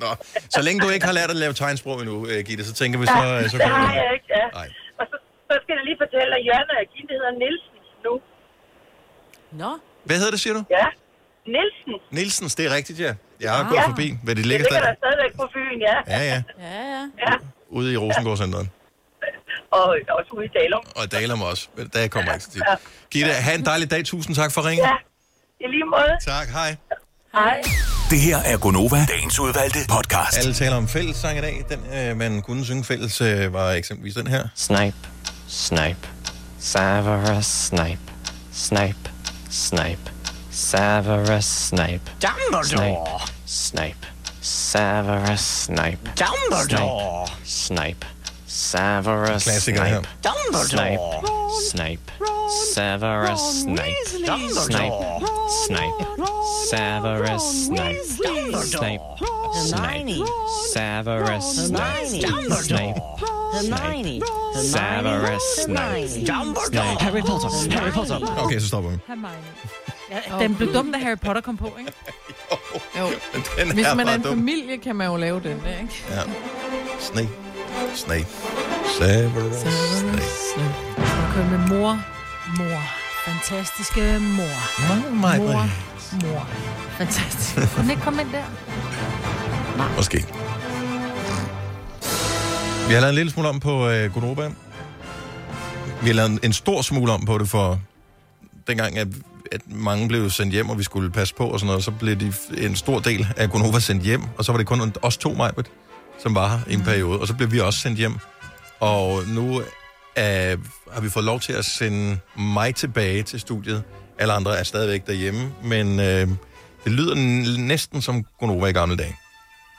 S1: Nå, så længe du ikke har lært at lave tegnsprog endnu, øh, Gitte, så tænker vi så...
S9: Ja,
S1: øh, så
S9: det
S1: går
S9: har
S1: det.
S9: jeg ikke, ja. Og så, så skal jeg lige fortælle, at Jørgen og Gitte hedder Nielsen nu.
S3: Nå.
S1: Hvad hedder det, siger du?
S9: Ja, Nielsen.
S1: Nielsens, det er rigtigt, ja. Jeg har gået
S9: Ja.
S1: forbi, hvad det
S9: Ah. Det
S1: ligger
S9: ligger
S1: stadig
S9: der stadigvæk på Fyn, ja.
S1: Ja, ja.
S9: Ja, ja. ja.
S1: ude i Rosengårdscenteret.
S9: Og også ude i Dalum.
S1: Og Dalum også, men der kommer jeg ikke så tit. Gitte, have en dejlig dag. Tusind tak for ringen.
S9: Ja, i lige måde.
S1: Tak, hej.
S9: Hej.
S24: Det her er Gonova, dagens udvalgte podcast.
S1: Alle taler om fællessang i dag. Den, øh, man kunne synge fælles, øh, var eksempelvis den her.
S25: Snipe, snipe, Severus Snipe, snipe, snipe, Severus Snipe.
S4: Dumbledore.
S25: Snipe, snipe, Severus Snipe.
S4: Dumbledore.
S25: Snipe, snipe, Severus
S1: Klassiker her.
S25: Snipe.
S4: Dumbledore.
S25: Snipe, snipe, Severus Snipe.
S4: Dumbledore.
S25: Snipe, snipe, Severus
S16: Oh,
S25: Snipe. Snipe, snipe, Severus Snipe. Snipe.
S4: Hermione.
S25: Severus Snape.
S4: Dumbledore.
S25: Snape.
S4: Harry Potter. Harry Potter.
S1: Okay, så stopper vi.
S5: Hermione. Ja, den blev dum, da Harry Potter kom på, ikke?
S6: Jo.
S1: Den
S6: Hvis
S1: er
S6: man er
S1: bare
S6: en
S1: dum.
S6: familie, kan man jo lave den, der, ikke?
S1: Ja. Snape. Snape. Severus Snape.
S5: Og køre med mor. Mor. Fantastiske mor.
S1: Nå, Maj-Brit.
S5: Mor. Mor. Fantastisk. Kunne den ikke komme ind der?
S1: Måske. Vi har lavet en lille smule om på øh, Gunnova. Vi har lavet en, en stor smule om på det for dengang, at, at mange blev sendt hjem, og vi skulle passe på og sådan noget, så blev de, en stor del af Gonova sendt hjem, og så var det kun os to, Majbert, som var her i en periode, og så blev vi også sendt hjem. Og nu øh, har vi fået lov til at sende mig tilbage til studiet. Alle andre er stadigvæk derhjemme, men øh, det lyder n- næsten som Gonova i gamle dage.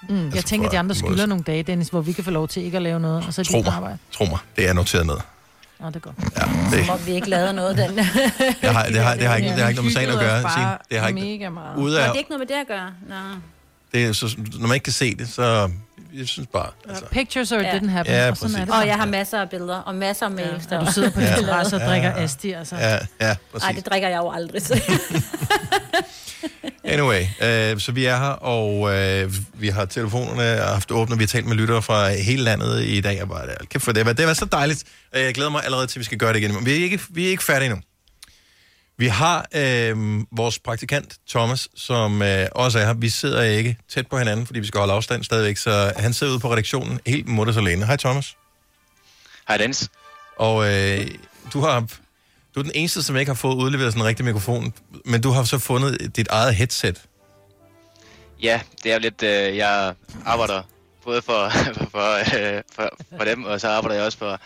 S5: Mm. Jeg tænker, at de andre
S1: for-
S5: skylder nogle dage, Dennis, hvor vi kan få lov til ikke at lave noget, og så er de
S1: Tro
S5: på
S1: mig,
S5: arbejde.
S1: tro mig, det er noteret ned.
S5: Nå, det er godt.
S3: Som om vi ikke lavede noget den.
S1: Det har, det har, det har, ikke, det har ikke noget med sagen at gøre.
S3: Hyggede os
S1: Signe.
S3: bare
S1: Det har ikke,
S3: mega meget.
S1: Ude
S3: Nå,
S1: af-
S3: det er ikke noget med det at gøre. Nå.
S1: det er, så, når man ikke kan se det, så... Jeg synes bare... Altså,
S5: Pictures or it
S3: Ja.
S5: didn't happen.
S1: Ja,
S5: og sådan er
S1: præcis.
S5: det.
S3: Og jeg har masser af billeder og masser af mails. Ja,
S5: og du sidder på
S1: Ja.
S5: din terrasse og
S1: Ja.
S5: drikker asti, altså.
S1: ja, ja, præcis.
S3: Nej, det drikker jeg jo aldrig. Så.
S1: Anyway, øh, så vi er her, og øh, vi har telefonerne haft åbne, og vi har talt med lyttere fra hele landet i dag. Og bare, ja, kæft for det, det har været så dejligt. Øh, Jeg glæder mig allerede til, at vi skal gøre det igen. Men vi er ikke, vi er ikke færdige endnu. Vi har øh, vores praktikant, Thomas, som øh, også er her. Vi sidder ikke tæt på hinanden, fordi vi skal holde afstand stadigvæk, så han sidder ude på redaktionen helt mutters alene. Hej, Thomas.
S7: Hej, Dennis.
S1: Og øh, du har... Du er den eneste, som ikke har fået udleveret sådan en rigtig mikrofon, men du har så fundet dit eget headset.
S7: Ja, det er lidt... Øh, jeg arbejder både for, for, øh, for, for dem, og så arbejder jeg også for,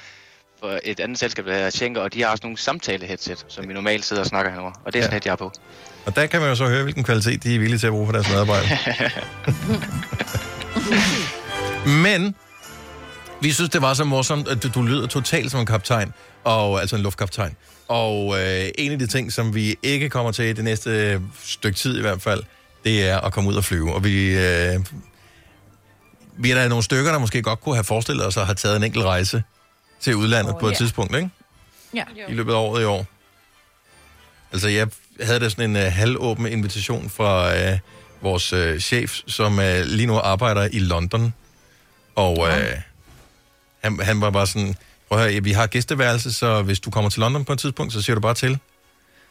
S7: for et andet selskab, der hedder Schenker, og de har også nogle samtale-headset, som vi normalt sidder og snakker henover. Og det er sådan et, jeg har på.
S1: Og der kan man jo så høre, hvilken kvalitet de er villige til at bruge for deres medarbejdere. Men vi synes, det var så morsomt, at du, du lyder totalt som en kaptajn, og, altså en luftkaptajn. Og øh, en af de ting, som vi ikke kommer til i det næste øh, stykke tid i hvert fald, det er at komme ud og flyve. Og vi, øh, vi er der nogle stykker, der måske godt kunne have forestillet os at have taget en enkelt rejse til udlandet oh, på et
S6: ja.
S1: tidspunkt, ikke?
S6: Ja.
S1: i løbet af året i år. Altså, jeg havde da sådan en uh, halvåben invitation fra uh, vores uh, chef, som uh, lige nu arbejder i London. Og uh, han, han var bare sådan, prøv at høre, vi har gæsteværelse, så hvis du kommer til London på et tidspunkt, så siger du bare til.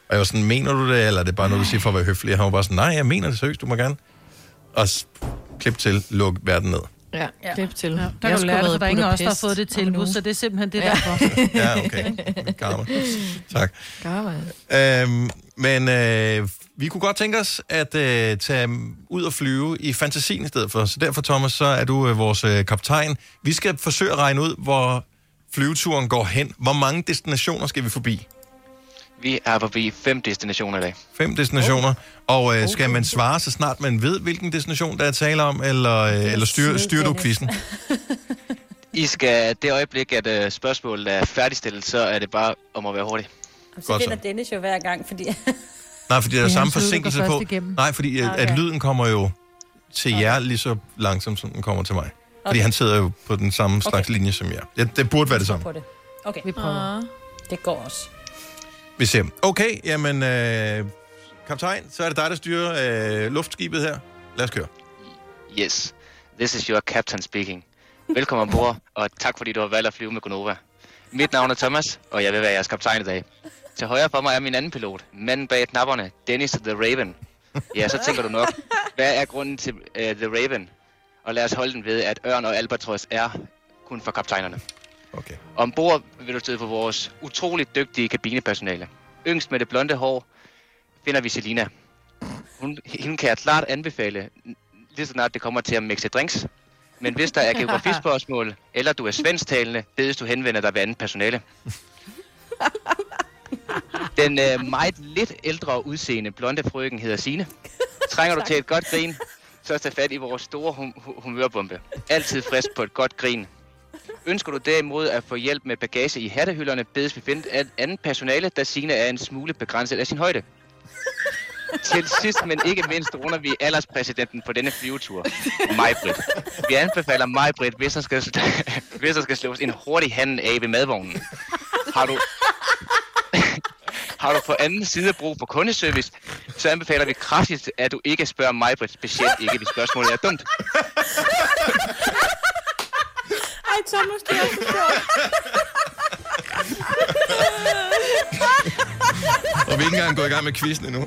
S1: Og jeg var sådan, mener du det, eller er det bare noget, du siger for at være høflig? Og han var bare sådan, nej, jeg mener det seriøst, du må gerne. Og s- klip til, luk verden ned.
S6: Ja, klip til. Ja,
S5: Der kan du lære det, for der er ingen af os, der har fået det tilbud, så det er simpelthen det, der for.
S1: Ja, okay. Karma. Tak.
S6: Karma.
S1: Øhm, men øh, vi kunne godt tænke os at øh, tage ud og flyve i fantasien i stedet for. Så derfor, Thomas, så er du øh, vores øh, kaptajn. Vi skal forsøge at regne ud, hvor flyveturen går hen. Hvor mange destinationer skal vi forbi?
S7: Vi er forbi fem destinationer i dag.
S1: Fem destinationer. Og øh, skal man svare, så snart man ved, hvilken destination, der er tale om, eller, øh, eller styrer, styrer du quizzen?
S7: I skal det øjeblik, at øh, spørgsmålet er færdigstillet, så er det bare om at være hurtig.
S3: Så finder Dennis jo hver gang, fordi...
S1: Nej, fordi der er
S7: Det er
S1: samme
S7: hans lyd, der går
S1: forsinkelse
S7: først
S1: på.
S7: igennem.
S1: Nej, fordi okay.
S3: Okay.
S1: at lyden kommer jo til jer lige så langsomt, som den kommer til mig. Fordi
S3: Okay.
S1: han sidder jo på den samme
S3: Okay.
S1: slags linje som jeg. Ja, det burde være det samme.
S3: på det. Okay. Vi
S5: Ah.
S3: prøver. Det går også.
S1: Vi ser. Okay, jamen, øh, kaptajn, så er det dig, der styrer øh, luftskibet her. Lad os køre.
S7: Yes, this is your captain speaking. Velkommen ombord, og tak fordi du har valgt at flyve med Gonova. Mit navn er Thomas, og jeg vil være jeres kaptajn i dag. Til højre for mig er min anden pilot, manden bag knapperne, Dennis the Raven. Ja, så tænker du nok, hvad er grunden til uh, The Raven? Og lad os holde den ved, at Ørn og Albatros er kun for kaptajnerne.
S1: Okay.
S7: Ombord vil du støde på vores utroligt dygtige kabinepersonale. Yngst med det blonde hår finder vi Selina. Hun, hende kan jeg klart anbefale, lige så snart det kommer til at mixe drinks. Men hvis der er geografispørgsmål, eller du er svensktalende, bedes du henvender dig ved andet personale. Den øh, meget lidt ældre udseende blonde frøken hedder Sine. Trænger du til et godt grin, så tag fat i vores store hum- hu- humørbombe. Altid frisk på et godt grin. Ønsker du derimod at få hjælp med bagage i hattehylderne, bedes vi finde et andet personale, da Sine er en smule begrænset af sin højde. Til sidst, men ikke mindst, runder vi alderspræsidenten på denne flyvetur. Majbrit. Vi anbefaler Majbrit, hvis der skal, hvis der skal slås en hurtig handen af ved madvognen. Har du, har du på anden side brug for kundeservice, så anbefaler vi kraftigt, at du ikke spørger Majbrit, specielt ikke, hvis spørgsmålet er dumt.
S26: Ej, Thomas, det er så sjovt.
S1: Og vi er ikke engang gået i gang med quizzen endnu.
S26: Ej,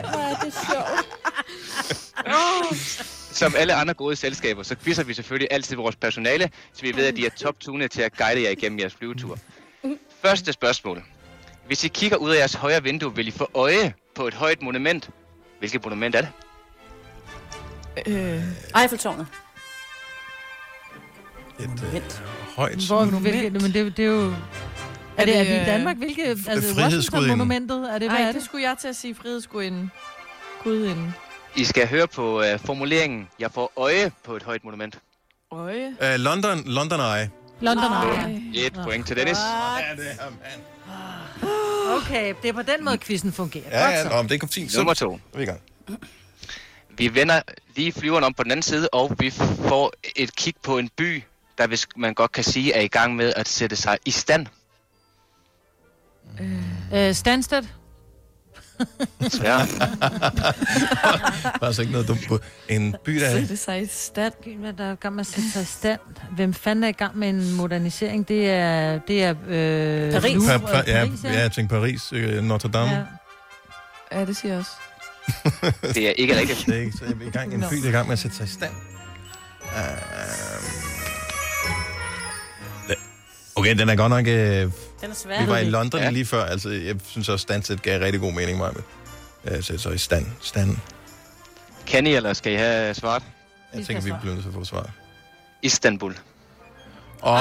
S26: hvor er det sjovt.
S7: Som alle andre gode selskaber, så quizzer vi selvfølgelig altid vores personale, så vi ved, at de er toptunede til at guide jer igennem jeres flyvetur. Første spørgsmål. Hvis I kigger ud af jeres højre vindue, vil I få øje på et højt monument. Hvilket monument er det?
S3: Øh. Eiffeltårnet.
S1: Højt.
S5: Hvor, hvilke, men det, det er jo... Er det, er vi i
S6: øh,
S5: Danmark? Hvilke, altså
S1: frihedsgudinden.
S5: Washington-monumentet? Er det, hvad
S6: Ej,
S5: er
S6: ligesom det
S5: det?
S6: skulle jeg til at sige frihedsgudinden. Gudinden.
S7: I skal høre på øh, formuleringen, jeg får øje på et højt monument.
S6: Øje.
S1: Øh, London, London Eye.
S5: London Eye.
S7: Et point til Dennis.
S5: Ah. Okay, det er på den måde, quizzen fungerer.
S7: Ja, ja,
S5: Godt så.
S7: nå, men det er fint.
S5: Så-
S7: Nummer to.
S1: Vi er i gang.
S7: Vi vender lige flyveren om på den anden side, og vi får et kig på en by, der hvis man godt kan sige er i gang med at sætte sig i stand.
S5: Øh, Stansted.
S7: Ja.
S1: Der er altså ikke noget dumt på en by, der er...
S5: sig i stand. Hvad der er i gang med at sætte sig i stand? Hvem fanden er i gang med en modernisering? Det er... Det er øh, Louvre,
S1: Pa- pa- ja,
S5: Paris,
S1: ja, jeg tænkte Paris, øh, Notre Dame.
S5: Ja.
S6: Ja, det siger jeg også.
S7: Det er ikke rigtigt.
S1: Det er ikke, så er vi i gang, en by, der er i gang med at sætte sig i stand. Uh, okay, den er godt nok... Øh,
S3: Den er svær.
S1: vi var i London ja.
S3: Ja.
S1: lige før, altså jeg synes også, standset gav rigtig god mening, mig. Øh, sætte sig i stand. stand.
S7: Kan I, eller skal I have svaret?
S1: Jeg tænker, vi bliver nødt til at få svaret.
S7: Istanbul.
S1: Åh,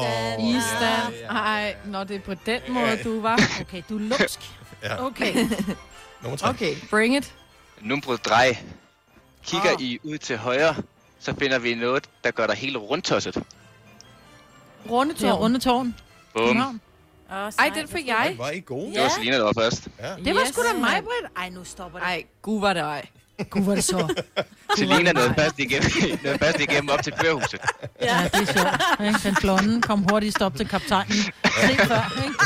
S1: oh,
S6: Island. Ej, når det er på den måde, du var.
S5: Okay, du er lumsk.
S1: Ja.
S6: Okay.
S1: Nummer tre.
S6: Okay, bring it.
S7: Nummer drej. Kigger oh. I ud til højre, så finder vi noget, der gør dig helt rundtosset.
S5: Rundetårn. Ja, Rundetårn.
S7: Bum.
S6: Ej, den fik jeg.
S1: Var I gode?
S7: Det var Selina, der var først.
S1: Ja.
S5: Det var sgu da mig, Britt. Ej, nu stopper det. Ej,
S6: gud var det ej.
S5: Gud var det så.
S7: Selina nåede først igennem, nåede først igennem op til førhuset.
S5: Ja, det er sjovt. ikke? Den blonde kom hurtigt op til kaptajnen. Se før, ikke?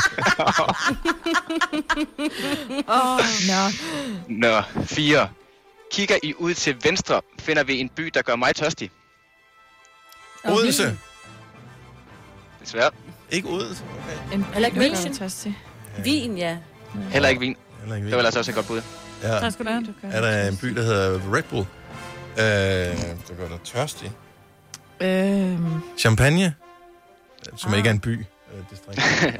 S6: Åh,
S5: nå.
S7: Nå, 4. Kigger I ud til venstre, finder vi en by, der gør mig tørstig.
S1: Odense.
S7: Desværre.
S1: Ikke Odense.
S6: En
S3: Heller ikke
S6: München.
S3: München. Wien, ja.
S7: Heller ikke vin.
S1: Heller ikke vin.
S7: Det var ellers også et godt bud.
S1: Ja.
S3: Tak skal du have.
S1: Er der en by, der hedder Red Bull? Øh, der gør dig tørstig.
S6: Øhm,
S1: Champagne, øh, som ikke er en by. Øh, distrikt.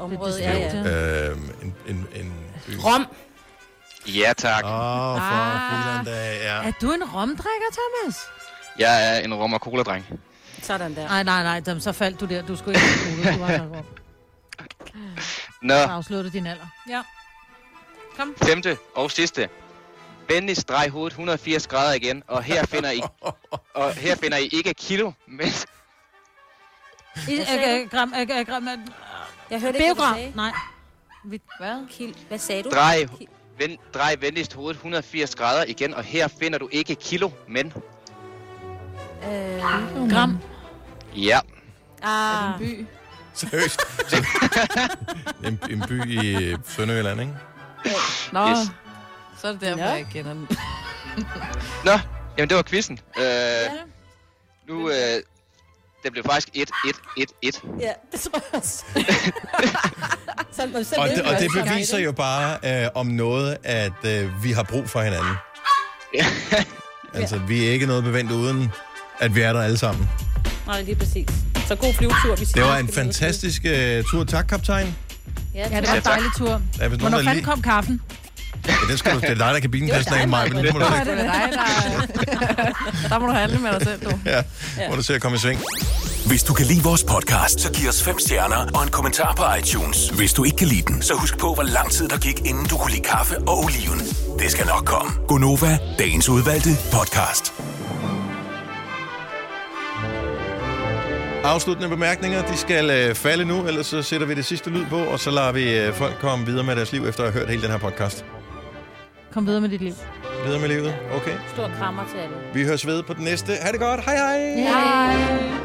S3: Området, ja, ja.
S1: Øh, en, en, en by.
S3: Rom.
S7: Ja, tak.
S1: Åh, oh, for
S5: Ah.
S1: filan da, ja.
S5: Er du en romdrikker, Thomas?
S7: Jeg er en rom og cola-dreng.
S3: Sådan der.
S5: Nej, nej, nej, dem, så faldt du der. Du skulle ikke have cola. Du var nok rom.
S7: Nå,
S5: Så afslørte din alder. Ja. Kom.
S7: femte og sidste. Venlig streg hovedet 180 grader igen, og her finder I, og her finder I ikke kilo, men
S5: I,
S3: Hvad sagde
S5: øh, øh, gram, øh, øh, gram, øh,
S3: Jeg hørte ikke,
S5: Biogram.
S3: hvad du
S5: Nej.
S3: Hvad? Kild. Hvad sagde du?
S7: drej, ven, drej venligst hovedet 180 grader igen, og her finder du ikke kilo, men
S3: Øh,
S5: gram.
S7: ja.
S3: Ah.
S6: by.
S1: Seriøst. en, en by i øh, Sønderjylland, ikke?
S6: Nå,
S7: Yes.
S6: så er det derfor,
S7: Nå.
S6: jeg ikke kender den.
S7: Nå, jamen det var quizzen. Øh, nu, øh, det blev faktisk 1, 1, 1, 1.
S3: Ja, det tror jeg også. Sådan, men så
S1: Og
S3: ved
S1: det,
S3: vi
S1: og
S3: også,
S1: det
S3: at der er
S1: beviser
S3: et,
S1: jo
S3: ikke?
S1: bare øh, om noget, at øh, vi har brug for hinanden. altså, vi er ikke noget bevendt uden, at vi er der alle sammen.
S3: Nej, lige præcis. Så god flyvetur. Vi ses.
S1: Det var en fantastisk øh, tur. Tak, kaptajn.
S3: Ja,
S5: Ja, det var en
S1: tak.
S5: dejlig tur.
S1: Ja, hvis nogen,
S5: Hvornår
S1: der
S5: fanden
S1: lige-
S5: kom kaffen?
S1: Ja, den skal du, det er dig, der kan bilenkassen af mig, men nu må du
S6: Nej,
S1: se,
S6: det er dig, der... Der må du handle med dig selv, du.
S1: ja, må du se at komme i sving.
S8: Hvis du kan lide vores podcast, så giv os fem stjerner og en kommentar på iTunes. Hvis du ikke kan lide den, så husk på, hvor lang tid der gik, inden du kunne lide kaffe og oliven. Det skal nok komme.
S19: Gonova,
S8: Dagens udvalgte podcast.
S1: Afsluttende bemærkninger, de skal øh, falde nu, ellers så sætter vi det sidste lyd på, og så lader vi øh, folk komme videre med deres liv, efter at have hørt hele den her podcast.
S5: Kom videre med dit liv.
S1: Videre med livet, okay?
S3: Stor krammer til alle.
S1: Vi høres ved på den næste. Ha' det godt, hej hej!
S3: Hej.